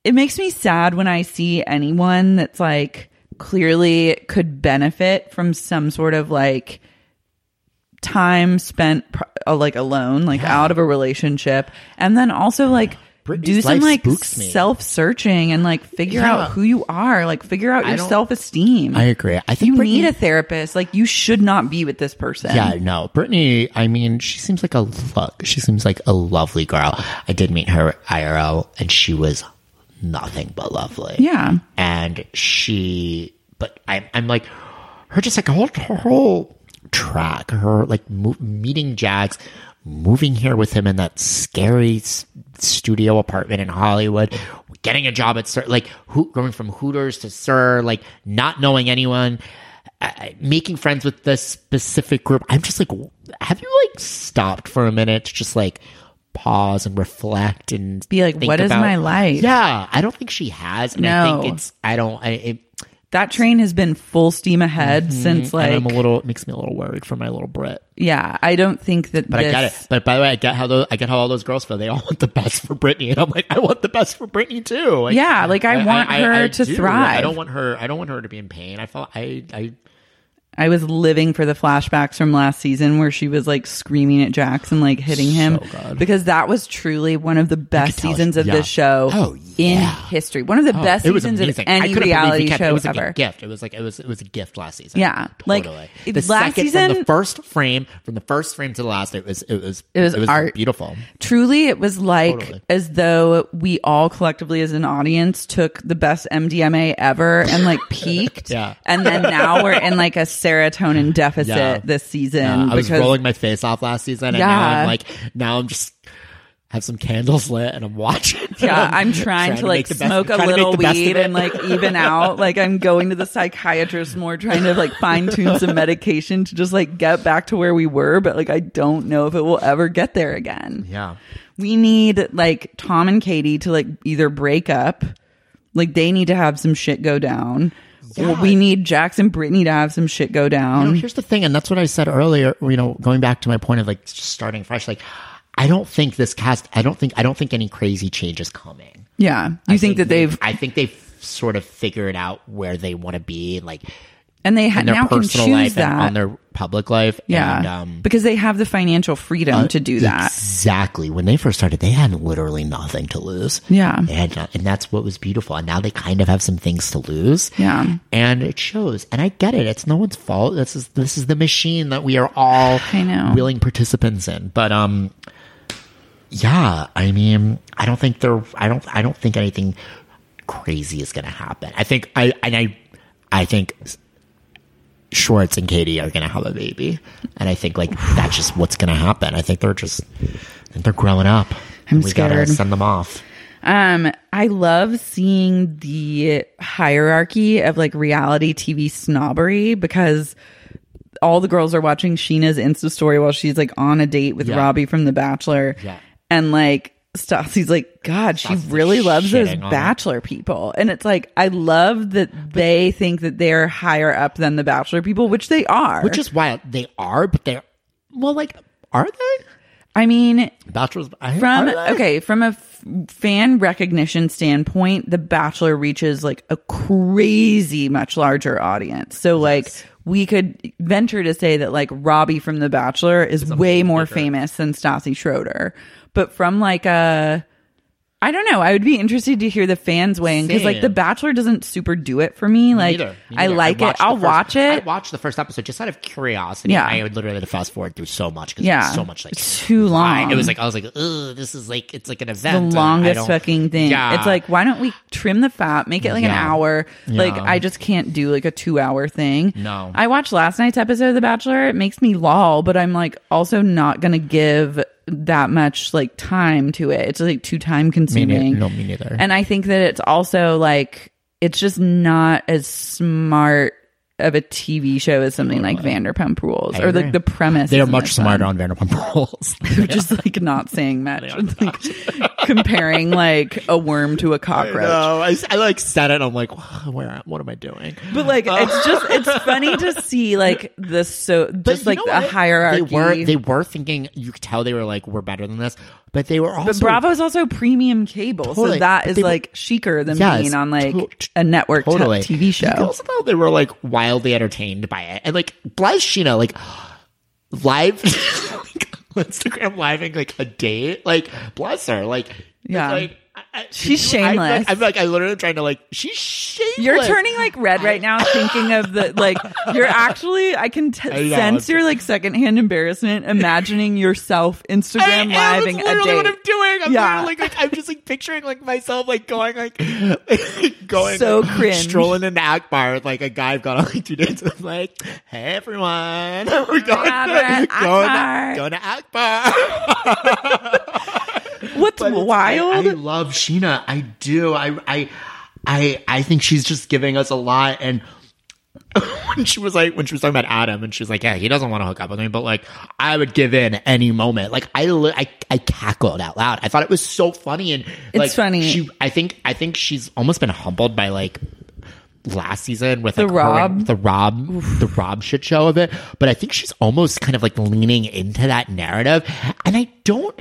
[SPEAKER 1] it makes me sad when I see anyone that's like clearly could benefit from some sort of like time spent pr- uh, like alone, like out of a relationship, and then also like do
[SPEAKER 4] Brittany's
[SPEAKER 1] some
[SPEAKER 4] life
[SPEAKER 1] like
[SPEAKER 4] spooks me.
[SPEAKER 1] self searching and like figure
[SPEAKER 4] Yeah.
[SPEAKER 1] out who you are, like figure out
[SPEAKER 4] I
[SPEAKER 1] your
[SPEAKER 4] don't-
[SPEAKER 1] self esteem.
[SPEAKER 4] I agree. I think
[SPEAKER 1] you
[SPEAKER 4] Brittany-
[SPEAKER 1] need a therapist. Like you should not be with this person.
[SPEAKER 4] Yeah, no, Brittany. I mean, she seems like a look. She seems like a lovely girl. I did meet her IRL, and she was nothing but lovely.
[SPEAKER 1] Yeah.
[SPEAKER 4] and she. But I'm, I'm like her. Just like her whole, her whole track. Her like mo- meeting Jax, moving here with him in that scary s- studio apartment in Hollywood, getting a job at Sir, like who, going from Hooters to Sir, like not knowing anyone making friends with this specific group i'm just like w- have you like stopped for a minute to just like pause and reflect and
[SPEAKER 1] Be like,
[SPEAKER 4] think
[SPEAKER 1] what is
[SPEAKER 4] about-
[SPEAKER 1] my life?
[SPEAKER 4] yeah Uh, i don't think she has and i
[SPEAKER 1] No.
[SPEAKER 4] think it's i don't i it,
[SPEAKER 1] That train has been full steam ahead since like
[SPEAKER 4] Mm-hmm. and i'm a little it makes me a little worried for my little brit
[SPEAKER 1] yeah. I don't think that.
[SPEAKER 4] but
[SPEAKER 1] this,
[SPEAKER 4] i get it but by the way i get how those i get how all those girls feel they all want the best for brittany and i'm like i want the best for brittany too Like,
[SPEAKER 1] Yeah, like I, want her
[SPEAKER 4] I
[SPEAKER 1] to
[SPEAKER 4] do.
[SPEAKER 1] thrive.
[SPEAKER 4] i don't want her i don't want her to be in pain i felt i i
[SPEAKER 1] I was living for the flashbacks from last season where she was like screaming at Jax and like hitting him because that was truly one of the best
[SPEAKER 4] tell
[SPEAKER 1] seasons
[SPEAKER 4] she-
[SPEAKER 1] of
[SPEAKER 4] yeah.
[SPEAKER 1] this show
[SPEAKER 4] Oh,
[SPEAKER 1] in
[SPEAKER 4] yeah.
[SPEAKER 1] history. One of the
[SPEAKER 4] Oh,
[SPEAKER 1] best seasons of
[SPEAKER 4] amazing. I
[SPEAKER 1] any
[SPEAKER 4] couldn't believe he
[SPEAKER 1] reality
[SPEAKER 4] kept-
[SPEAKER 1] show
[SPEAKER 4] It was like
[SPEAKER 1] ever.
[SPEAKER 4] a gift. It was like it was it was a gift last season.
[SPEAKER 1] Yeah. Like,
[SPEAKER 4] totally.
[SPEAKER 1] it-
[SPEAKER 4] the
[SPEAKER 1] last
[SPEAKER 4] second from
[SPEAKER 1] season-
[SPEAKER 4] the first frame from the first frame to the last. It was it was
[SPEAKER 1] It was art.
[SPEAKER 4] beautiful.
[SPEAKER 1] Truly, it was like
[SPEAKER 4] Totally.
[SPEAKER 1] as though we all collectively as an audience took the best MDMA ever and like peaked.
[SPEAKER 4] Yeah.
[SPEAKER 1] And then now we're in like a serotonin deficit
[SPEAKER 4] Yeah.
[SPEAKER 1] this season.
[SPEAKER 4] Yeah, Uh, I was
[SPEAKER 1] because-
[SPEAKER 4] rolling my face off last season, and now
[SPEAKER 1] Yeah.
[SPEAKER 4] I'm like now I'm just have some candles lit and I'm watching.
[SPEAKER 1] Yeah, I'm trying, to like
[SPEAKER 4] make the best-
[SPEAKER 1] smoke
[SPEAKER 4] trying
[SPEAKER 1] a
[SPEAKER 4] to make
[SPEAKER 1] little
[SPEAKER 4] the best of
[SPEAKER 1] weed
[SPEAKER 4] it.
[SPEAKER 1] and like even out. Like I'm going to the psychiatrist more, trying to like fine tune some medication to just like get back to where we were. But like I don't know if it will ever get there again.
[SPEAKER 4] yeah.
[SPEAKER 1] We need like Tom and Katie to like either break up, like they need to have some shit go down, or
[SPEAKER 4] Yeah.
[SPEAKER 1] we need Jax and Brittany to have some shit go
[SPEAKER 4] You know,
[SPEAKER 1] down.
[SPEAKER 4] here's the thing, and that's what I said earlier. You know, going back to my point of like just starting fresh, like. I don't think this cast. I don't think. I don't think any crazy change is coming.
[SPEAKER 1] Yeah. You
[SPEAKER 4] I
[SPEAKER 1] think, that they've,
[SPEAKER 4] I think they've sort of figured out where they want to be, like
[SPEAKER 1] and they ha-
[SPEAKER 4] in their
[SPEAKER 1] now can
[SPEAKER 4] personal
[SPEAKER 1] choose
[SPEAKER 4] life
[SPEAKER 1] that.
[SPEAKER 4] and on their public life.
[SPEAKER 1] yeah.
[SPEAKER 4] and, um, uh,
[SPEAKER 1] because they have the financial freedom to do that.
[SPEAKER 4] exactly. When they first started, they had literally nothing to lose.
[SPEAKER 1] Yeah.
[SPEAKER 4] they had not, and that's what was beautiful. And now they kind of have some things to lose.
[SPEAKER 1] Yeah.
[SPEAKER 4] and it shows. And I get it. It's no one's fault. This is this is the machine that we are all
[SPEAKER 1] I know.
[SPEAKER 4] willing participants in. But um, yeah i mean i don't think there i don't i don't think anything crazy is going to happen i think i and i i think schwartz and katie are going to have a baby and i think like that's just what's going to happen i think they're just I think they're growing up
[SPEAKER 1] I'm
[SPEAKER 4] we gotta
[SPEAKER 1] scared.
[SPEAKER 4] send them off
[SPEAKER 1] Um, I love seeing the hierarchy of like reality TV snobbery because all the girls are watching Sheena's Insta story while she's like on a date with
[SPEAKER 4] Yeah.
[SPEAKER 1] Robbie from The Bachelor.
[SPEAKER 4] Yeah.
[SPEAKER 1] And like Stassi's like, God, she
[SPEAKER 4] Stassi's
[SPEAKER 1] really loves those
[SPEAKER 4] shitting on it.
[SPEAKER 1] bachelor people. And it's like, I love that they think that they're higher up than the bachelor people, which they are.
[SPEAKER 4] which is wild they are but they're well like are they
[SPEAKER 1] I mean,
[SPEAKER 4] bachelors I-
[SPEAKER 1] from
[SPEAKER 4] are they?
[SPEAKER 1] okay from a f- fan recognition standpoint the bachelor reaches like a crazy much larger audience so like we could venture to say that like robbie from the bachelor is way more famous than stassi schroeder but from like a I don't know. I would be interested to hear the fans weigh in because, like,
[SPEAKER 4] Same.
[SPEAKER 1] The Bachelor doesn't super do it for me. Like,
[SPEAKER 4] Neither. Me
[SPEAKER 1] I
[SPEAKER 4] neither.
[SPEAKER 1] like it.
[SPEAKER 4] watched the
[SPEAKER 1] I'll
[SPEAKER 4] first-
[SPEAKER 1] watch
[SPEAKER 4] I
[SPEAKER 1] it.
[SPEAKER 4] watched the first episode just out of curiosity.
[SPEAKER 1] Yeah.
[SPEAKER 4] I would literally had to fast forward through so much because
[SPEAKER 1] yeah,
[SPEAKER 4] so much like
[SPEAKER 1] it's too long.
[SPEAKER 4] it was like I was like, Ugh, this is like it's like an
[SPEAKER 1] the
[SPEAKER 4] event. and I
[SPEAKER 1] longest
[SPEAKER 4] don't-
[SPEAKER 1] fucking thing.
[SPEAKER 4] Yeah.
[SPEAKER 1] It's like, why don't we trim the fat, make it like an
[SPEAKER 4] Yeah.
[SPEAKER 1] hour? Like,
[SPEAKER 4] Yeah.
[SPEAKER 1] I just can't do like a two hour thing.
[SPEAKER 4] No.
[SPEAKER 1] I watched last night's episode of The Bachelor. It makes me lol, but I'm like also not going to give that much like time to it. It's like too time
[SPEAKER 4] me
[SPEAKER 1] consuming.
[SPEAKER 4] neither. No, me neither.
[SPEAKER 1] And I think that it's also like, it's just not as smart of a TV show as something like Vanderpump Rules or like
[SPEAKER 4] agree.
[SPEAKER 1] the premise.
[SPEAKER 4] they are
[SPEAKER 1] isn't
[SPEAKER 4] much
[SPEAKER 1] as
[SPEAKER 4] smarter
[SPEAKER 1] fun
[SPEAKER 4] on Vanderpump Rules.
[SPEAKER 1] which is like not saying much. It's like comparing like a worm to a cockroach.
[SPEAKER 4] no, I, I like said it. I'm like, where? What am I doing?
[SPEAKER 1] But like
[SPEAKER 4] Oh.
[SPEAKER 1] it's just it's funny to see like the so just
[SPEAKER 4] you
[SPEAKER 1] like
[SPEAKER 4] know
[SPEAKER 1] a
[SPEAKER 4] what?
[SPEAKER 1] hierarchy.
[SPEAKER 4] They were they were thinking. You could tell they were like, we're better than this. But they were also
[SPEAKER 1] but Bravo's also premium cable, so
[SPEAKER 4] Totally.
[SPEAKER 1] that
[SPEAKER 4] But
[SPEAKER 1] is
[SPEAKER 4] they were-
[SPEAKER 1] like chicer than
[SPEAKER 4] Yes,
[SPEAKER 1] being on like
[SPEAKER 4] to- to-
[SPEAKER 1] a network t-
[SPEAKER 4] totally
[SPEAKER 1] TV show.
[SPEAKER 4] You can also tell they were like wildly entertained by it, and like bless Sheena, like live. Instagram living like a date. Like, bless her. Like, it's
[SPEAKER 1] Yeah.
[SPEAKER 4] like, I- I-
[SPEAKER 1] She's
[SPEAKER 4] you- I'm, like-
[SPEAKER 1] shameless.
[SPEAKER 4] I'm like, I literally am trying to like. She's shameless.
[SPEAKER 1] You're turning like red right now, thinking of the like. You're actually, I can t-
[SPEAKER 4] I know,
[SPEAKER 1] sense
[SPEAKER 4] it's-
[SPEAKER 1] your like secondhand embarrassment, imagining yourself
[SPEAKER 4] I
[SPEAKER 1] Instagram
[SPEAKER 4] am.
[SPEAKER 1] living
[SPEAKER 4] That's
[SPEAKER 1] a
[SPEAKER 4] literally what I'm
[SPEAKER 1] date.
[SPEAKER 4] doing. I'm
[SPEAKER 1] Yeah.
[SPEAKER 4] literally like, I'm just like picturing like myself like going like going
[SPEAKER 1] So
[SPEAKER 4] like,
[SPEAKER 1] cringe.
[SPEAKER 4] strolling in the act bar with like a guy I've gone on like two dates with like, hey everyone, we're going
[SPEAKER 1] Robert,
[SPEAKER 4] to, going,
[SPEAKER 1] Akbar.
[SPEAKER 4] going to Akbar.
[SPEAKER 1] What's
[SPEAKER 4] But it's-
[SPEAKER 1] wild?
[SPEAKER 4] I, I love Sheena. I do. I I I I think she's just giving us a lot and when she was like when she was talking about Adam and she was like, Yeah, he doesn't want to hook up with me, but like I would give in any moment. Like I li- I, I cackled out loud. I thought it was so funny and like
[SPEAKER 1] funny.
[SPEAKER 4] She I think I think she's almost been humbled by like last season with like, her
[SPEAKER 1] Rob.
[SPEAKER 4] and- the Rob the Rob shit show of it. But I think she's almost kind of like leaning into that narrative. And I don't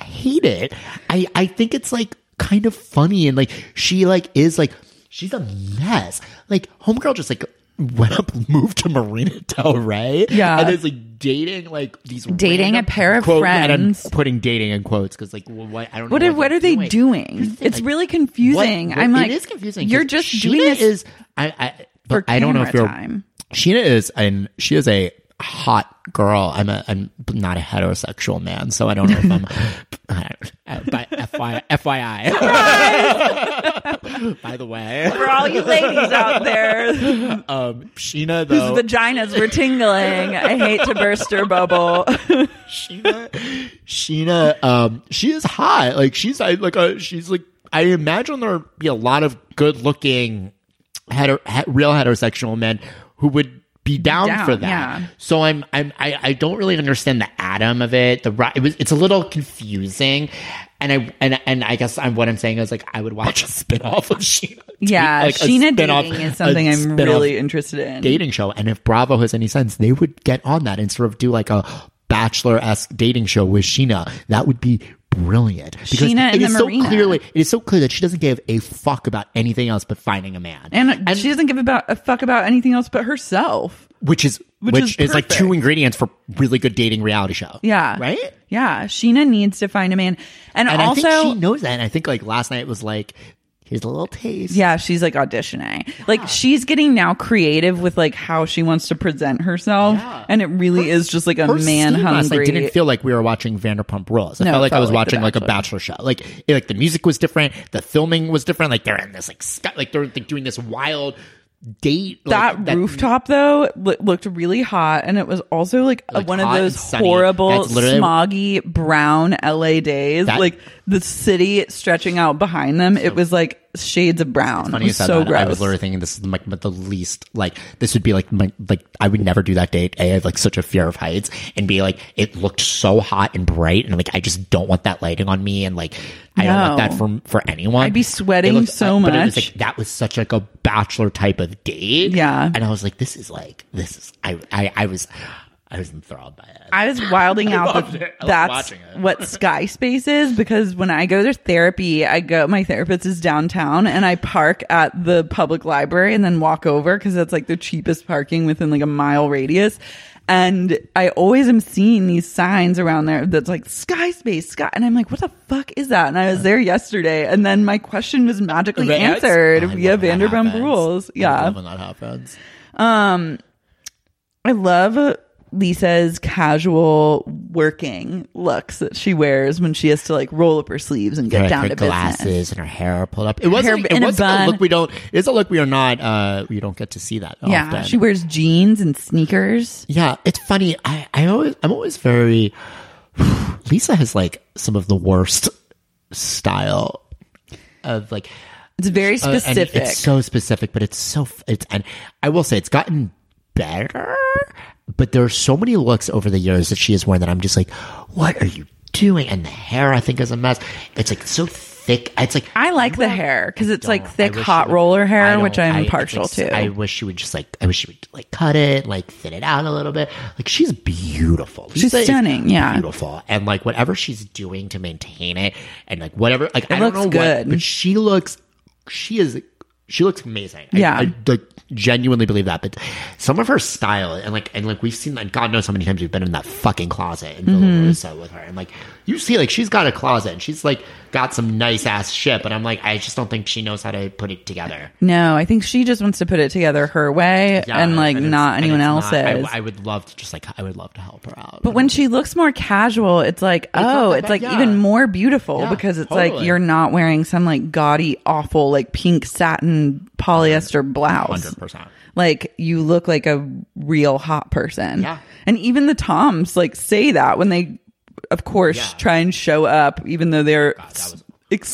[SPEAKER 4] hate it. I, I think it's like kind of funny and like she like is like she's a mess. Like homegirl just like went up moved to Marina Del Rey.
[SPEAKER 1] Yeah.
[SPEAKER 4] And it's like dating like these
[SPEAKER 1] Dating
[SPEAKER 4] random
[SPEAKER 1] a pair of
[SPEAKER 4] quote- and I'm
[SPEAKER 1] friends.
[SPEAKER 4] putting dating in quotes because like what I don't know
[SPEAKER 1] What are- what
[SPEAKER 4] they're
[SPEAKER 1] are they doing?
[SPEAKER 4] Here's the thing,
[SPEAKER 1] It's really confusing. I'm like,
[SPEAKER 4] it is confusing.
[SPEAKER 1] you're
[SPEAKER 4] 'cause
[SPEAKER 1] just
[SPEAKER 4] Sheena
[SPEAKER 1] doing this
[SPEAKER 4] is I I
[SPEAKER 1] for
[SPEAKER 4] but I don't know
[SPEAKER 1] camera
[SPEAKER 4] if you're
[SPEAKER 1] time.
[SPEAKER 4] Sheena is and she is a hot girl. I'm a I'm not a heterosexual man, so I don't know if I'm. I don't- by FY, FYI, by the way,
[SPEAKER 1] For all you ladies out there
[SPEAKER 4] um, Sheena though
[SPEAKER 1] whose vaginas were tingling, I hate to burst your bubble.
[SPEAKER 4] Sheena, Sheena, um, she is hot. Like she's I, like a she's like I imagine there would be a lot of good looking, heter- het- real heterosexual men who would be down,
[SPEAKER 1] Down,
[SPEAKER 4] for that.
[SPEAKER 1] yeah.
[SPEAKER 4] So I'm I'm I, I don't really understand the atom of it. The ri- it was it's a little confusing, and I and and I guess I'm what I'm saying is like I would watch a spinoff of Sheena.
[SPEAKER 1] yeah,
[SPEAKER 4] Like a
[SPEAKER 1] Sheena
[SPEAKER 4] spin-off-
[SPEAKER 1] dating
[SPEAKER 4] a
[SPEAKER 1] is something I'm
[SPEAKER 4] spin-off
[SPEAKER 1] really interested in.
[SPEAKER 4] dating show. And if Bravo has any sense, they would get on that and sort of do like a bachelor esque dating show with Sheena. That would be brilliant because
[SPEAKER 1] Sheena
[SPEAKER 4] it
[SPEAKER 1] and
[SPEAKER 4] is
[SPEAKER 1] the
[SPEAKER 4] so
[SPEAKER 1] Marina.
[SPEAKER 4] clearly it is so clear that she doesn't give a fuck about anything else but finding a man,
[SPEAKER 1] And, she doesn't give about a fuck about anything else but herself.
[SPEAKER 4] which is
[SPEAKER 1] Which
[SPEAKER 4] which,
[SPEAKER 1] is
[SPEAKER 4] is, like
[SPEAKER 1] perfect.
[SPEAKER 4] two ingredients for really good dating reality show.
[SPEAKER 1] Yeah.
[SPEAKER 4] right.
[SPEAKER 1] Yeah. Sheena needs to find a man. And,
[SPEAKER 4] And
[SPEAKER 1] also,
[SPEAKER 4] I think she knows that. And I think like last night was like, here's a little taste.
[SPEAKER 1] yeah, she's like auditioning. Like she's getting now creative with like how she wants to present herself. And it really is just like a
[SPEAKER 4] her
[SPEAKER 1] man
[SPEAKER 4] scene last night
[SPEAKER 1] hungry.
[SPEAKER 4] didn't feel like we were watching Vanderpump Rules. I
[SPEAKER 1] No,
[SPEAKER 4] felt
[SPEAKER 1] it
[SPEAKER 4] like I
[SPEAKER 1] felt
[SPEAKER 4] was
[SPEAKER 1] like The
[SPEAKER 4] watching like a
[SPEAKER 1] Bachelor.
[SPEAKER 4] Bachelor show. Like, it, like the music was different, the filming was different. Like they're in this like sky, like they're like, doing this wild date. like,
[SPEAKER 1] that, rooftop though lo- looked really hot and it was also like, a-
[SPEAKER 4] Like,
[SPEAKER 1] one of
[SPEAKER 4] hot
[SPEAKER 1] those
[SPEAKER 4] and sunny.
[SPEAKER 1] horrible
[SPEAKER 4] That's literally-
[SPEAKER 1] smoggy brown la days
[SPEAKER 4] That-
[SPEAKER 1] like the city stretching out behind them it was like shades of brown
[SPEAKER 4] Funny
[SPEAKER 1] it
[SPEAKER 4] you
[SPEAKER 1] was
[SPEAKER 4] said
[SPEAKER 1] so
[SPEAKER 4] that.
[SPEAKER 1] gross
[SPEAKER 4] I was literally thinking this is like the least like this would be like my like I would never do that date. A, I have like such a fear of heights, and B, like it looked so hot and bright, and like I just don't want that lighting on me, and like I don't want
[SPEAKER 1] No.
[SPEAKER 4] that from for anyone.
[SPEAKER 1] I'd be
[SPEAKER 4] It uh,
[SPEAKER 1] sweating so
[SPEAKER 4] But it was,
[SPEAKER 1] much.
[SPEAKER 4] like, that was such like a bachelor type of date.
[SPEAKER 1] Yeah.
[SPEAKER 4] and I was like, this is like this is I I, I was I was enthralled by it.
[SPEAKER 1] I was wilding out
[SPEAKER 4] loved
[SPEAKER 1] that
[SPEAKER 4] it. I was
[SPEAKER 1] that's
[SPEAKER 4] watching it.
[SPEAKER 1] what Sky Space is because when I go to therapy, I go, my therapist is downtown and I park at the public library and then walk over because that's like the cheapest parking within like a mile radius. And I always am seeing these signs around there that's like Sky Space, Sky. And I'm like, what the fuck is that? And I was there yesterday. And then my question was magically answered
[SPEAKER 4] I
[SPEAKER 1] via
[SPEAKER 4] love when that
[SPEAKER 1] Vanderpump
[SPEAKER 4] happens.
[SPEAKER 1] Rules.
[SPEAKER 4] I
[SPEAKER 1] Yeah.
[SPEAKER 4] love when that happens.
[SPEAKER 1] I love Lisa's casual working looks that she wears when she has to like roll up her sleeves and get
[SPEAKER 4] like,
[SPEAKER 1] down
[SPEAKER 4] her
[SPEAKER 1] to
[SPEAKER 4] glasses
[SPEAKER 1] business.
[SPEAKER 4] and her hair pulled up. It wasn't.
[SPEAKER 1] Hair
[SPEAKER 4] it
[SPEAKER 1] in a
[SPEAKER 4] wasn't a,
[SPEAKER 1] bun.
[SPEAKER 4] look we don't. It's a look we are not. Uh, we don't get to see that.
[SPEAKER 1] Yeah,
[SPEAKER 4] often.
[SPEAKER 1] she wears jeans and sneakers.
[SPEAKER 4] Yeah, it's funny. I, I always, I'm always very. Lisa has like some of the worst style of like
[SPEAKER 1] It's very
[SPEAKER 4] uh, and
[SPEAKER 1] specific.
[SPEAKER 4] it's so specific, but it's so f- it's and I will say it's gotten better, but there are so many looks over the years that she has worn that I'm just like, what are you doing? And the hair I think is a mess. It's like so thick. It's like
[SPEAKER 1] I like the hair because it's like
[SPEAKER 4] don't. I
[SPEAKER 1] thick
[SPEAKER 4] wish she
[SPEAKER 1] hot
[SPEAKER 4] would-
[SPEAKER 1] roller hair,
[SPEAKER 4] I
[SPEAKER 1] which
[SPEAKER 4] don't-
[SPEAKER 1] I'm
[SPEAKER 4] I- it's
[SPEAKER 1] partial
[SPEAKER 4] like,
[SPEAKER 1] to.
[SPEAKER 4] I wish she would just like. I wish she would like cut it, like thin it out a little bit. Like she's beautiful.
[SPEAKER 1] She's
[SPEAKER 4] Lisa is
[SPEAKER 1] stunning, yeah.
[SPEAKER 4] beautiful. And like whatever she's doing to maintain it, and like whatever, like I
[SPEAKER 1] looks
[SPEAKER 4] don't know
[SPEAKER 1] good.
[SPEAKER 4] what, but she looks. She is She looks amazing. I-
[SPEAKER 1] Yeah.
[SPEAKER 4] I, like genuinely believe that. But some of her style and like and like we've seen that God knows how many times we've been in that fucking closet in
[SPEAKER 1] Mm-hmm.
[SPEAKER 4] Villa Rosa with her. And like you see like she's got a closet and she's like got some nice ass shit, but I'm like, I just don't think she knows how to put it together.
[SPEAKER 1] No, I think she just wants to put it together her way
[SPEAKER 4] Yeah,
[SPEAKER 1] and like
[SPEAKER 4] it's-
[SPEAKER 1] not
[SPEAKER 4] and
[SPEAKER 1] anyone
[SPEAKER 4] it's
[SPEAKER 1] else's.
[SPEAKER 4] not- I, I would love to just like I would love to help her out.
[SPEAKER 1] but when she looks more casual, it's like,
[SPEAKER 4] not
[SPEAKER 1] oh,
[SPEAKER 4] that
[SPEAKER 1] it's
[SPEAKER 4] bad,
[SPEAKER 1] like
[SPEAKER 4] yeah.
[SPEAKER 1] even more beautiful
[SPEAKER 4] Yeah,
[SPEAKER 1] because it's like
[SPEAKER 4] totally.
[SPEAKER 1] you're not wearing some like gaudy, awful, like pink satin polyester blouse.
[SPEAKER 4] hundred percent.
[SPEAKER 1] Like you look like a real hot person.
[SPEAKER 4] Yeah.
[SPEAKER 1] And even the Toms like say that when they, of course,
[SPEAKER 4] Yeah.
[SPEAKER 1] try and show up, even though they're
[SPEAKER 4] that was-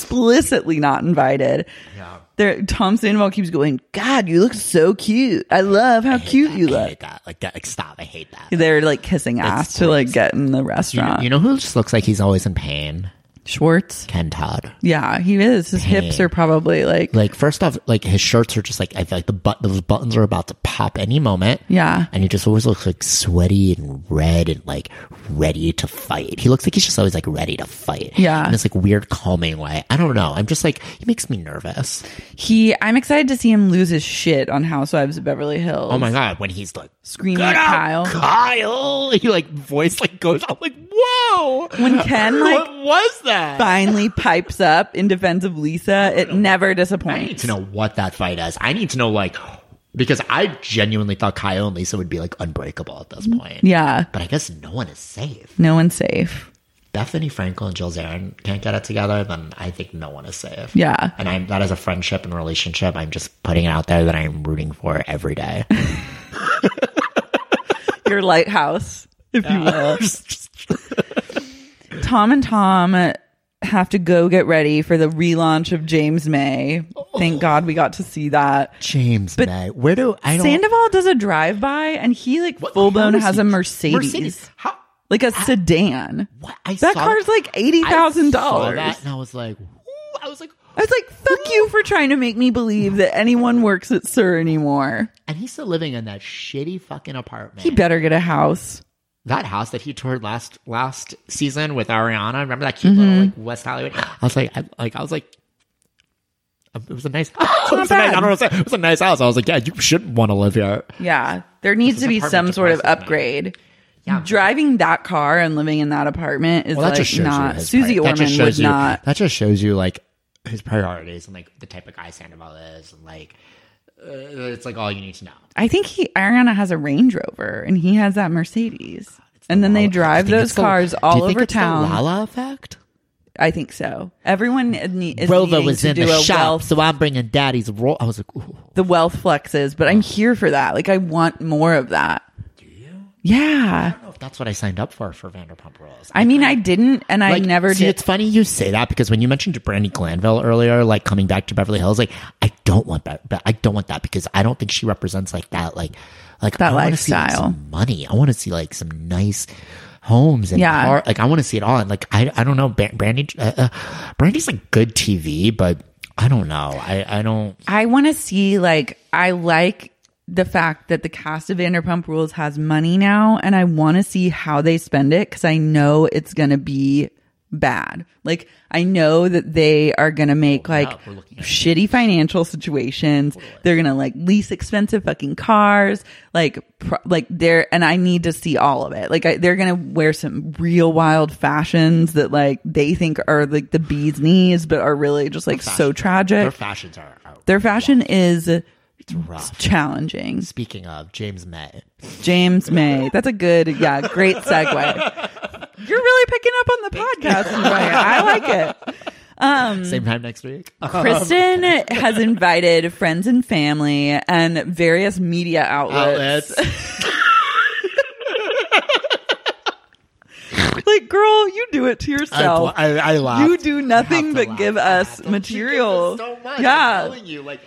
[SPEAKER 1] explicitly not invited.
[SPEAKER 4] Yeah.
[SPEAKER 1] There, Tom Sandoval keeps going, God, you look so cute. I love how cute you
[SPEAKER 4] I
[SPEAKER 1] look.
[SPEAKER 4] hate that. Like that. Like stop. I hate that.
[SPEAKER 1] They're like kissing ass to like get in the
[SPEAKER 4] You know,
[SPEAKER 1] restaurant.
[SPEAKER 4] you know who just looks like he's always in pain?
[SPEAKER 1] Schwartz.
[SPEAKER 4] Ken Todd.
[SPEAKER 1] Yeah, he is. His hips are probably like,
[SPEAKER 4] Like first off, like his shirts are just like I feel like the but those buttons are about to pop any moment.
[SPEAKER 1] Yeah.
[SPEAKER 4] and he just always looks like sweaty and red and like ready to fight. He looks like he's just always like ready to fight.
[SPEAKER 1] Yeah.
[SPEAKER 4] in this like weird calming way. I don't know. I'm just like he makes me nervous.
[SPEAKER 1] he, I'm excited to see him lose his shit on Housewives of Beverly Hills.
[SPEAKER 4] Oh my god, when he's like
[SPEAKER 1] Screaming at Kyle.
[SPEAKER 4] Kyle, he like voice like goes up like whoa.
[SPEAKER 1] When Ken like
[SPEAKER 4] what was that?
[SPEAKER 1] finally pipes up in defense of Lisa, it never
[SPEAKER 4] I need
[SPEAKER 1] disappoints.
[SPEAKER 4] to know what that fight is. I need to know like because I genuinely thought Kyle and Lisa would be like unbreakable at
[SPEAKER 1] Mm,
[SPEAKER 4] this point.
[SPEAKER 1] Yeah,
[SPEAKER 4] But I guess no one is safe.
[SPEAKER 1] no one's safe.
[SPEAKER 4] Bethany Frankel and Jill Zarin can't get it together, then I think no one is safe.
[SPEAKER 1] Yeah.
[SPEAKER 4] And I'm that is a friendship and relationship. I'm just putting it out there that I'm rooting for every day.
[SPEAKER 1] Your lighthouse, if you will. Tom and Tom have to go get ready for the relaunch of James May. Thank God we got to see that.
[SPEAKER 4] James May. Where do Oh. I don't
[SPEAKER 1] Sandoval does a drive by and he like
[SPEAKER 4] What-
[SPEAKER 1] full blown
[SPEAKER 4] how is
[SPEAKER 1] has
[SPEAKER 4] he-
[SPEAKER 1] a Mercedes.
[SPEAKER 4] How
[SPEAKER 1] Like a sedan.
[SPEAKER 4] what I
[SPEAKER 1] That
[SPEAKER 4] saw-
[SPEAKER 1] car's like
[SPEAKER 4] I
[SPEAKER 1] $80,000.
[SPEAKER 4] saw that And I was like, ooh, I was like,
[SPEAKER 1] I was like, fuck you for trying to make me believe that anyone works at Sir anymore.
[SPEAKER 4] and he's still living in that shitty fucking apartment.
[SPEAKER 1] He better get a house.
[SPEAKER 4] that house that he toured last last season with Ariana. Remember that cute little like West Hollywood? I was like, I, like I was like, um, it was a nice. it was a nice I don't know. What to say. It was a nice house. I was like, yeah, you shouldn't want to live here.
[SPEAKER 1] Yeah. There needs
[SPEAKER 4] This
[SPEAKER 1] to be
[SPEAKER 4] apartment
[SPEAKER 1] some sort of
[SPEAKER 4] depresses me.
[SPEAKER 1] upgrade.
[SPEAKER 4] Yeah.
[SPEAKER 1] Driving that car and living in that apartment is
[SPEAKER 4] Well, that
[SPEAKER 1] like
[SPEAKER 4] just shows you
[SPEAKER 1] not.
[SPEAKER 4] his
[SPEAKER 1] Susie
[SPEAKER 4] pri- that just
[SPEAKER 1] Orman
[SPEAKER 4] shows
[SPEAKER 1] would
[SPEAKER 4] you-
[SPEAKER 1] not.
[SPEAKER 4] That just shows you like his priorities and like the type of guy Sandoval is, and like uh, it's like all you need to know.
[SPEAKER 1] I think he Ariana has a Range Rover and he has that Mercedes. And then
[SPEAKER 4] Lala-
[SPEAKER 1] they
[SPEAKER 4] do you
[SPEAKER 1] drive
[SPEAKER 4] think
[SPEAKER 1] those
[SPEAKER 4] it's the-
[SPEAKER 1] cars
[SPEAKER 4] do you
[SPEAKER 1] all
[SPEAKER 4] think
[SPEAKER 1] over
[SPEAKER 4] it's the
[SPEAKER 1] town.
[SPEAKER 4] Lala effect.
[SPEAKER 1] I think so. Everyone ne- is
[SPEAKER 4] Rova
[SPEAKER 1] needing
[SPEAKER 4] was
[SPEAKER 1] to
[SPEAKER 4] in
[SPEAKER 1] do
[SPEAKER 4] the
[SPEAKER 1] a
[SPEAKER 4] shop,
[SPEAKER 1] wealth,
[SPEAKER 4] so I'm bringing Daddy's roll. I was like, ooh.
[SPEAKER 1] the wealth flexes, but I'm
[SPEAKER 4] Oh.
[SPEAKER 1] here for that. Like I want more of that. Do you? Yeah.
[SPEAKER 4] I don't know if that's what I signed up for for Vanderpump Rules.
[SPEAKER 1] I mean, I didn't, and I
[SPEAKER 4] Like,
[SPEAKER 1] never
[SPEAKER 4] see,
[SPEAKER 1] did.
[SPEAKER 4] It's funny you say that because when you mentioned Brandy Glanville earlier, like coming back to Beverly Hills, like I don't want that. But I don't want that because I don't think she represents like that. Like, like
[SPEAKER 1] That
[SPEAKER 4] I wanna see, like,
[SPEAKER 1] lifestyle.
[SPEAKER 4] some money. I want to see like some nice homes and
[SPEAKER 1] Yeah.
[SPEAKER 4] car- like I want to see it all. And like I, I don't know. Ba- Brandy, uh, uh, Brandy's like good TV, but I don't know. I, I don't.
[SPEAKER 1] I want to see like I like the fact that the cast of Vanderpump Rules has money now, and I want to see how they spend it because I know it's gonna be bad. Like I know that they are gonna make like
[SPEAKER 4] we're looking at-
[SPEAKER 1] shitty financial situations. They're gonna like lease expensive fucking cars, like pr- like they're and I need to see all of it. Like I, they're gonna wear some real wild fashions that like they think are like the bee's knees, but are really just like so tragic.
[SPEAKER 4] Their fashions are. are
[SPEAKER 1] Their fashion is
[SPEAKER 4] rough.
[SPEAKER 1] challenging.
[SPEAKER 4] Speaking of James May,
[SPEAKER 1] James May. That's a good, yeah, great segue. You're really picking up on the podcast. Mariah. I like it. Mm.
[SPEAKER 4] same time next week.
[SPEAKER 1] Kristen has invited friends and family and various media outlets.
[SPEAKER 4] Outlets.
[SPEAKER 1] Like, girl, you do it to
[SPEAKER 4] I,
[SPEAKER 1] yourself.
[SPEAKER 4] I, I laughed.
[SPEAKER 1] you do nothing but give us material. Yeah.
[SPEAKER 4] you, like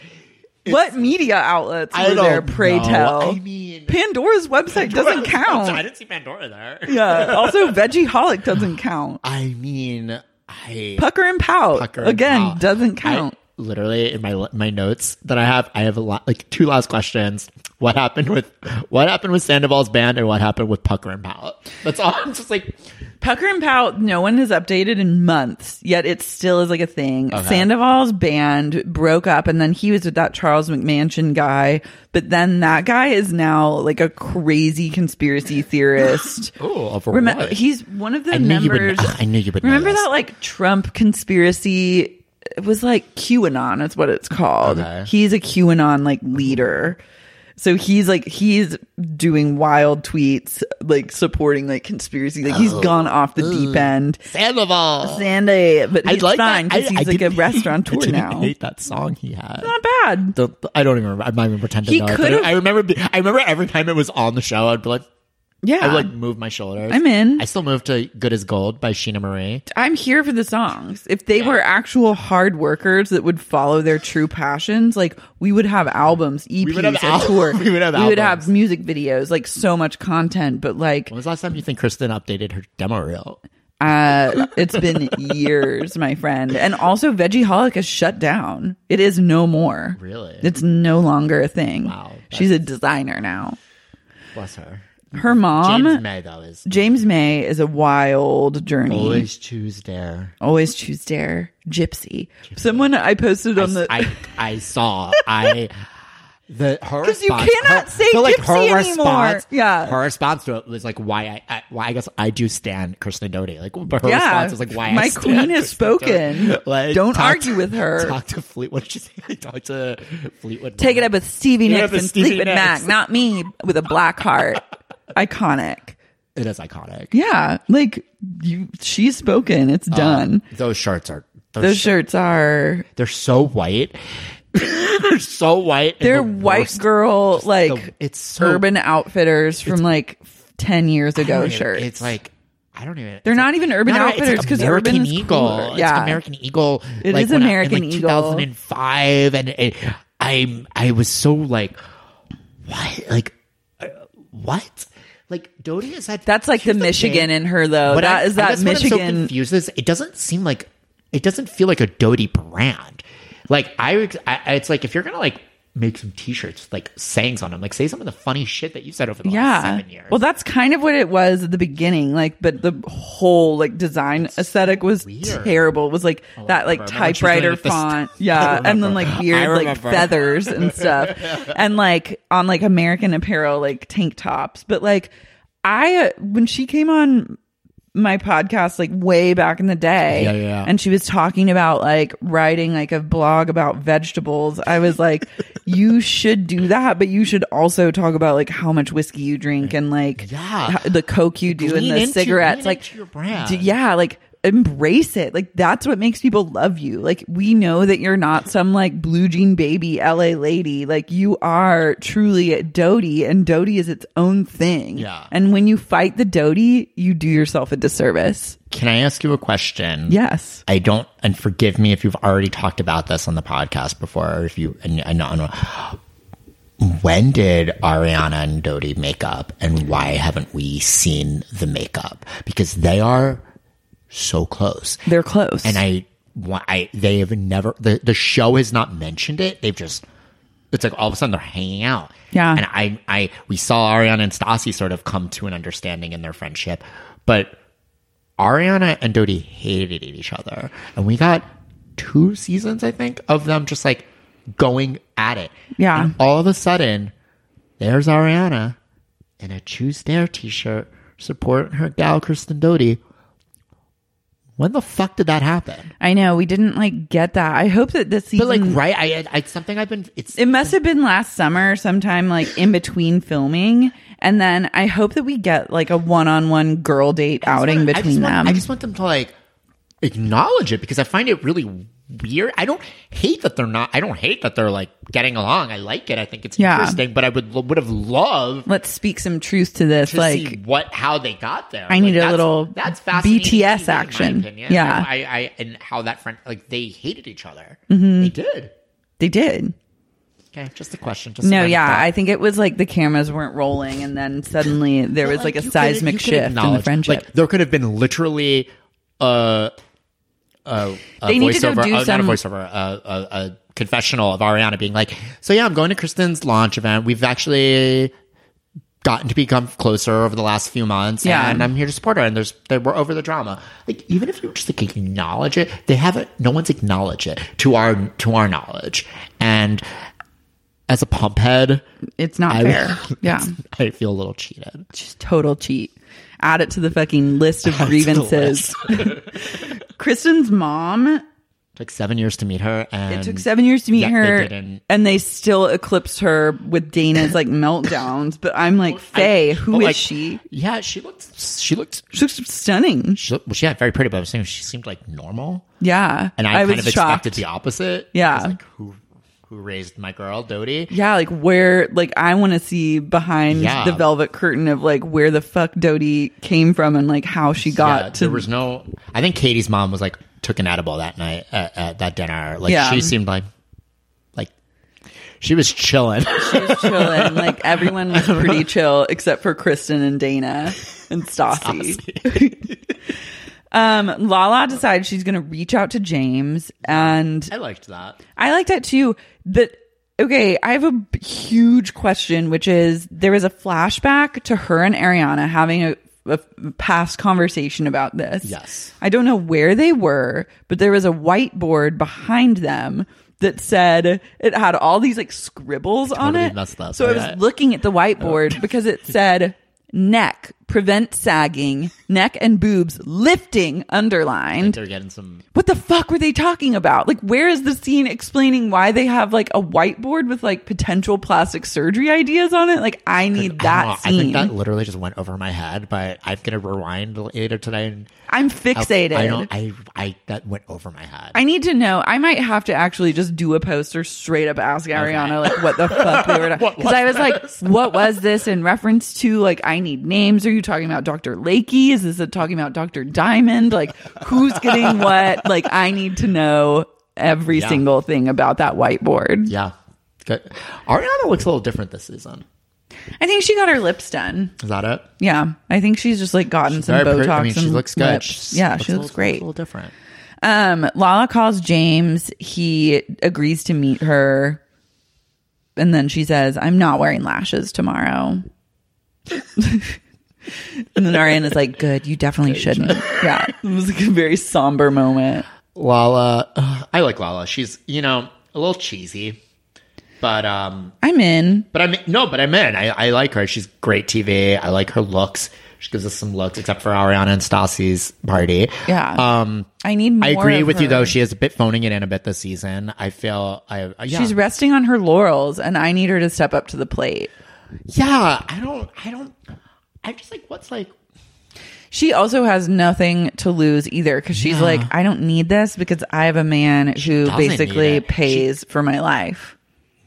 [SPEAKER 1] What media outlets
[SPEAKER 4] I
[SPEAKER 1] were there?
[SPEAKER 4] don't
[SPEAKER 1] Pray
[SPEAKER 4] know.
[SPEAKER 1] tell.
[SPEAKER 4] I mean-
[SPEAKER 1] Pandora's website doesn't count.
[SPEAKER 4] I didn't see Pandora there.
[SPEAKER 1] Yeah. Also, Veggie Holic doesn't count.
[SPEAKER 4] I mean, I
[SPEAKER 1] Pucker and Pout
[SPEAKER 4] Pucker and
[SPEAKER 1] again
[SPEAKER 4] Pout.
[SPEAKER 1] doesn't count.
[SPEAKER 4] I- literally in my my notes that I have, I have a lot like two last questions. What happened with what happened with Sandoval's band and what happened with Pucker and Pallet? That's all. I'm just like
[SPEAKER 1] Pucker and Pout, no one has updated in months, yet it still is like a thing. Sandoval's band broke up, and then he was with that Charles McMansion guy, but then that guy is now like a crazy conspiracy theorist.
[SPEAKER 4] oh, of
[SPEAKER 1] Remem-
[SPEAKER 4] what?
[SPEAKER 1] he's one of the
[SPEAKER 4] I knew you would-
[SPEAKER 1] members.
[SPEAKER 4] I knew you would know
[SPEAKER 1] Remember
[SPEAKER 4] this.
[SPEAKER 1] that like Trump conspiracy? It was like QAnon. It's what it's called.
[SPEAKER 4] Okay.
[SPEAKER 1] He's a QAnon like leader. So he's like he's doing wild tweets, like supporting like conspiracy. Like
[SPEAKER 4] Oh.
[SPEAKER 1] he's gone off the deep end.
[SPEAKER 4] Sandoval.
[SPEAKER 1] Sandy, but
[SPEAKER 4] I
[SPEAKER 1] it's
[SPEAKER 4] like
[SPEAKER 1] fine
[SPEAKER 4] that. I-
[SPEAKER 1] because he's
[SPEAKER 4] I
[SPEAKER 1] like a
[SPEAKER 4] didn't- I
[SPEAKER 1] restaurateur
[SPEAKER 4] didn't
[SPEAKER 1] now.
[SPEAKER 4] Hate that song he had.
[SPEAKER 1] Not bad.
[SPEAKER 4] Don't- I don't even remember. I'm not even pretending.
[SPEAKER 1] He
[SPEAKER 4] to know it, but
[SPEAKER 1] could've-
[SPEAKER 4] I remember. be- I remember every time it was on the show, I'd be like, I
[SPEAKER 1] Yeah,
[SPEAKER 4] would like move my shoulders.
[SPEAKER 1] I'm in.
[SPEAKER 4] I still move to "Good as Gold" by Sheena Marie.
[SPEAKER 1] I'm here for the songs. If they were actual hard workers that would follow their true passions, like we would have albums, EPs,
[SPEAKER 4] would have
[SPEAKER 1] a
[SPEAKER 4] al-
[SPEAKER 1] tour.
[SPEAKER 4] we would have albums.
[SPEAKER 1] music videos, like so much content. But like,
[SPEAKER 4] When was the last time you think Kristen updated her demo reel?
[SPEAKER 1] uh, it's been years, my friend. And also, Veggie Holic is shut down. It is no more.
[SPEAKER 4] Really?
[SPEAKER 1] it's no longer a thing.
[SPEAKER 4] Wow,
[SPEAKER 1] she's a designer now.
[SPEAKER 4] Bless her.
[SPEAKER 1] Her mom.
[SPEAKER 4] James May though is
[SPEAKER 1] Um, James May is a wild journey. Always,
[SPEAKER 4] always choose dare.
[SPEAKER 1] choose dare. Gypsy. Someone I posted on the.
[SPEAKER 4] I I saw I the her
[SPEAKER 1] 'Cause you
[SPEAKER 4] response-
[SPEAKER 1] cannot
[SPEAKER 4] her-
[SPEAKER 1] say
[SPEAKER 4] so, like,
[SPEAKER 1] gypsy
[SPEAKER 4] her
[SPEAKER 1] anymore.
[SPEAKER 4] response-
[SPEAKER 1] Yeah.
[SPEAKER 4] her response to it was like why I, I why I guess I do stand Kristen Doty like but her
[SPEAKER 1] Yeah.
[SPEAKER 4] response was like why
[SPEAKER 1] My
[SPEAKER 4] I stand
[SPEAKER 1] queen has
[SPEAKER 4] Kristen Doty.
[SPEAKER 1] spoken. Don't
[SPEAKER 4] talk
[SPEAKER 1] argue
[SPEAKER 4] to-
[SPEAKER 1] with her.
[SPEAKER 4] Talk to Fleetwood. What did she say? Talk to Fleetwood.
[SPEAKER 1] Take it up with Stevie
[SPEAKER 4] Take it
[SPEAKER 1] Nicks
[SPEAKER 4] up with
[SPEAKER 1] and
[SPEAKER 4] Stevie
[SPEAKER 1] Fleetwood
[SPEAKER 4] Nicks.
[SPEAKER 1] Mac, not me with a black heart. Iconic.
[SPEAKER 4] It is iconic.
[SPEAKER 1] Yeah, like you. She's spoken. It's done.
[SPEAKER 4] Um, Those shirts are those,
[SPEAKER 1] Those
[SPEAKER 4] sh-
[SPEAKER 1] shirts are
[SPEAKER 4] they're so white. they're so white. and
[SPEAKER 1] they're
[SPEAKER 4] the
[SPEAKER 1] white
[SPEAKER 4] worst-
[SPEAKER 1] girl like
[SPEAKER 4] the- it's so-
[SPEAKER 1] urban outfitters from like f- ten years
[SPEAKER 4] I don't
[SPEAKER 1] ago
[SPEAKER 4] even-
[SPEAKER 1] shirts.
[SPEAKER 4] It's like I don't even.
[SPEAKER 1] They're
[SPEAKER 4] it's
[SPEAKER 1] not
[SPEAKER 4] like-
[SPEAKER 1] even Urban
[SPEAKER 4] No, no,
[SPEAKER 1] Outfitters,
[SPEAKER 4] it's
[SPEAKER 1] 'cause
[SPEAKER 4] American
[SPEAKER 1] Urban is
[SPEAKER 4] Eagle.
[SPEAKER 1] cooler.
[SPEAKER 4] It's
[SPEAKER 1] Yeah.
[SPEAKER 4] American Eagle.
[SPEAKER 1] It
[SPEAKER 4] like,
[SPEAKER 1] is
[SPEAKER 4] when I- in,
[SPEAKER 1] American
[SPEAKER 4] like,
[SPEAKER 1] Eagle.
[SPEAKER 4] 2005, and it, I'm I was so like, what like, uh, what like Dodie has had.
[SPEAKER 1] That's like the
[SPEAKER 4] here's
[SPEAKER 1] Michigan
[SPEAKER 4] thing.
[SPEAKER 1] in her though.
[SPEAKER 4] What I-
[SPEAKER 1] That
[SPEAKER 4] I
[SPEAKER 1] is
[SPEAKER 4] guess
[SPEAKER 1] that
[SPEAKER 4] what I'm so
[SPEAKER 1] Michigan.
[SPEAKER 4] confused is it doesn't seem like it doesn't feel like a Doty brand. Like I, would- I, I- it's like if you're gonna like make some T-shirts with, like sayings on them, like say some of the funny shit that you said over the last seven years.
[SPEAKER 1] Well, that's kind of what it was at the beginning. Like, but the whole like design aesthetic was terrible. It was like that like
[SPEAKER 4] remember when she was doing
[SPEAKER 1] typewriter
[SPEAKER 4] it with the
[SPEAKER 1] font, yeah, and then like
[SPEAKER 4] I
[SPEAKER 1] weird like
[SPEAKER 4] remember.
[SPEAKER 1] feathers and stuff, and like on like American Apparel like tank tops. But like I, uh, when she came on my podcast like way back in the day
[SPEAKER 4] Yeah, yeah, yeah.
[SPEAKER 1] and she was talking about like writing like a blog about vegetables i was like you should do that but you should also talk about like how much whiskey you drink and like
[SPEAKER 4] Yeah.
[SPEAKER 1] how- the coke you do and
[SPEAKER 4] Lean
[SPEAKER 1] the
[SPEAKER 4] into-
[SPEAKER 1] cigarettes
[SPEAKER 4] lean
[SPEAKER 1] like
[SPEAKER 4] into your brand.
[SPEAKER 1] d- yeah like embrace it like that's what makes people love you like we know that you're not some like blue jean baby la lady like you are truly a doty and doty is its own thing
[SPEAKER 4] Yeah.
[SPEAKER 1] and when you fight the doty you do yourself a disservice
[SPEAKER 4] Can I ask you a question?
[SPEAKER 1] yes
[SPEAKER 4] I don't, and forgive me if you've already talked about this on the podcast before, or if you, and I know, I know. When did Ariana and Dodie make up, and why haven't we seen the makeup? Because they are so close,
[SPEAKER 1] they're close
[SPEAKER 4] and I, wa- I, they have never. The the show has not mentioned it. They've just. It's like all of a sudden they're hanging out.
[SPEAKER 1] Yeah.
[SPEAKER 4] and I, I, we saw Ariana and Stassi sort of come to an understanding in their friendship, but Ariana and Dodie hated each other. And we got two seasons, I think, of them just like going at it.
[SPEAKER 1] Yeah.
[SPEAKER 4] And all of a sudden, there's Ariana in a Choose Dare t shirt supporting her gal, Kristen Doty. When the fuck did that happen?
[SPEAKER 1] I know we didn't like get that. I hope that this season.
[SPEAKER 4] But like, right? I, I, it's something I've been, it's,
[SPEAKER 1] it must have been last summer, sometime like in between filming, and then I hope that we get like a one-on-one girl date outing
[SPEAKER 4] wanna- I just
[SPEAKER 1] between
[SPEAKER 4] want-
[SPEAKER 1] them.
[SPEAKER 4] I just want them to like acknowledge it because I find it really weird. I don't hate that they're not. I don't hate that they're like getting along. I like it. I think it's
[SPEAKER 1] Yeah.
[SPEAKER 4] interesting. But I would lo- would have loved
[SPEAKER 1] Let's speak some truth to this.
[SPEAKER 4] to
[SPEAKER 1] like,
[SPEAKER 4] see what how they got there.
[SPEAKER 1] I need a
[SPEAKER 4] that's-
[SPEAKER 1] little
[SPEAKER 4] that's fascinating
[SPEAKER 1] BTS
[SPEAKER 4] to me, in my
[SPEAKER 1] action.
[SPEAKER 4] opinion.
[SPEAKER 1] Yeah.
[SPEAKER 4] I, I and how that friend like they hated each other.
[SPEAKER 1] Mm-hmm.
[SPEAKER 4] They did.
[SPEAKER 1] they did.
[SPEAKER 4] Okay, just a question. Just
[SPEAKER 1] No,
[SPEAKER 4] a
[SPEAKER 1] yeah, I
[SPEAKER 4] thought.
[SPEAKER 1] think it was like the cameras weren't rolling, and then suddenly there was
[SPEAKER 4] But,
[SPEAKER 1] like a
[SPEAKER 4] you could-
[SPEAKER 1] seismic
[SPEAKER 4] you could
[SPEAKER 1] shift in the
[SPEAKER 4] acknowledge-
[SPEAKER 1] friendship.
[SPEAKER 4] Like, there could have been literally uh, a, a
[SPEAKER 1] They need to go
[SPEAKER 4] voiceover,
[SPEAKER 1] do
[SPEAKER 4] uh,
[SPEAKER 1] some-
[SPEAKER 4] not a voiceover, a, a, a confessional of Ariana being like, "So yeah, I'm going to Kristen's launch event. We've actually gotten to become closer over the last few months,
[SPEAKER 1] Yeah.
[SPEAKER 4] and I'm here to support her. And there's they we're over the drama. Like even if you just like acknowledge it, they haven't. No one's acknowledged it to our to our knowledge. And as a pump head,
[SPEAKER 1] It's not
[SPEAKER 4] I-
[SPEAKER 1] fair. Yeah.
[SPEAKER 4] I feel a little cheated.
[SPEAKER 1] Just total cheat. Add it to the fucking list of
[SPEAKER 4] Add it to the
[SPEAKER 1] grievances. Kristen's mom,
[SPEAKER 4] took seven years to meet her, and
[SPEAKER 1] it took seven years to meet
[SPEAKER 4] Um, Yeah, they
[SPEAKER 1] her,
[SPEAKER 4] didn't.
[SPEAKER 1] and they still eclipsed her with Dana's like meltdowns. But I'm like, Faye, who is
[SPEAKER 4] but, like,
[SPEAKER 1] she?
[SPEAKER 4] Yeah, she looked. She looked.
[SPEAKER 1] She looks stunning.
[SPEAKER 4] She looked. Well, she had very pretty, but I was saying she seemed like normal,
[SPEAKER 1] Yeah.
[SPEAKER 4] and I, kind
[SPEAKER 1] was
[SPEAKER 4] of
[SPEAKER 1] shocked.
[SPEAKER 4] expected the opposite.
[SPEAKER 1] Yeah.
[SPEAKER 4] I was like who who raised my girl, Dodie?
[SPEAKER 1] Yeah, like where, like I want to see behind
[SPEAKER 4] Yeah.
[SPEAKER 1] the velvet curtain of like where the fuck Dodie came from and like how she got
[SPEAKER 4] Yeah,
[SPEAKER 1] to.
[SPEAKER 4] there was no. I think Katie's mom was like took an edible that night at, at that dinner. Like
[SPEAKER 1] Yeah.
[SPEAKER 4] she seemed like like she was chilling.
[SPEAKER 1] she was chilling. like everyone was pretty chill except for Kristen and Dana and Stassi. um, Lala decides she's going to reach out to James, and
[SPEAKER 4] I liked that.
[SPEAKER 1] I like that too. That okay, I have a b- huge question, which is there was a flashback to her and Ariana having a, a past conversation about this.
[SPEAKER 4] Yes.
[SPEAKER 1] I don't know where they were, but there was a whiteboard behind them that said it had all these like scribbles on
[SPEAKER 4] totally
[SPEAKER 1] it.
[SPEAKER 4] messed up.
[SPEAKER 1] So I
[SPEAKER 4] Yeah.
[SPEAKER 1] was looking at the
[SPEAKER 4] Oh.
[SPEAKER 1] whiteboard because it said neck prevent sagging, neck and boobs lifting underlined
[SPEAKER 4] They're getting some.
[SPEAKER 1] what the fuck were they talking about? Like, where is the scene explaining why they have like a whiteboard with like potential plastic surgery ideas on it? Like, I need
[SPEAKER 4] I,
[SPEAKER 1] that
[SPEAKER 4] don't know, I think
[SPEAKER 1] scene.
[SPEAKER 4] that literally just went over my head, but I'm gonna rewind later today and
[SPEAKER 1] I'm fixated.
[SPEAKER 4] I
[SPEAKER 1] I,
[SPEAKER 4] don't. I. I that went over my head.
[SPEAKER 1] need to know. I might have to actually just do a poster straight up ask Ariana like what the fuck they were talking because I was like, what was this in reference to? Like, I need names. Are you talking about Dr. Lakey? Is this a, talking about Dr. Diamond? Like, who's getting what? Like, I need to know every
[SPEAKER 4] Yeah.
[SPEAKER 1] single thing about that whiteboard.
[SPEAKER 4] yeah. Good. Ariana looks a little different this season.
[SPEAKER 1] I think she got her lips done.
[SPEAKER 4] Is that it?
[SPEAKER 1] Yeah, I think she's just like gotten some Botox.
[SPEAKER 4] pretty- I mean, she
[SPEAKER 1] and
[SPEAKER 4] looks good.
[SPEAKER 1] lips. yeah, she
[SPEAKER 4] a
[SPEAKER 1] looks
[SPEAKER 4] little-
[SPEAKER 1] great.
[SPEAKER 4] A little different.
[SPEAKER 1] Um, Lala calls James. He agrees to meet her, and then she says, "I'm not wearing lashes tomorrow." and then Ariana's like, "Good, you definitely shouldn't." Yeah, it was like a very somber moment.
[SPEAKER 4] Lala, ugh, I like Lala. She's you know a little cheesy, but um,
[SPEAKER 1] I'm in.
[SPEAKER 4] but I'm no, but I'm in. I, I like her. She's great TV. I like her looks. She gives us some looks, except for Ariana and Stassi's party.
[SPEAKER 1] Yeah.
[SPEAKER 4] Um,
[SPEAKER 1] I need. More
[SPEAKER 4] I agree
[SPEAKER 1] of
[SPEAKER 4] with you
[SPEAKER 1] her.
[SPEAKER 4] though. She is a bit phoning it in a bit this season. I feel I I- yeah.
[SPEAKER 1] She's resting on her laurels, and I need her to step up to the plate.
[SPEAKER 4] yeah. I don't. I don't. I just like what's like
[SPEAKER 1] She also has nothing to lose either because she's
[SPEAKER 4] Yeah.
[SPEAKER 1] like, I don't need this because I have a man who
[SPEAKER 4] doesn't need
[SPEAKER 1] basically
[SPEAKER 4] it.
[SPEAKER 1] pays for my life.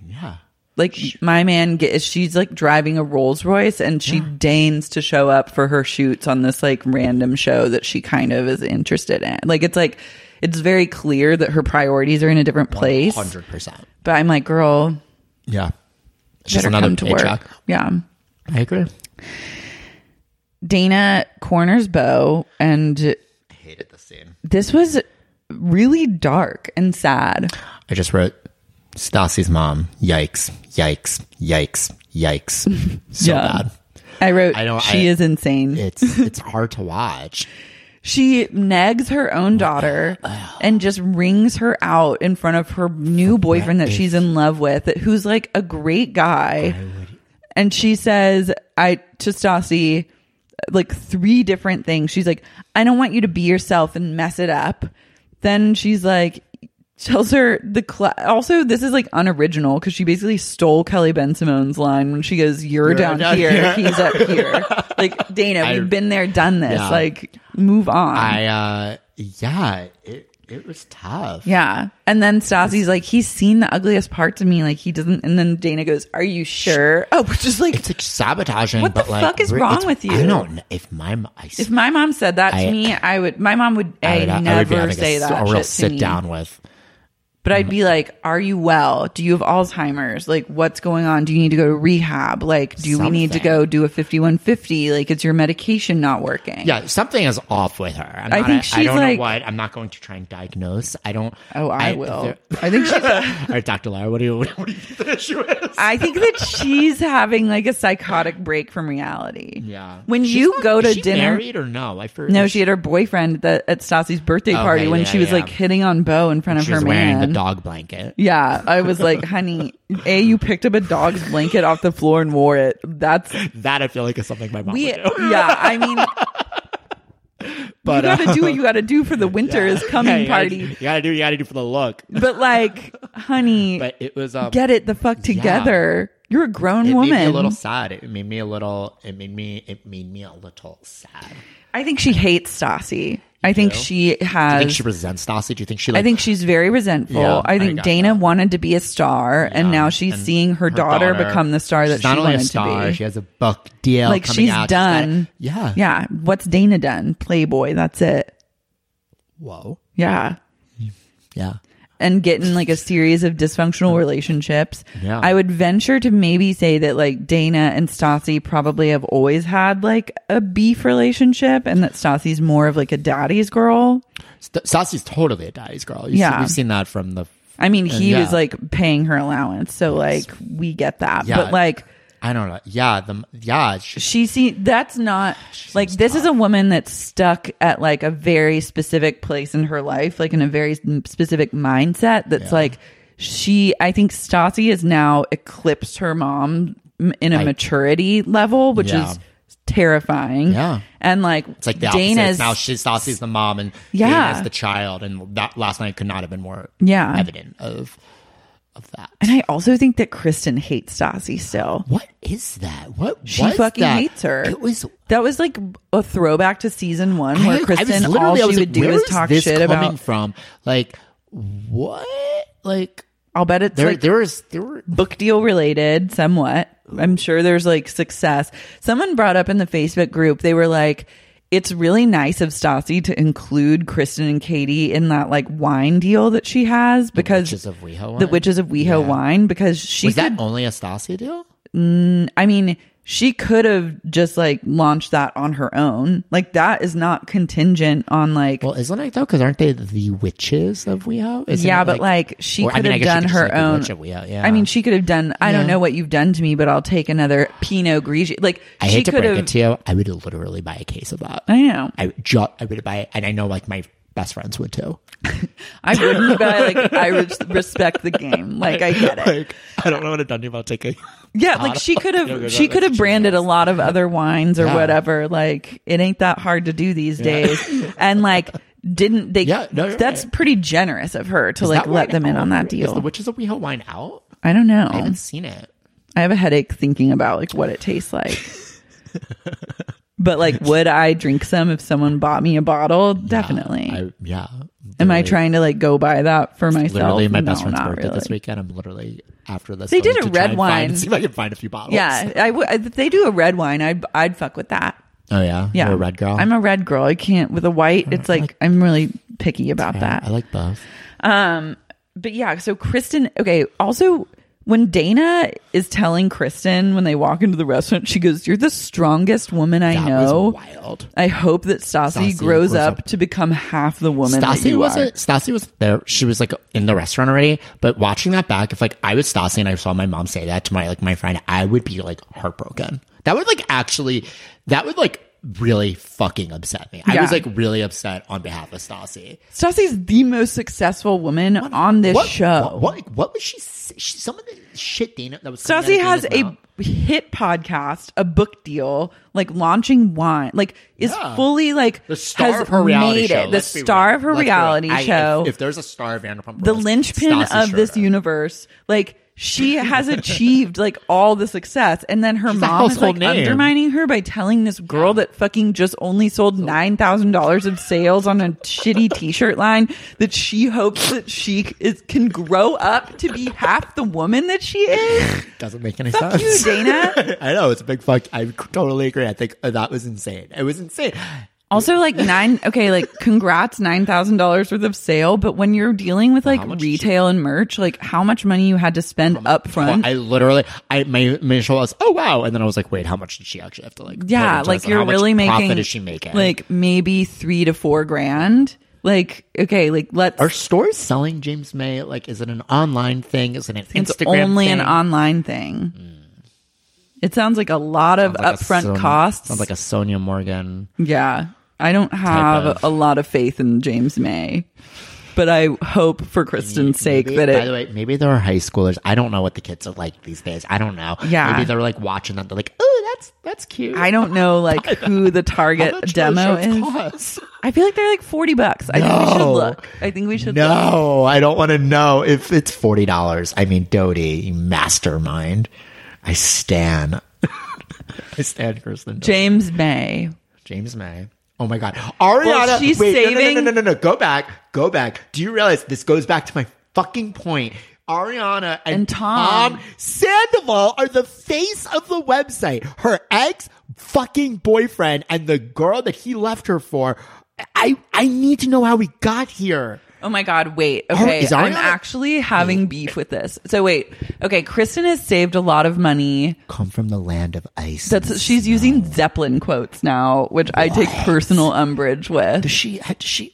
[SPEAKER 4] yeah.
[SPEAKER 1] Like my man, get, she's like driving a Rolls Royce and she deigns to show up for her shoots on this like random show that she kind of is interested in. Like it's like it's very clear that her priorities are in a different place.
[SPEAKER 4] Hundred percent.
[SPEAKER 1] But I'm like, girl,
[SPEAKER 4] Yeah. It's
[SPEAKER 1] better come to
[SPEAKER 4] paycheck.
[SPEAKER 1] work. Yeah.
[SPEAKER 4] I agree.
[SPEAKER 1] Dana corners Bo and
[SPEAKER 4] I hated the scene.
[SPEAKER 1] this was really dark and sad.
[SPEAKER 4] I just wrote Stassi's mom. Yikes! Yikes! Yikes! Yikes! So
[SPEAKER 1] Yeah.
[SPEAKER 4] bad.
[SPEAKER 1] I wrote,
[SPEAKER 4] I don't-
[SPEAKER 1] she
[SPEAKER 4] I-
[SPEAKER 1] is insane.
[SPEAKER 4] It's it's hard to watch.
[SPEAKER 1] she negs her own daughter and just rings her out in front of her new boyfriend that she's in love with, that- who's like a great guy. And she says, I, to Stassi, like three different things. She's like, I don't want you to be yourself and mess it up. Then she's like, tells her the cl- also this is like unoriginal because she basically stole Kelly Ben Simone's line when she goes, "You're, down,
[SPEAKER 4] down
[SPEAKER 1] here,
[SPEAKER 4] here."
[SPEAKER 1] he's up here." like Dana,
[SPEAKER 4] I-
[SPEAKER 1] we've been there, done this.
[SPEAKER 4] Yeah.
[SPEAKER 1] Like, move on.
[SPEAKER 4] I uh yeah. It it was tough.
[SPEAKER 1] yeah. And then Stassi's like, he's seen the ugliest parts of me. Like he doesn't. And then Dana goes, "Are you sure?" Oh, which is like,
[SPEAKER 4] It's like sabotaging.
[SPEAKER 1] What the
[SPEAKER 4] but like,
[SPEAKER 1] fuck is
[SPEAKER 4] re-
[SPEAKER 1] wrong
[SPEAKER 4] it's-
[SPEAKER 1] with you?
[SPEAKER 4] I don't. kn- If my m- I,
[SPEAKER 1] if my mom said that to
[SPEAKER 4] I-
[SPEAKER 1] me, I would. My mom would. I,
[SPEAKER 4] I would, I would be
[SPEAKER 1] never
[SPEAKER 4] having
[SPEAKER 1] say
[SPEAKER 4] a, s-
[SPEAKER 1] that.
[SPEAKER 4] a real
[SPEAKER 1] shit to
[SPEAKER 4] sit
[SPEAKER 1] me.
[SPEAKER 4] down with.
[SPEAKER 1] But I'd be like, are you well? Do you have Alzheimer's? Like, what's going on? Do you need to go to rehab? Like, do we need to
[SPEAKER 4] Something.
[SPEAKER 1] go do a 5150? Like, is your medication not working?
[SPEAKER 4] Yeah, something is off with her. I'm
[SPEAKER 1] I
[SPEAKER 4] not-
[SPEAKER 1] think
[SPEAKER 4] I
[SPEAKER 1] she's
[SPEAKER 4] don't
[SPEAKER 1] like-
[SPEAKER 4] know what. I'm not going to try and diagnose. I don't.
[SPEAKER 1] Oh, I will.
[SPEAKER 4] I think she's. All right, Dr. Lara, what do you, what do you think the issue is?
[SPEAKER 1] I think that she's having like a psychotic break from reality.
[SPEAKER 4] Yeah.
[SPEAKER 1] When
[SPEAKER 4] She's
[SPEAKER 1] you
[SPEAKER 4] not-
[SPEAKER 1] go to
[SPEAKER 4] is she
[SPEAKER 1] dinner,
[SPEAKER 4] married or no? I forgot.
[SPEAKER 1] no, she had her boyfriend that at Stassi's birthday party when
[SPEAKER 4] yeah,
[SPEAKER 1] she was
[SPEAKER 4] yeah.
[SPEAKER 1] like hitting on Bo in front of
[SPEAKER 4] she
[SPEAKER 1] her
[SPEAKER 4] was wearing
[SPEAKER 1] man.
[SPEAKER 4] the dog blanket.
[SPEAKER 1] Yeah, I was like, honey, a you picked up a dog's blanket off the floor and wore it. That's
[SPEAKER 4] That I feel like is something my mom
[SPEAKER 1] we.
[SPEAKER 4] would do.
[SPEAKER 1] Yeah, I mean,
[SPEAKER 4] But
[SPEAKER 1] you gotta
[SPEAKER 4] uh,
[SPEAKER 1] do what you gotta do for the winter is coming
[SPEAKER 4] yeah, you gotta-
[SPEAKER 1] party.
[SPEAKER 4] You gotta do. what You gotta do for the look.
[SPEAKER 1] But like, honey,
[SPEAKER 4] But it was um,
[SPEAKER 1] get it the fuck together. You're a grown
[SPEAKER 4] it
[SPEAKER 1] woman.
[SPEAKER 4] made me a little sad. It made me a little. It made me. It made me a little sad.
[SPEAKER 1] I think she hates Stassi. I think
[SPEAKER 4] do?
[SPEAKER 1] she
[SPEAKER 4] Do you
[SPEAKER 1] has.
[SPEAKER 4] think she resents Stassi? Do you think she? Like,
[SPEAKER 1] I think she's very resentful.
[SPEAKER 4] Yeah,
[SPEAKER 1] I
[SPEAKER 4] I
[SPEAKER 1] think
[SPEAKER 4] got
[SPEAKER 1] Dana
[SPEAKER 4] that.
[SPEAKER 1] wanted to be a star, and now she's
[SPEAKER 4] um, and
[SPEAKER 1] seeing her, daughter, become the star that
[SPEAKER 4] she's
[SPEAKER 1] she
[SPEAKER 4] not only
[SPEAKER 1] wanted
[SPEAKER 4] a star,
[SPEAKER 1] to be.
[SPEAKER 4] She has a book deal.
[SPEAKER 1] like
[SPEAKER 4] coming
[SPEAKER 1] she's
[SPEAKER 4] out. got-
[SPEAKER 1] done.
[SPEAKER 4] yeah.
[SPEAKER 1] Yeah. What's Dana done? Playboy. That's it.
[SPEAKER 4] Whoa.
[SPEAKER 1] Yeah.
[SPEAKER 4] Yeah.
[SPEAKER 1] And getting like a series of dysfunctional relationships.
[SPEAKER 4] Yeah.
[SPEAKER 1] I would venture to maybe say that like Dana and Stassi probably have always had like a beef relationship and that Stassi's more of like a daddy's girl.
[SPEAKER 4] St- Stassi's totally a daddy's girl. You see-
[SPEAKER 1] Yeah.
[SPEAKER 4] we've seen that from the.
[SPEAKER 1] I mean, he
[SPEAKER 4] yeah.
[SPEAKER 1] was like paying her allowance. So like we get that.
[SPEAKER 4] Yeah.
[SPEAKER 1] But like
[SPEAKER 4] I don't know. Yeah. The yeah. She,
[SPEAKER 1] she see that's not like this is a woman that's stuck at like a very specific place in her life like in a very s- specific mindset that's like she i think stassi has now eclipsed her mom m- in a maturity level which
[SPEAKER 4] Yeah.
[SPEAKER 1] is terrifying
[SPEAKER 4] Yeah.
[SPEAKER 1] and like
[SPEAKER 4] it's like the opposite.
[SPEAKER 1] dana's
[SPEAKER 4] It's now she's Stassi's the mom and
[SPEAKER 1] Yeah.
[SPEAKER 4] Dana's the child, and that last night could not have been more
[SPEAKER 1] Yeah.
[SPEAKER 4] evident of of that.
[SPEAKER 1] and i also think that kristen hates stassi still
[SPEAKER 4] What is that? What
[SPEAKER 1] she
[SPEAKER 4] was
[SPEAKER 1] fucking
[SPEAKER 4] that?
[SPEAKER 1] hates her.
[SPEAKER 4] It was
[SPEAKER 1] that was like a throwback to season one
[SPEAKER 4] I-
[SPEAKER 1] where
[SPEAKER 4] I
[SPEAKER 1] Kristen
[SPEAKER 4] was literally,
[SPEAKER 1] all
[SPEAKER 4] I
[SPEAKER 1] she
[SPEAKER 4] was
[SPEAKER 1] would
[SPEAKER 4] like,
[SPEAKER 1] do
[SPEAKER 4] where
[SPEAKER 1] is
[SPEAKER 4] is
[SPEAKER 1] talk
[SPEAKER 4] this
[SPEAKER 1] shit
[SPEAKER 4] coming
[SPEAKER 1] about.
[SPEAKER 4] from like what like
[SPEAKER 1] I'll bet it's
[SPEAKER 4] there
[SPEAKER 1] like
[SPEAKER 4] there is there were
[SPEAKER 1] book deal related somewhat. I'm sure there's like success. Someone brought up in the Facebook group, they were like, it's really nice of Stassi to include Kristen and Katie in that like wine deal that she has because
[SPEAKER 4] Witches of Weho
[SPEAKER 1] the
[SPEAKER 4] wine?
[SPEAKER 1] Witches of Weho wine because she
[SPEAKER 4] was that
[SPEAKER 1] could,
[SPEAKER 4] only a Stassi deal?
[SPEAKER 1] I mean, she could have just like launched that on her own. Like that is not contingent on like
[SPEAKER 4] Well, isn't it though? Because aren't they the witches of WeHo? Isn't
[SPEAKER 1] yeah,
[SPEAKER 4] it,
[SPEAKER 1] but like she
[SPEAKER 4] or, I
[SPEAKER 1] could
[SPEAKER 4] mean, I
[SPEAKER 1] have done
[SPEAKER 4] guess she could just
[SPEAKER 1] her
[SPEAKER 4] say the
[SPEAKER 1] own.
[SPEAKER 4] witch of Wea, yeah.
[SPEAKER 1] I mean, she could have done. I don't know what you've done to me, but I'll take another Pinot Grigio. Like
[SPEAKER 4] I
[SPEAKER 1] she
[SPEAKER 4] hate to
[SPEAKER 1] could
[SPEAKER 4] break
[SPEAKER 1] have.
[SPEAKER 4] it to you, I would literally buy a case of that.
[SPEAKER 1] I know.
[SPEAKER 4] I would ju- I would buy, it, and I know like my best friends would too.
[SPEAKER 1] I wouldn't, but I, like I res- respect the game. Like I get it.
[SPEAKER 4] Like I don't know what I've done about taking.
[SPEAKER 1] Yeah, like she could
[SPEAKER 4] Yeah,
[SPEAKER 1] have.
[SPEAKER 4] that's
[SPEAKER 1] She could
[SPEAKER 4] what
[SPEAKER 1] have
[SPEAKER 4] she
[SPEAKER 1] branded a lot of other wines or
[SPEAKER 4] Yeah.
[SPEAKER 1] whatever. Like it ain't that hard to do these days. And like didn't they?
[SPEAKER 4] Yeah, no, you're
[SPEAKER 1] that's
[SPEAKER 4] right.
[SPEAKER 1] pretty generous of her to like
[SPEAKER 4] That
[SPEAKER 1] let
[SPEAKER 4] wine
[SPEAKER 1] them in on
[SPEAKER 4] out?
[SPEAKER 1] that
[SPEAKER 4] Is the
[SPEAKER 1] deal. Mm.
[SPEAKER 4] witches of WeHo wine out?
[SPEAKER 1] I don't know.
[SPEAKER 4] I haven't seen it.
[SPEAKER 1] I have a headache thinking about like what it tastes like. but like, would I drink some if someone bought me a bottle? Definitely.
[SPEAKER 4] I, yeah.
[SPEAKER 1] Am I
[SPEAKER 4] Literally-
[SPEAKER 1] trying to like go buy that for myself?
[SPEAKER 4] Literally, my best
[SPEAKER 1] No,
[SPEAKER 4] friend's
[SPEAKER 1] not
[SPEAKER 4] birthday
[SPEAKER 1] really.
[SPEAKER 4] this weekend. I'm literally after this.
[SPEAKER 1] They
[SPEAKER 4] going
[SPEAKER 1] did a
[SPEAKER 4] to try
[SPEAKER 1] red
[SPEAKER 4] and find-
[SPEAKER 1] wine.
[SPEAKER 4] See if I can find a few bottles.
[SPEAKER 1] Yeah, I w- if they do a red wine, I'd I'd fuck with that.
[SPEAKER 4] Oh yeah.
[SPEAKER 1] Yeah,
[SPEAKER 4] You're a red girl. Oh,
[SPEAKER 1] I'm a red girl. I can't with a white. It's like I'm really picky about that.
[SPEAKER 4] I like both.
[SPEAKER 1] but yeah, so Kristen, okay, also when Dana is telling Kristen when they walk into the restaurant, she goes, "You're the strongest woman I
[SPEAKER 4] That
[SPEAKER 1] know."
[SPEAKER 4] was wild.
[SPEAKER 1] I hope that Stassi,
[SPEAKER 4] Stassi
[SPEAKER 1] grows
[SPEAKER 4] grows
[SPEAKER 1] up
[SPEAKER 4] up-
[SPEAKER 1] to become half the woman. that
[SPEAKER 4] Stassi
[SPEAKER 1] you
[SPEAKER 4] was
[SPEAKER 1] are.
[SPEAKER 4] not Stassi was there. She was like in the restaurant already. But watching that back, if like I was Stassi and I saw my mom say that to my like my friend, I would be like heartbroken. That would like actually, that would like really fucking upset me. I was
[SPEAKER 1] Yeah.
[SPEAKER 4] like really upset on behalf of Stassi.
[SPEAKER 1] Stassi's the most successful woman on this
[SPEAKER 4] what,
[SPEAKER 1] show.
[SPEAKER 4] What, what, what was she, say- she? Some of the shit Dana that was. coming
[SPEAKER 1] Stassi
[SPEAKER 4] out of
[SPEAKER 1] has
[SPEAKER 4] Dana's mouth.
[SPEAKER 1] a hit podcast, a book deal, like launching wine, like is
[SPEAKER 4] Yeah.
[SPEAKER 1] fully like
[SPEAKER 4] the star
[SPEAKER 1] has
[SPEAKER 4] of her reality
[SPEAKER 1] made
[SPEAKER 4] show.
[SPEAKER 1] it. The
[SPEAKER 4] let's be
[SPEAKER 1] star
[SPEAKER 4] real.
[SPEAKER 1] of her
[SPEAKER 4] Let's be real.
[SPEAKER 1] reality
[SPEAKER 4] I- if-
[SPEAKER 1] show.
[SPEAKER 4] if, there's a star of Vanderpump,
[SPEAKER 1] the
[SPEAKER 4] Rules,
[SPEAKER 1] linchpin
[SPEAKER 4] Stassi
[SPEAKER 1] of this
[SPEAKER 4] Schroeder.
[SPEAKER 1] universe. Like she has achieved like all the success, and then her
[SPEAKER 4] She's a
[SPEAKER 1] mom is like
[SPEAKER 4] household name.
[SPEAKER 1] undermining her by telling this girl that fucking just only sold nine thousand dollars of sales on a shitty T-shirt line that she hopes that she is can grow up to be half the woman that she is.
[SPEAKER 4] Doesn't make any
[SPEAKER 1] Fuck you,
[SPEAKER 4] sense.
[SPEAKER 1] Dana.
[SPEAKER 4] I know it's a big fuck. I totally agree. I think uh, that was insane. It was insane.
[SPEAKER 1] Also, like nine. Okay, like congrats, nine thousand dollars worth of sale. But when you're dealing with like
[SPEAKER 4] much-
[SPEAKER 1] retail and merch, like how much money you had to spend up front.
[SPEAKER 4] I literally, I my, my initial was, oh wow, and then I was like, wait, how much did she actually have to like?
[SPEAKER 1] yeah,
[SPEAKER 4] put into
[SPEAKER 1] like
[SPEAKER 4] this, and
[SPEAKER 1] you're
[SPEAKER 4] how much
[SPEAKER 1] really making.
[SPEAKER 4] Profit is she making?
[SPEAKER 1] Like maybe three to four grand. Like okay, like let's.
[SPEAKER 4] are stores selling James May? Like, is it an online thing? Is it an
[SPEAKER 1] it's
[SPEAKER 4] Instagram?
[SPEAKER 1] only an
[SPEAKER 4] thing? Hmm.
[SPEAKER 1] online thing. It sounds like a lot of
[SPEAKER 4] Like a
[SPEAKER 1] upfront
[SPEAKER 4] Son-
[SPEAKER 1] costs.
[SPEAKER 4] Sounds like a Sonia Morgan.
[SPEAKER 1] Yeah. I don't have
[SPEAKER 4] of-
[SPEAKER 1] a lot of faith in James May, but I hope for Kristen's sake
[SPEAKER 4] Maybe-
[SPEAKER 1] that
[SPEAKER 4] by the
[SPEAKER 1] it.
[SPEAKER 4] way, maybe there are high schoolers. I don't know what the kids are like these days. I don't know.
[SPEAKER 1] Yeah.
[SPEAKER 4] maybe they're like watching that. They're like, oh, that's that's cute.
[SPEAKER 1] I don't know like who the
[SPEAKER 4] How
[SPEAKER 1] target
[SPEAKER 4] much do
[SPEAKER 1] demo
[SPEAKER 4] those shirts
[SPEAKER 1] is.
[SPEAKER 4] cost?
[SPEAKER 1] I feel like they're like 40 bucks. I think we should
[SPEAKER 4] No.
[SPEAKER 1] look. I think we should look.
[SPEAKER 4] No, I don't want to know if it's forty dollars. I mean, Dodie, you mastermind. I stan. I stan Kristen. Doty.
[SPEAKER 1] James May.
[SPEAKER 4] James May. Oh my God, Ariana.
[SPEAKER 1] Well, she's
[SPEAKER 4] wait, no, no,
[SPEAKER 1] saving-
[SPEAKER 4] No, no, no, no, no. Go back. Go back. Do you realize this goes back to my fucking point? Ariana and,
[SPEAKER 1] And Tom.
[SPEAKER 4] Sandoval are the face of the website. Her ex fucking boyfriend and the girl that he left her for. I I need to know how we got here.
[SPEAKER 1] Oh my God, wait. Okay.
[SPEAKER 4] is
[SPEAKER 1] I'm
[SPEAKER 4] Ariana-
[SPEAKER 1] actually having beef with this. So wait. Okay. Kristen has saved a lot of money.
[SPEAKER 4] Come from the land of ice.
[SPEAKER 1] That's, she's using Zeppelin quotes now, which I take personal umbrage with.
[SPEAKER 4] Does she does she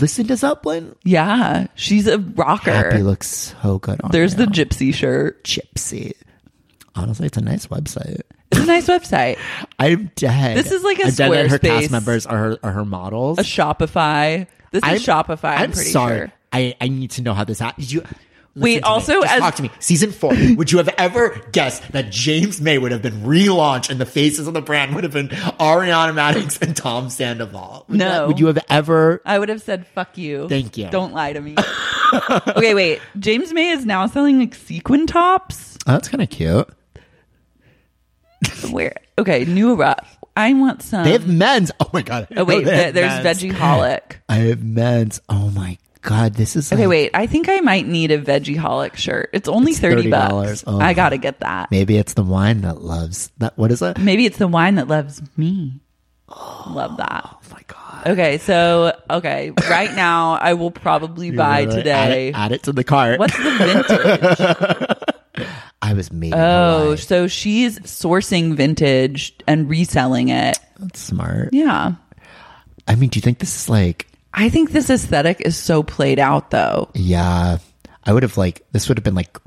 [SPEAKER 4] listen to Zeppelin?
[SPEAKER 1] Yeah. She's a rocker.
[SPEAKER 4] Happy looks so good on
[SPEAKER 1] There's the
[SPEAKER 4] you.
[SPEAKER 1] gypsy shirt.
[SPEAKER 4] gypsy. Honestly, it's a nice website.
[SPEAKER 1] It's a nice website.
[SPEAKER 4] I'm dead.
[SPEAKER 1] This is like a
[SPEAKER 4] I'm dead that her
[SPEAKER 1] Squarespace.
[SPEAKER 4] cast members are her, are her models.
[SPEAKER 1] A Shopify. This is Shopify. I'm,
[SPEAKER 4] I'm
[SPEAKER 1] pretty
[SPEAKER 4] sorry.
[SPEAKER 1] sure.
[SPEAKER 4] I, I need to know how this happened. Did you
[SPEAKER 1] Wait,
[SPEAKER 4] listen to me.
[SPEAKER 1] also
[SPEAKER 4] Just
[SPEAKER 1] as-
[SPEAKER 4] talk to me. Season four. would you have ever guessed that James May would have been relaunched and the faces of the brand would have been Ariana Maddox and Tom Sandoval? Would
[SPEAKER 1] No.
[SPEAKER 4] that- would you have ever? oh,
[SPEAKER 1] I would have said fuck you.
[SPEAKER 4] Thank you.
[SPEAKER 1] Don't lie to me. okay, wait. James May is now selling like sequin tops.
[SPEAKER 4] Oh, that's kind of cute.
[SPEAKER 1] Where? Okay, new rock. I want some.
[SPEAKER 4] They have men's. Oh my god.
[SPEAKER 1] Um, oh
[SPEAKER 4] I know
[SPEAKER 1] wait,
[SPEAKER 4] they
[SPEAKER 1] th-
[SPEAKER 4] have
[SPEAKER 1] there's
[SPEAKER 4] men's.
[SPEAKER 1] veggie holic.
[SPEAKER 4] I have men's. Oh my god. This is
[SPEAKER 1] Okay,
[SPEAKER 4] like-
[SPEAKER 1] wait. I think I might need a veggie holic shirt. It's only
[SPEAKER 4] It's
[SPEAKER 1] thirty bucks.
[SPEAKER 4] $30. Oh.
[SPEAKER 1] I gotta get that.
[SPEAKER 4] Maybe it's the wine that loves that. What is it?
[SPEAKER 1] Maybe it's the wine that loves me. Love that.
[SPEAKER 4] Oh my god.
[SPEAKER 1] Okay, so okay, right now I will probably buy
[SPEAKER 4] Really? Add
[SPEAKER 1] today.
[SPEAKER 4] it, add it to the cart.
[SPEAKER 1] What's the vintage?
[SPEAKER 4] I was made.
[SPEAKER 1] Oh, so she's sourcing vintage and reselling it.
[SPEAKER 4] that's smart.
[SPEAKER 1] Yeah.
[SPEAKER 4] I mean, do you think this is like?
[SPEAKER 1] I think this aesthetic is so played out though.
[SPEAKER 4] Yeah, I would have like this would have been like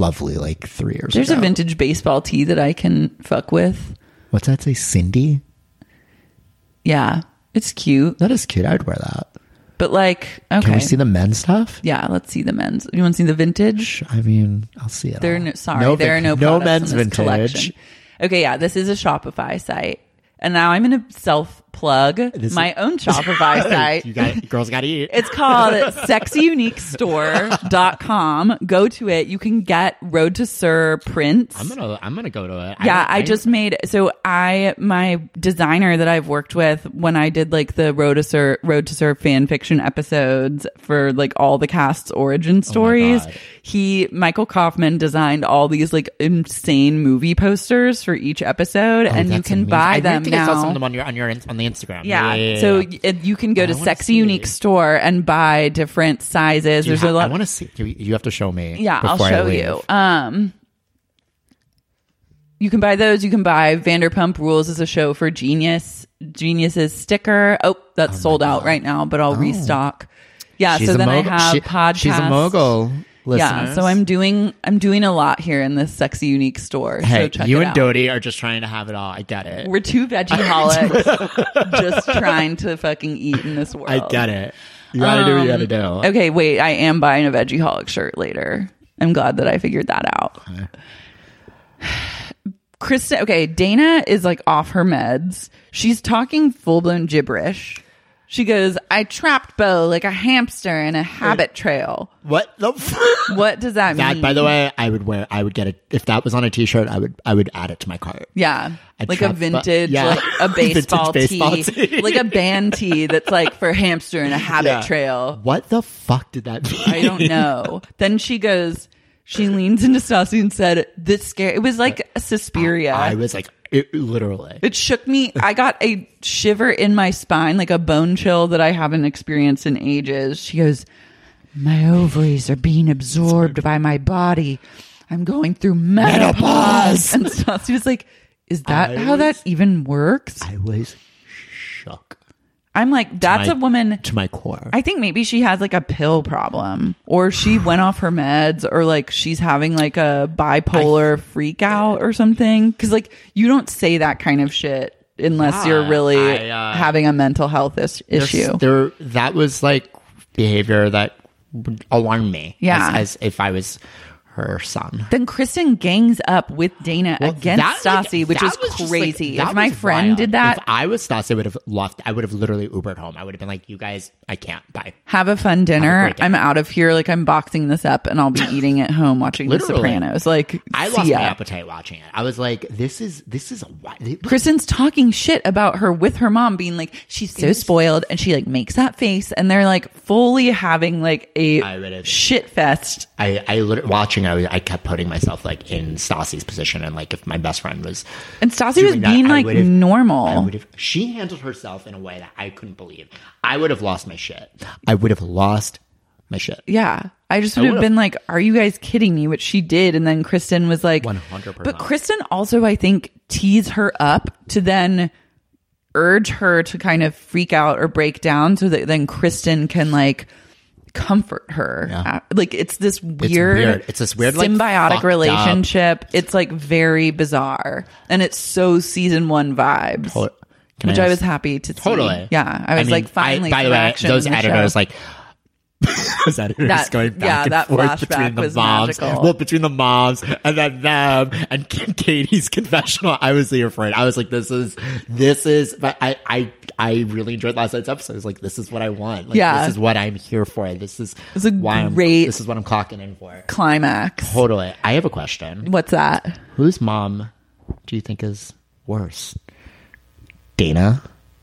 [SPEAKER 4] lovely like three years.
[SPEAKER 1] There's
[SPEAKER 4] ago.
[SPEAKER 1] a vintage baseball tee that I can fuck with.
[SPEAKER 4] What's that say? Cindy.
[SPEAKER 1] Yeah. It's cute.
[SPEAKER 4] That is cute. I would wear that.
[SPEAKER 1] But like okay.
[SPEAKER 4] Can we see the men's stuff?
[SPEAKER 1] yeah, let's see the men's. You want to see the vintage?
[SPEAKER 4] I mean, I'll see it.
[SPEAKER 1] There are
[SPEAKER 4] all.
[SPEAKER 1] no, sorry,
[SPEAKER 4] No
[SPEAKER 1] there are
[SPEAKER 4] vin-
[SPEAKER 1] no
[SPEAKER 4] no
[SPEAKER 1] products
[SPEAKER 4] men's
[SPEAKER 1] in this
[SPEAKER 4] vintage.
[SPEAKER 1] collection. Okay, yeah, this is a Shopify site, and now I'm gonna self plug
[SPEAKER 4] is-
[SPEAKER 1] my own Shopify site.
[SPEAKER 4] You got girls got to eat.
[SPEAKER 1] It's called sexyuniquestore.com. Go to it. You can get Road to Sir prints.
[SPEAKER 4] I'm gonna I'm gonna go to it.
[SPEAKER 1] yeah,
[SPEAKER 4] don't-
[SPEAKER 1] I, just made so I my designer that I've worked with when I did like the Road to Sir Road to Sir fan fiction episodes for like all the cast's origin stories.
[SPEAKER 4] Oh God.
[SPEAKER 1] he Michael Kaufman designed all these like insane movie posters for each episode,
[SPEAKER 4] Oh,
[SPEAKER 1] and you
[SPEAKER 4] that's
[SPEAKER 1] can
[SPEAKER 4] amazing.
[SPEAKER 1] buy
[SPEAKER 4] I
[SPEAKER 1] them
[SPEAKER 4] think
[SPEAKER 1] now.
[SPEAKER 4] I saw some of them on your on your on the Instagram.
[SPEAKER 1] Yeah. So y- it- you can go to
[SPEAKER 4] wanna
[SPEAKER 1] Sexy
[SPEAKER 4] see.
[SPEAKER 1] Unique Store and buy different sizes.
[SPEAKER 4] You
[SPEAKER 1] There's
[SPEAKER 4] ha-
[SPEAKER 1] a lot.
[SPEAKER 4] I want to see. You, you have to show me.
[SPEAKER 1] yeah, I'll
[SPEAKER 4] before I
[SPEAKER 1] show
[SPEAKER 4] leave.
[SPEAKER 1] you. Um, you can buy those. You can buy Vanderpump Rules is a show for Genius Genius's sticker. Oh, that's sold out right now, but I'll restock. Yeah.
[SPEAKER 4] Oh. She's
[SPEAKER 1] Uh, so
[SPEAKER 4] a
[SPEAKER 1] then
[SPEAKER 4] mogul.
[SPEAKER 1] I have
[SPEAKER 4] She-
[SPEAKER 1] podcast.
[SPEAKER 4] She's a mogul.
[SPEAKER 1] Yeah.
[SPEAKER 4] listeners.
[SPEAKER 1] So I'm doing I'm doing a lot here in this Sexy Unique Store. so
[SPEAKER 4] Hey,
[SPEAKER 1] check
[SPEAKER 4] you
[SPEAKER 1] it
[SPEAKER 4] and
[SPEAKER 1] out.
[SPEAKER 4] Dodie are just trying to have it all. I get it.
[SPEAKER 1] We're two veggie holics just trying to fucking eat in this world.
[SPEAKER 4] I get it. You gotta do what you gotta do.
[SPEAKER 1] Um, Okay, wait. I am buying a Veggie Holic shirt later. I'm glad that I figured that out. Krista, okay, Dana is like off her meds. She's talking full blown gibberish. She goes, I trapped Bo like a hamster in a habit trail.
[SPEAKER 4] What the f-
[SPEAKER 1] What does that,
[SPEAKER 4] That,
[SPEAKER 1] mean?
[SPEAKER 4] by the way, I would wear. I would get it if that was on a T-shirt. I would. I would add it to my cart.
[SPEAKER 1] Yeah.
[SPEAKER 4] I
[SPEAKER 1] like a
[SPEAKER 4] trapped Bo-
[SPEAKER 1] vintage,
[SPEAKER 4] yeah.
[SPEAKER 1] like a
[SPEAKER 4] Vintage
[SPEAKER 1] baseball,
[SPEAKER 4] baseball
[SPEAKER 1] tee,
[SPEAKER 4] tee.
[SPEAKER 1] like a band tee that's like for hamster in a habit
[SPEAKER 4] Yeah.
[SPEAKER 1] trail.
[SPEAKER 4] What the fuck did that mean?
[SPEAKER 1] I don't know. then she goes, she leans into Stassi and said, This scare it was like a Suspiria.
[SPEAKER 4] I was like, It literally.
[SPEAKER 1] It shook me. I got a shiver in my spine, like a bone chill that I haven't experienced in ages. She goes, My ovaries are being absorbed by my body. I'm going through menopause. And Stassi was like, Is that
[SPEAKER 4] I
[SPEAKER 1] how that even works?
[SPEAKER 4] I was shook.
[SPEAKER 1] I'm like, That's
[SPEAKER 4] My-
[SPEAKER 1] a woman.
[SPEAKER 4] to my core.
[SPEAKER 1] I think maybe she has like a pill problem or she went off her meds or like she's having like a bipolar freak out or something. Cause like you don't say that kind of shit unless
[SPEAKER 4] Yeah,
[SPEAKER 1] you're really
[SPEAKER 4] I, uh,
[SPEAKER 1] having a mental health is-
[SPEAKER 4] There's-
[SPEAKER 1] issue.
[SPEAKER 4] There, that was like behavior that would alarmed me.
[SPEAKER 1] Yeah.
[SPEAKER 4] as, as if I was her son.
[SPEAKER 1] then Kristen gangs up with Dana
[SPEAKER 4] Well,
[SPEAKER 1] against
[SPEAKER 4] that, like,
[SPEAKER 1] Stassi, which
[SPEAKER 4] that
[SPEAKER 1] is
[SPEAKER 4] was just, like,
[SPEAKER 1] crazy.
[SPEAKER 4] that
[SPEAKER 1] if my
[SPEAKER 4] was
[SPEAKER 1] friend
[SPEAKER 4] wild.
[SPEAKER 1] did that,
[SPEAKER 4] if I was Stassi, I would have left. I would have literally Ubered home. I would have been like, "You guys, I can't. Bye."
[SPEAKER 1] have a fun dinner.
[SPEAKER 4] great day.
[SPEAKER 1] I'm out of here. Like I'm boxing this up and I'll be eating at home watching The
[SPEAKER 4] Literally.
[SPEAKER 1] Sopranos. Like
[SPEAKER 4] I
[SPEAKER 1] see
[SPEAKER 4] lost
[SPEAKER 1] ya.
[SPEAKER 4] my appetite watching it. I was like, "This is this is a what?"
[SPEAKER 1] Kristen's talking shit about her with her mom being like, she's so spoiled and she like makes that face and they're like fully having like
[SPEAKER 4] I read
[SPEAKER 1] a
[SPEAKER 4] it.
[SPEAKER 1] shit fest.
[SPEAKER 4] I, I literally, watching. I, was- I kept putting myself like in Stassi's position, and like if my best friend was
[SPEAKER 1] And Stassi was
[SPEAKER 4] doing that,
[SPEAKER 1] being
[SPEAKER 4] I
[SPEAKER 1] like
[SPEAKER 4] would've- I
[SPEAKER 1] normal.
[SPEAKER 4] would have. She handled herself in a way that I couldn't believe. I would have lost my shit. I would have lost my shit.
[SPEAKER 1] Yeah. I just would have
[SPEAKER 4] would've.
[SPEAKER 1] been like, are you guys kidding me? Which she did. And then Kristen was like,
[SPEAKER 4] 100%.
[SPEAKER 1] But Kristen also, I think, teased her up to then urge her to kind of freak out or break down so that then Kristen can like comfort her. Uh, Like it's this weird,
[SPEAKER 4] weird. It's this weird, like,
[SPEAKER 1] symbiotic
[SPEAKER 4] fucked up-
[SPEAKER 1] relationship. It's like very bizarre. And it's so season one vibes.
[SPEAKER 4] Tol- Can
[SPEAKER 1] which I,
[SPEAKER 4] ask-
[SPEAKER 1] was happy to see.
[SPEAKER 4] totally.
[SPEAKER 1] Yeah. I was
[SPEAKER 4] mean,
[SPEAKER 1] like, finally,
[SPEAKER 4] by the
[SPEAKER 1] some
[SPEAKER 4] way,
[SPEAKER 1] action
[SPEAKER 4] those
[SPEAKER 1] in the show.
[SPEAKER 4] editors like. those editors
[SPEAKER 1] That-
[SPEAKER 4] going back
[SPEAKER 1] yeah,
[SPEAKER 4] and
[SPEAKER 1] that
[SPEAKER 4] forth
[SPEAKER 1] flashback
[SPEAKER 4] between the
[SPEAKER 1] was
[SPEAKER 4] moms,
[SPEAKER 1] magical.
[SPEAKER 4] well, between the moms and then them and Katie's confessional. I was here for it. I was like, this is this is. But I I I really enjoyed last night's episode. I was like, this is what I want. Like,
[SPEAKER 1] Yeah.
[SPEAKER 4] this is what I'm here for. This is
[SPEAKER 1] It's a
[SPEAKER 4] why I'm,
[SPEAKER 1] great-
[SPEAKER 4] This is what I'm clocking in for.
[SPEAKER 1] climax.
[SPEAKER 4] Totally. I have a question.
[SPEAKER 1] What's that?
[SPEAKER 4] Whose mom do you think is worse? Dana,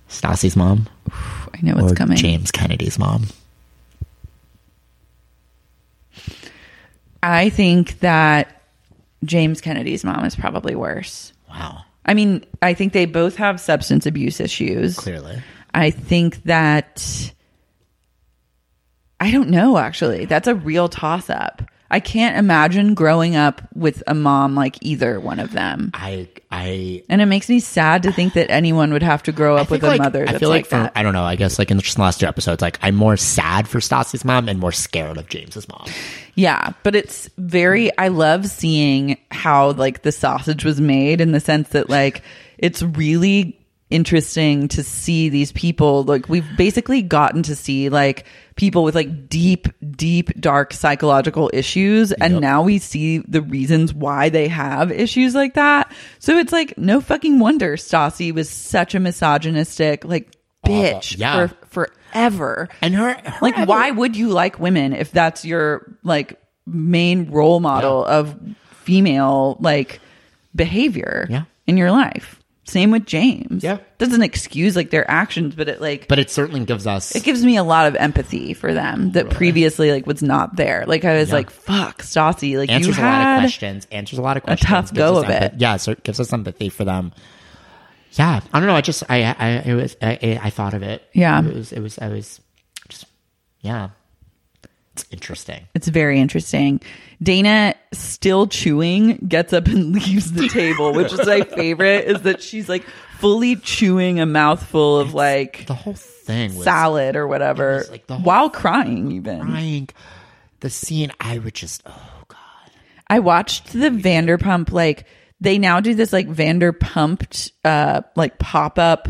[SPEAKER 4] Stassi's mom,
[SPEAKER 1] I know what's
[SPEAKER 4] or
[SPEAKER 1] coming.
[SPEAKER 4] James Kennedy's mom?
[SPEAKER 1] I think that James Kennedy's mom is probably worse.
[SPEAKER 4] Wow.
[SPEAKER 1] I mean, I think they both have substance abuse issues.
[SPEAKER 4] Clearly.
[SPEAKER 1] I think that I don't know actually. That's a real toss up. I can't imagine growing up with a mom like either one of them.
[SPEAKER 4] I I
[SPEAKER 1] And it makes me sad to think that anyone would have to grow up
[SPEAKER 4] I think,
[SPEAKER 1] with a
[SPEAKER 4] like,
[SPEAKER 1] mother that's
[SPEAKER 4] I feel
[SPEAKER 1] like,
[SPEAKER 4] like, for,
[SPEAKER 1] that.
[SPEAKER 4] I don't know. I guess like in just the last two episodes, like I'm more sad for Stassi's mom and more scared of James's mom.
[SPEAKER 1] Yeah, but it's very I love seeing how like the sausage was made in the sense that like it's really interesting to see these people like we've basically gotten to see like people with like deep deep dark psychological issues and now we see the reasons why they have issues like that so it's like no fucking wonder Stassi was such a misogynistic like bitch
[SPEAKER 4] Yeah.
[SPEAKER 1] for forever
[SPEAKER 4] And her, her
[SPEAKER 1] like
[SPEAKER 4] other-
[SPEAKER 1] why would you like women if that's your like main role model of female like behavior
[SPEAKER 4] Yeah.
[SPEAKER 1] in your life same with james
[SPEAKER 4] Yeah.
[SPEAKER 1] doesn't excuse like their actions but it like
[SPEAKER 4] But it certainly gives us.
[SPEAKER 1] it gives me a lot of empathy for them that previously like was not there like i was like fuck stassi like
[SPEAKER 4] answers
[SPEAKER 1] you
[SPEAKER 4] a lot of
[SPEAKER 1] had
[SPEAKER 4] questions. Answers a lot of questions.
[SPEAKER 1] tough
[SPEAKER 4] gives
[SPEAKER 1] go
[SPEAKER 4] us
[SPEAKER 1] of it.
[SPEAKER 4] empathy- Yeah, so it gives us empathy for them. Yeah, I don't know. I just I I it was I, I- I thought of it.
[SPEAKER 1] Yeah.
[SPEAKER 4] it was it was I was just yeah. It's interesting.
[SPEAKER 1] It's very interesting. Dana still chewing gets up and leaves the table, which is my favorite is that she's like fully chewing a mouthful of like
[SPEAKER 4] The whole thing was
[SPEAKER 1] salad or whatever
[SPEAKER 4] was, like, the whole-
[SPEAKER 1] while crying even.
[SPEAKER 4] crying. The scene I would just oh god.
[SPEAKER 1] I watched the Vanderpump like they now do this like Vanderpumped uh like pop-up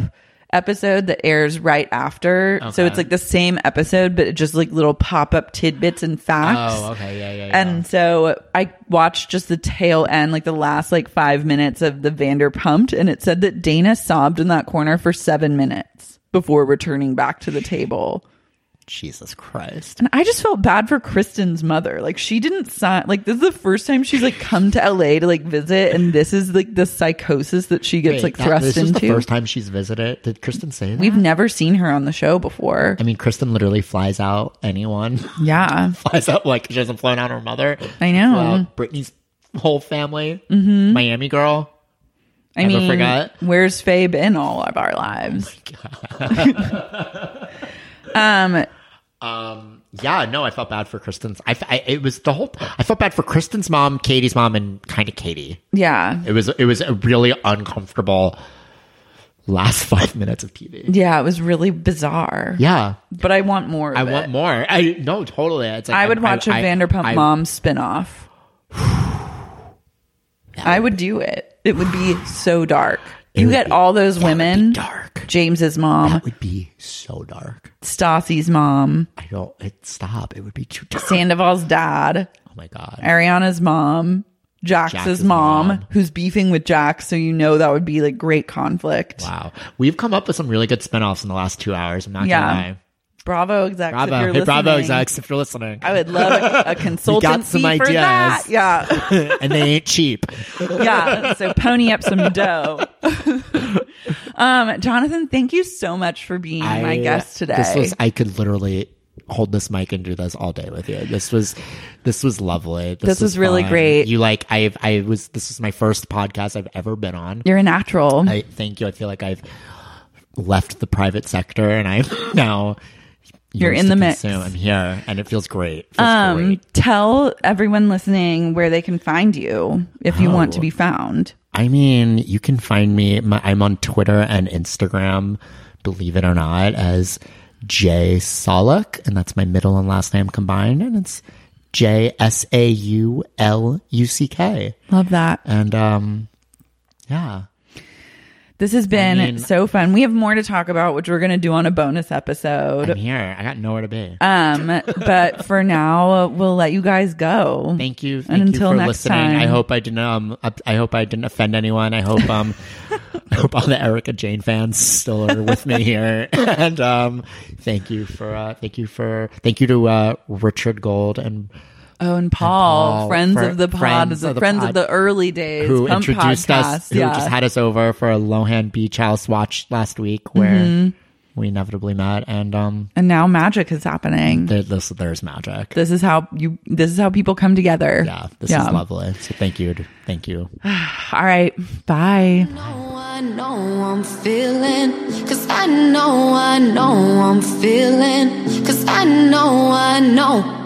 [SPEAKER 1] episode that airs right after. So it's like the same episode but it just like little pop-up tidbits and facts.
[SPEAKER 4] Oh okay yeah yeah yeah.
[SPEAKER 1] And so I watched just the tail end, like the last like five minutes of the Vanderpumped, and it said that Dana sobbed in that corner for seven minutes before returning back to the table.
[SPEAKER 4] Jesus Christ.
[SPEAKER 1] And I just felt bad for Kristen's mother. Like she didn't sign. Like this is the first time she's like come to LA to like visit, and this is like the psychosis that she gets
[SPEAKER 4] Wait,
[SPEAKER 1] like
[SPEAKER 4] that-
[SPEAKER 1] thrust
[SPEAKER 4] this is
[SPEAKER 1] into.
[SPEAKER 4] the first time she's visited. Did Kristen say that?
[SPEAKER 1] We've never seen her on the show before.
[SPEAKER 4] I mean, Kristen literally flies out anyone.
[SPEAKER 1] Yeah,
[SPEAKER 4] flies out like she hasn't flown out her mother.
[SPEAKER 1] I know. Mm-hmm.
[SPEAKER 4] Well, Brittany's whole family, Miami girl.
[SPEAKER 1] I
[SPEAKER 4] Ever
[SPEAKER 1] mean,
[SPEAKER 4] forgot? Oh
[SPEAKER 1] where's Faye been all of our lives? um,
[SPEAKER 4] Yeah, no, I felt bad for Kristen's. I, I- it was the whole. I felt bad for Kristen's mom, Katie's mom, and kind of Katie.
[SPEAKER 1] yeah,
[SPEAKER 4] It was it was a really uncomfortable last five minutes of TV.
[SPEAKER 1] yeah, it was really bizarre.
[SPEAKER 4] Yeah,
[SPEAKER 1] but I want more. Of
[SPEAKER 4] I
[SPEAKER 1] it.
[SPEAKER 4] want more. I no, totally. It's like,
[SPEAKER 1] I would watch a
[SPEAKER 4] I-
[SPEAKER 1] Vanderpump
[SPEAKER 4] I-
[SPEAKER 1] Mom spinoff. I would do it. It would be so dark. You
[SPEAKER 4] would
[SPEAKER 1] get
[SPEAKER 4] be-
[SPEAKER 1] all those
[SPEAKER 4] that would be
[SPEAKER 1] women.
[SPEAKER 4] dark.
[SPEAKER 1] James's mom,
[SPEAKER 4] That would be so dark.
[SPEAKER 1] Stassi's mom,
[SPEAKER 4] I don't. It stop. It would be too dark.
[SPEAKER 1] Sandoval's dad,
[SPEAKER 4] Oh my god.
[SPEAKER 1] Ariana's mom, Jax's,
[SPEAKER 4] Jax's
[SPEAKER 1] mom,
[SPEAKER 4] mom.
[SPEAKER 1] who's beefing with Jax, so you know that would be like great conflict.
[SPEAKER 4] Wow, we've come up with some really good spinoffs in the last two hours. I'm not
[SPEAKER 1] Yeah.
[SPEAKER 4] gonna lie.
[SPEAKER 1] Bravo execs,
[SPEAKER 4] Bravo,
[SPEAKER 1] if
[SPEAKER 4] hey,
[SPEAKER 1] you're
[SPEAKER 4] Bravo,
[SPEAKER 1] listening.
[SPEAKER 4] execs, if you're listening,
[SPEAKER 1] I would love a, a consultancy
[SPEAKER 4] some
[SPEAKER 1] for
[SPEAKER 4] ideas.
[SPEAKER 1] that. Yeah.
[SPEAKER 4] and they ain't cheap.
[SPEAKER 1] yeah. So pony up some dough. um, Jonathan, thank you so much for being my guest today.
[SPEAKER 4] This was I could literally hold this mic and do this all day with you. This was this was lovely.
[SPEAKER 1] This was really
[SPEAKER 4] fun.
[SPEAKER 1] great.
[SPEAKER 4] You like I've I was this was my first podcast I've ever been on.
[SPEAKER 1] You're a natural.
[SPEAKER 4] I thank you. I feel like I've left the private sector and I'm now
[SPEAKER 1] You're
[SPEAKER 4] yours
[SPEAKER 1] in
[SPEAKER 4] to
[SPEAKER 1] the mix.
[SPEAKER 4] consume. I'm here and it feels great. It feels
[SPEAKER 1] um,
[SPEAKER 4] great.
[SPEAKER 1] tell everyone listening where they can find you if you want to
[SPEAKER 4] Oh.
[SPEAKER 1] be found.
[SPEAKER 4] I mean, you can find me. My, I'm on Twitter and Instagram, believe it or not, as Jay Solak, and that's my middle and last name combined, and it's J S A U L U C K.
[SPEAKER 1] Love that.
[SPEAKER 4] And um, yeah,
[SPEAKER 1] This has been
[SPEAKER 4] mean-
[SPEAKER 1] so fun. We have more to talk about, which we're going to do on a bonus episode.
[SPEAKER 4] I'm here. I got nowhere to be.
[SPEAKER 1] Um, but for now, uh, we'll let you guys go.
[SPEAKER 4] Thank you. Thank
[SPEAKER 1] and
[SPEAKER 4] you
[SPEAKER 1] until
[SPEAKER 4] for
[SPEAKER 1] next
[SPEAKER 4] listening.
[SPEAKER 1] time.
[SPEAKER 4] I hope I didn't. Um, I- I hope I didn't offend anyone. I hope. Um, I hope all the Erica Jane fans still are with me here. and um, thank you for. Uh, thank you for. Thank you to uh, Richard Gold and
[SPEAKER 1] Oh, and Paul,
[SPEAKER 4] Paul,
[SPEAKER 1] friends
[SPEAKER 4] fr-
[SPEAKER 1] of the pod,
[SPEAKER 4] friends
[SPEAKER 1] friends, the,
[SPEAKER 4] of the
[SPEAKER 1] friends
[SPEAKER 4] pod.
[SPEAKER 1] of the early days,
[SPEAKER 4] who
[SPEAKER 1] Pump
[SPEAKER 4] introduced us.
[SPEAKER 1] podcast,
[SPEAKER 4] Who just had us over for a Lohan Beach House watch last week, where
[SPEAKER 1] Mm-hmm.
[SPEAKER 4] we inevitably met. And um,
[SPEAKER 1] and now magic is happening.
[SPEAKER 4] there, this, there's magic.
[SPEAKER 1] this is how you. This is how people come together.
[SPEAKER 4] yeah, this
[SPEAKER 1] Yeah.
[SPEAKER 4] is lovely. So thank you. to- Thank you.
[SPEAKER 1] All right, bye.
[SPEAKER 2] know I know I'm feeling. Cause I know I know I'm feeling. Cause I know I know.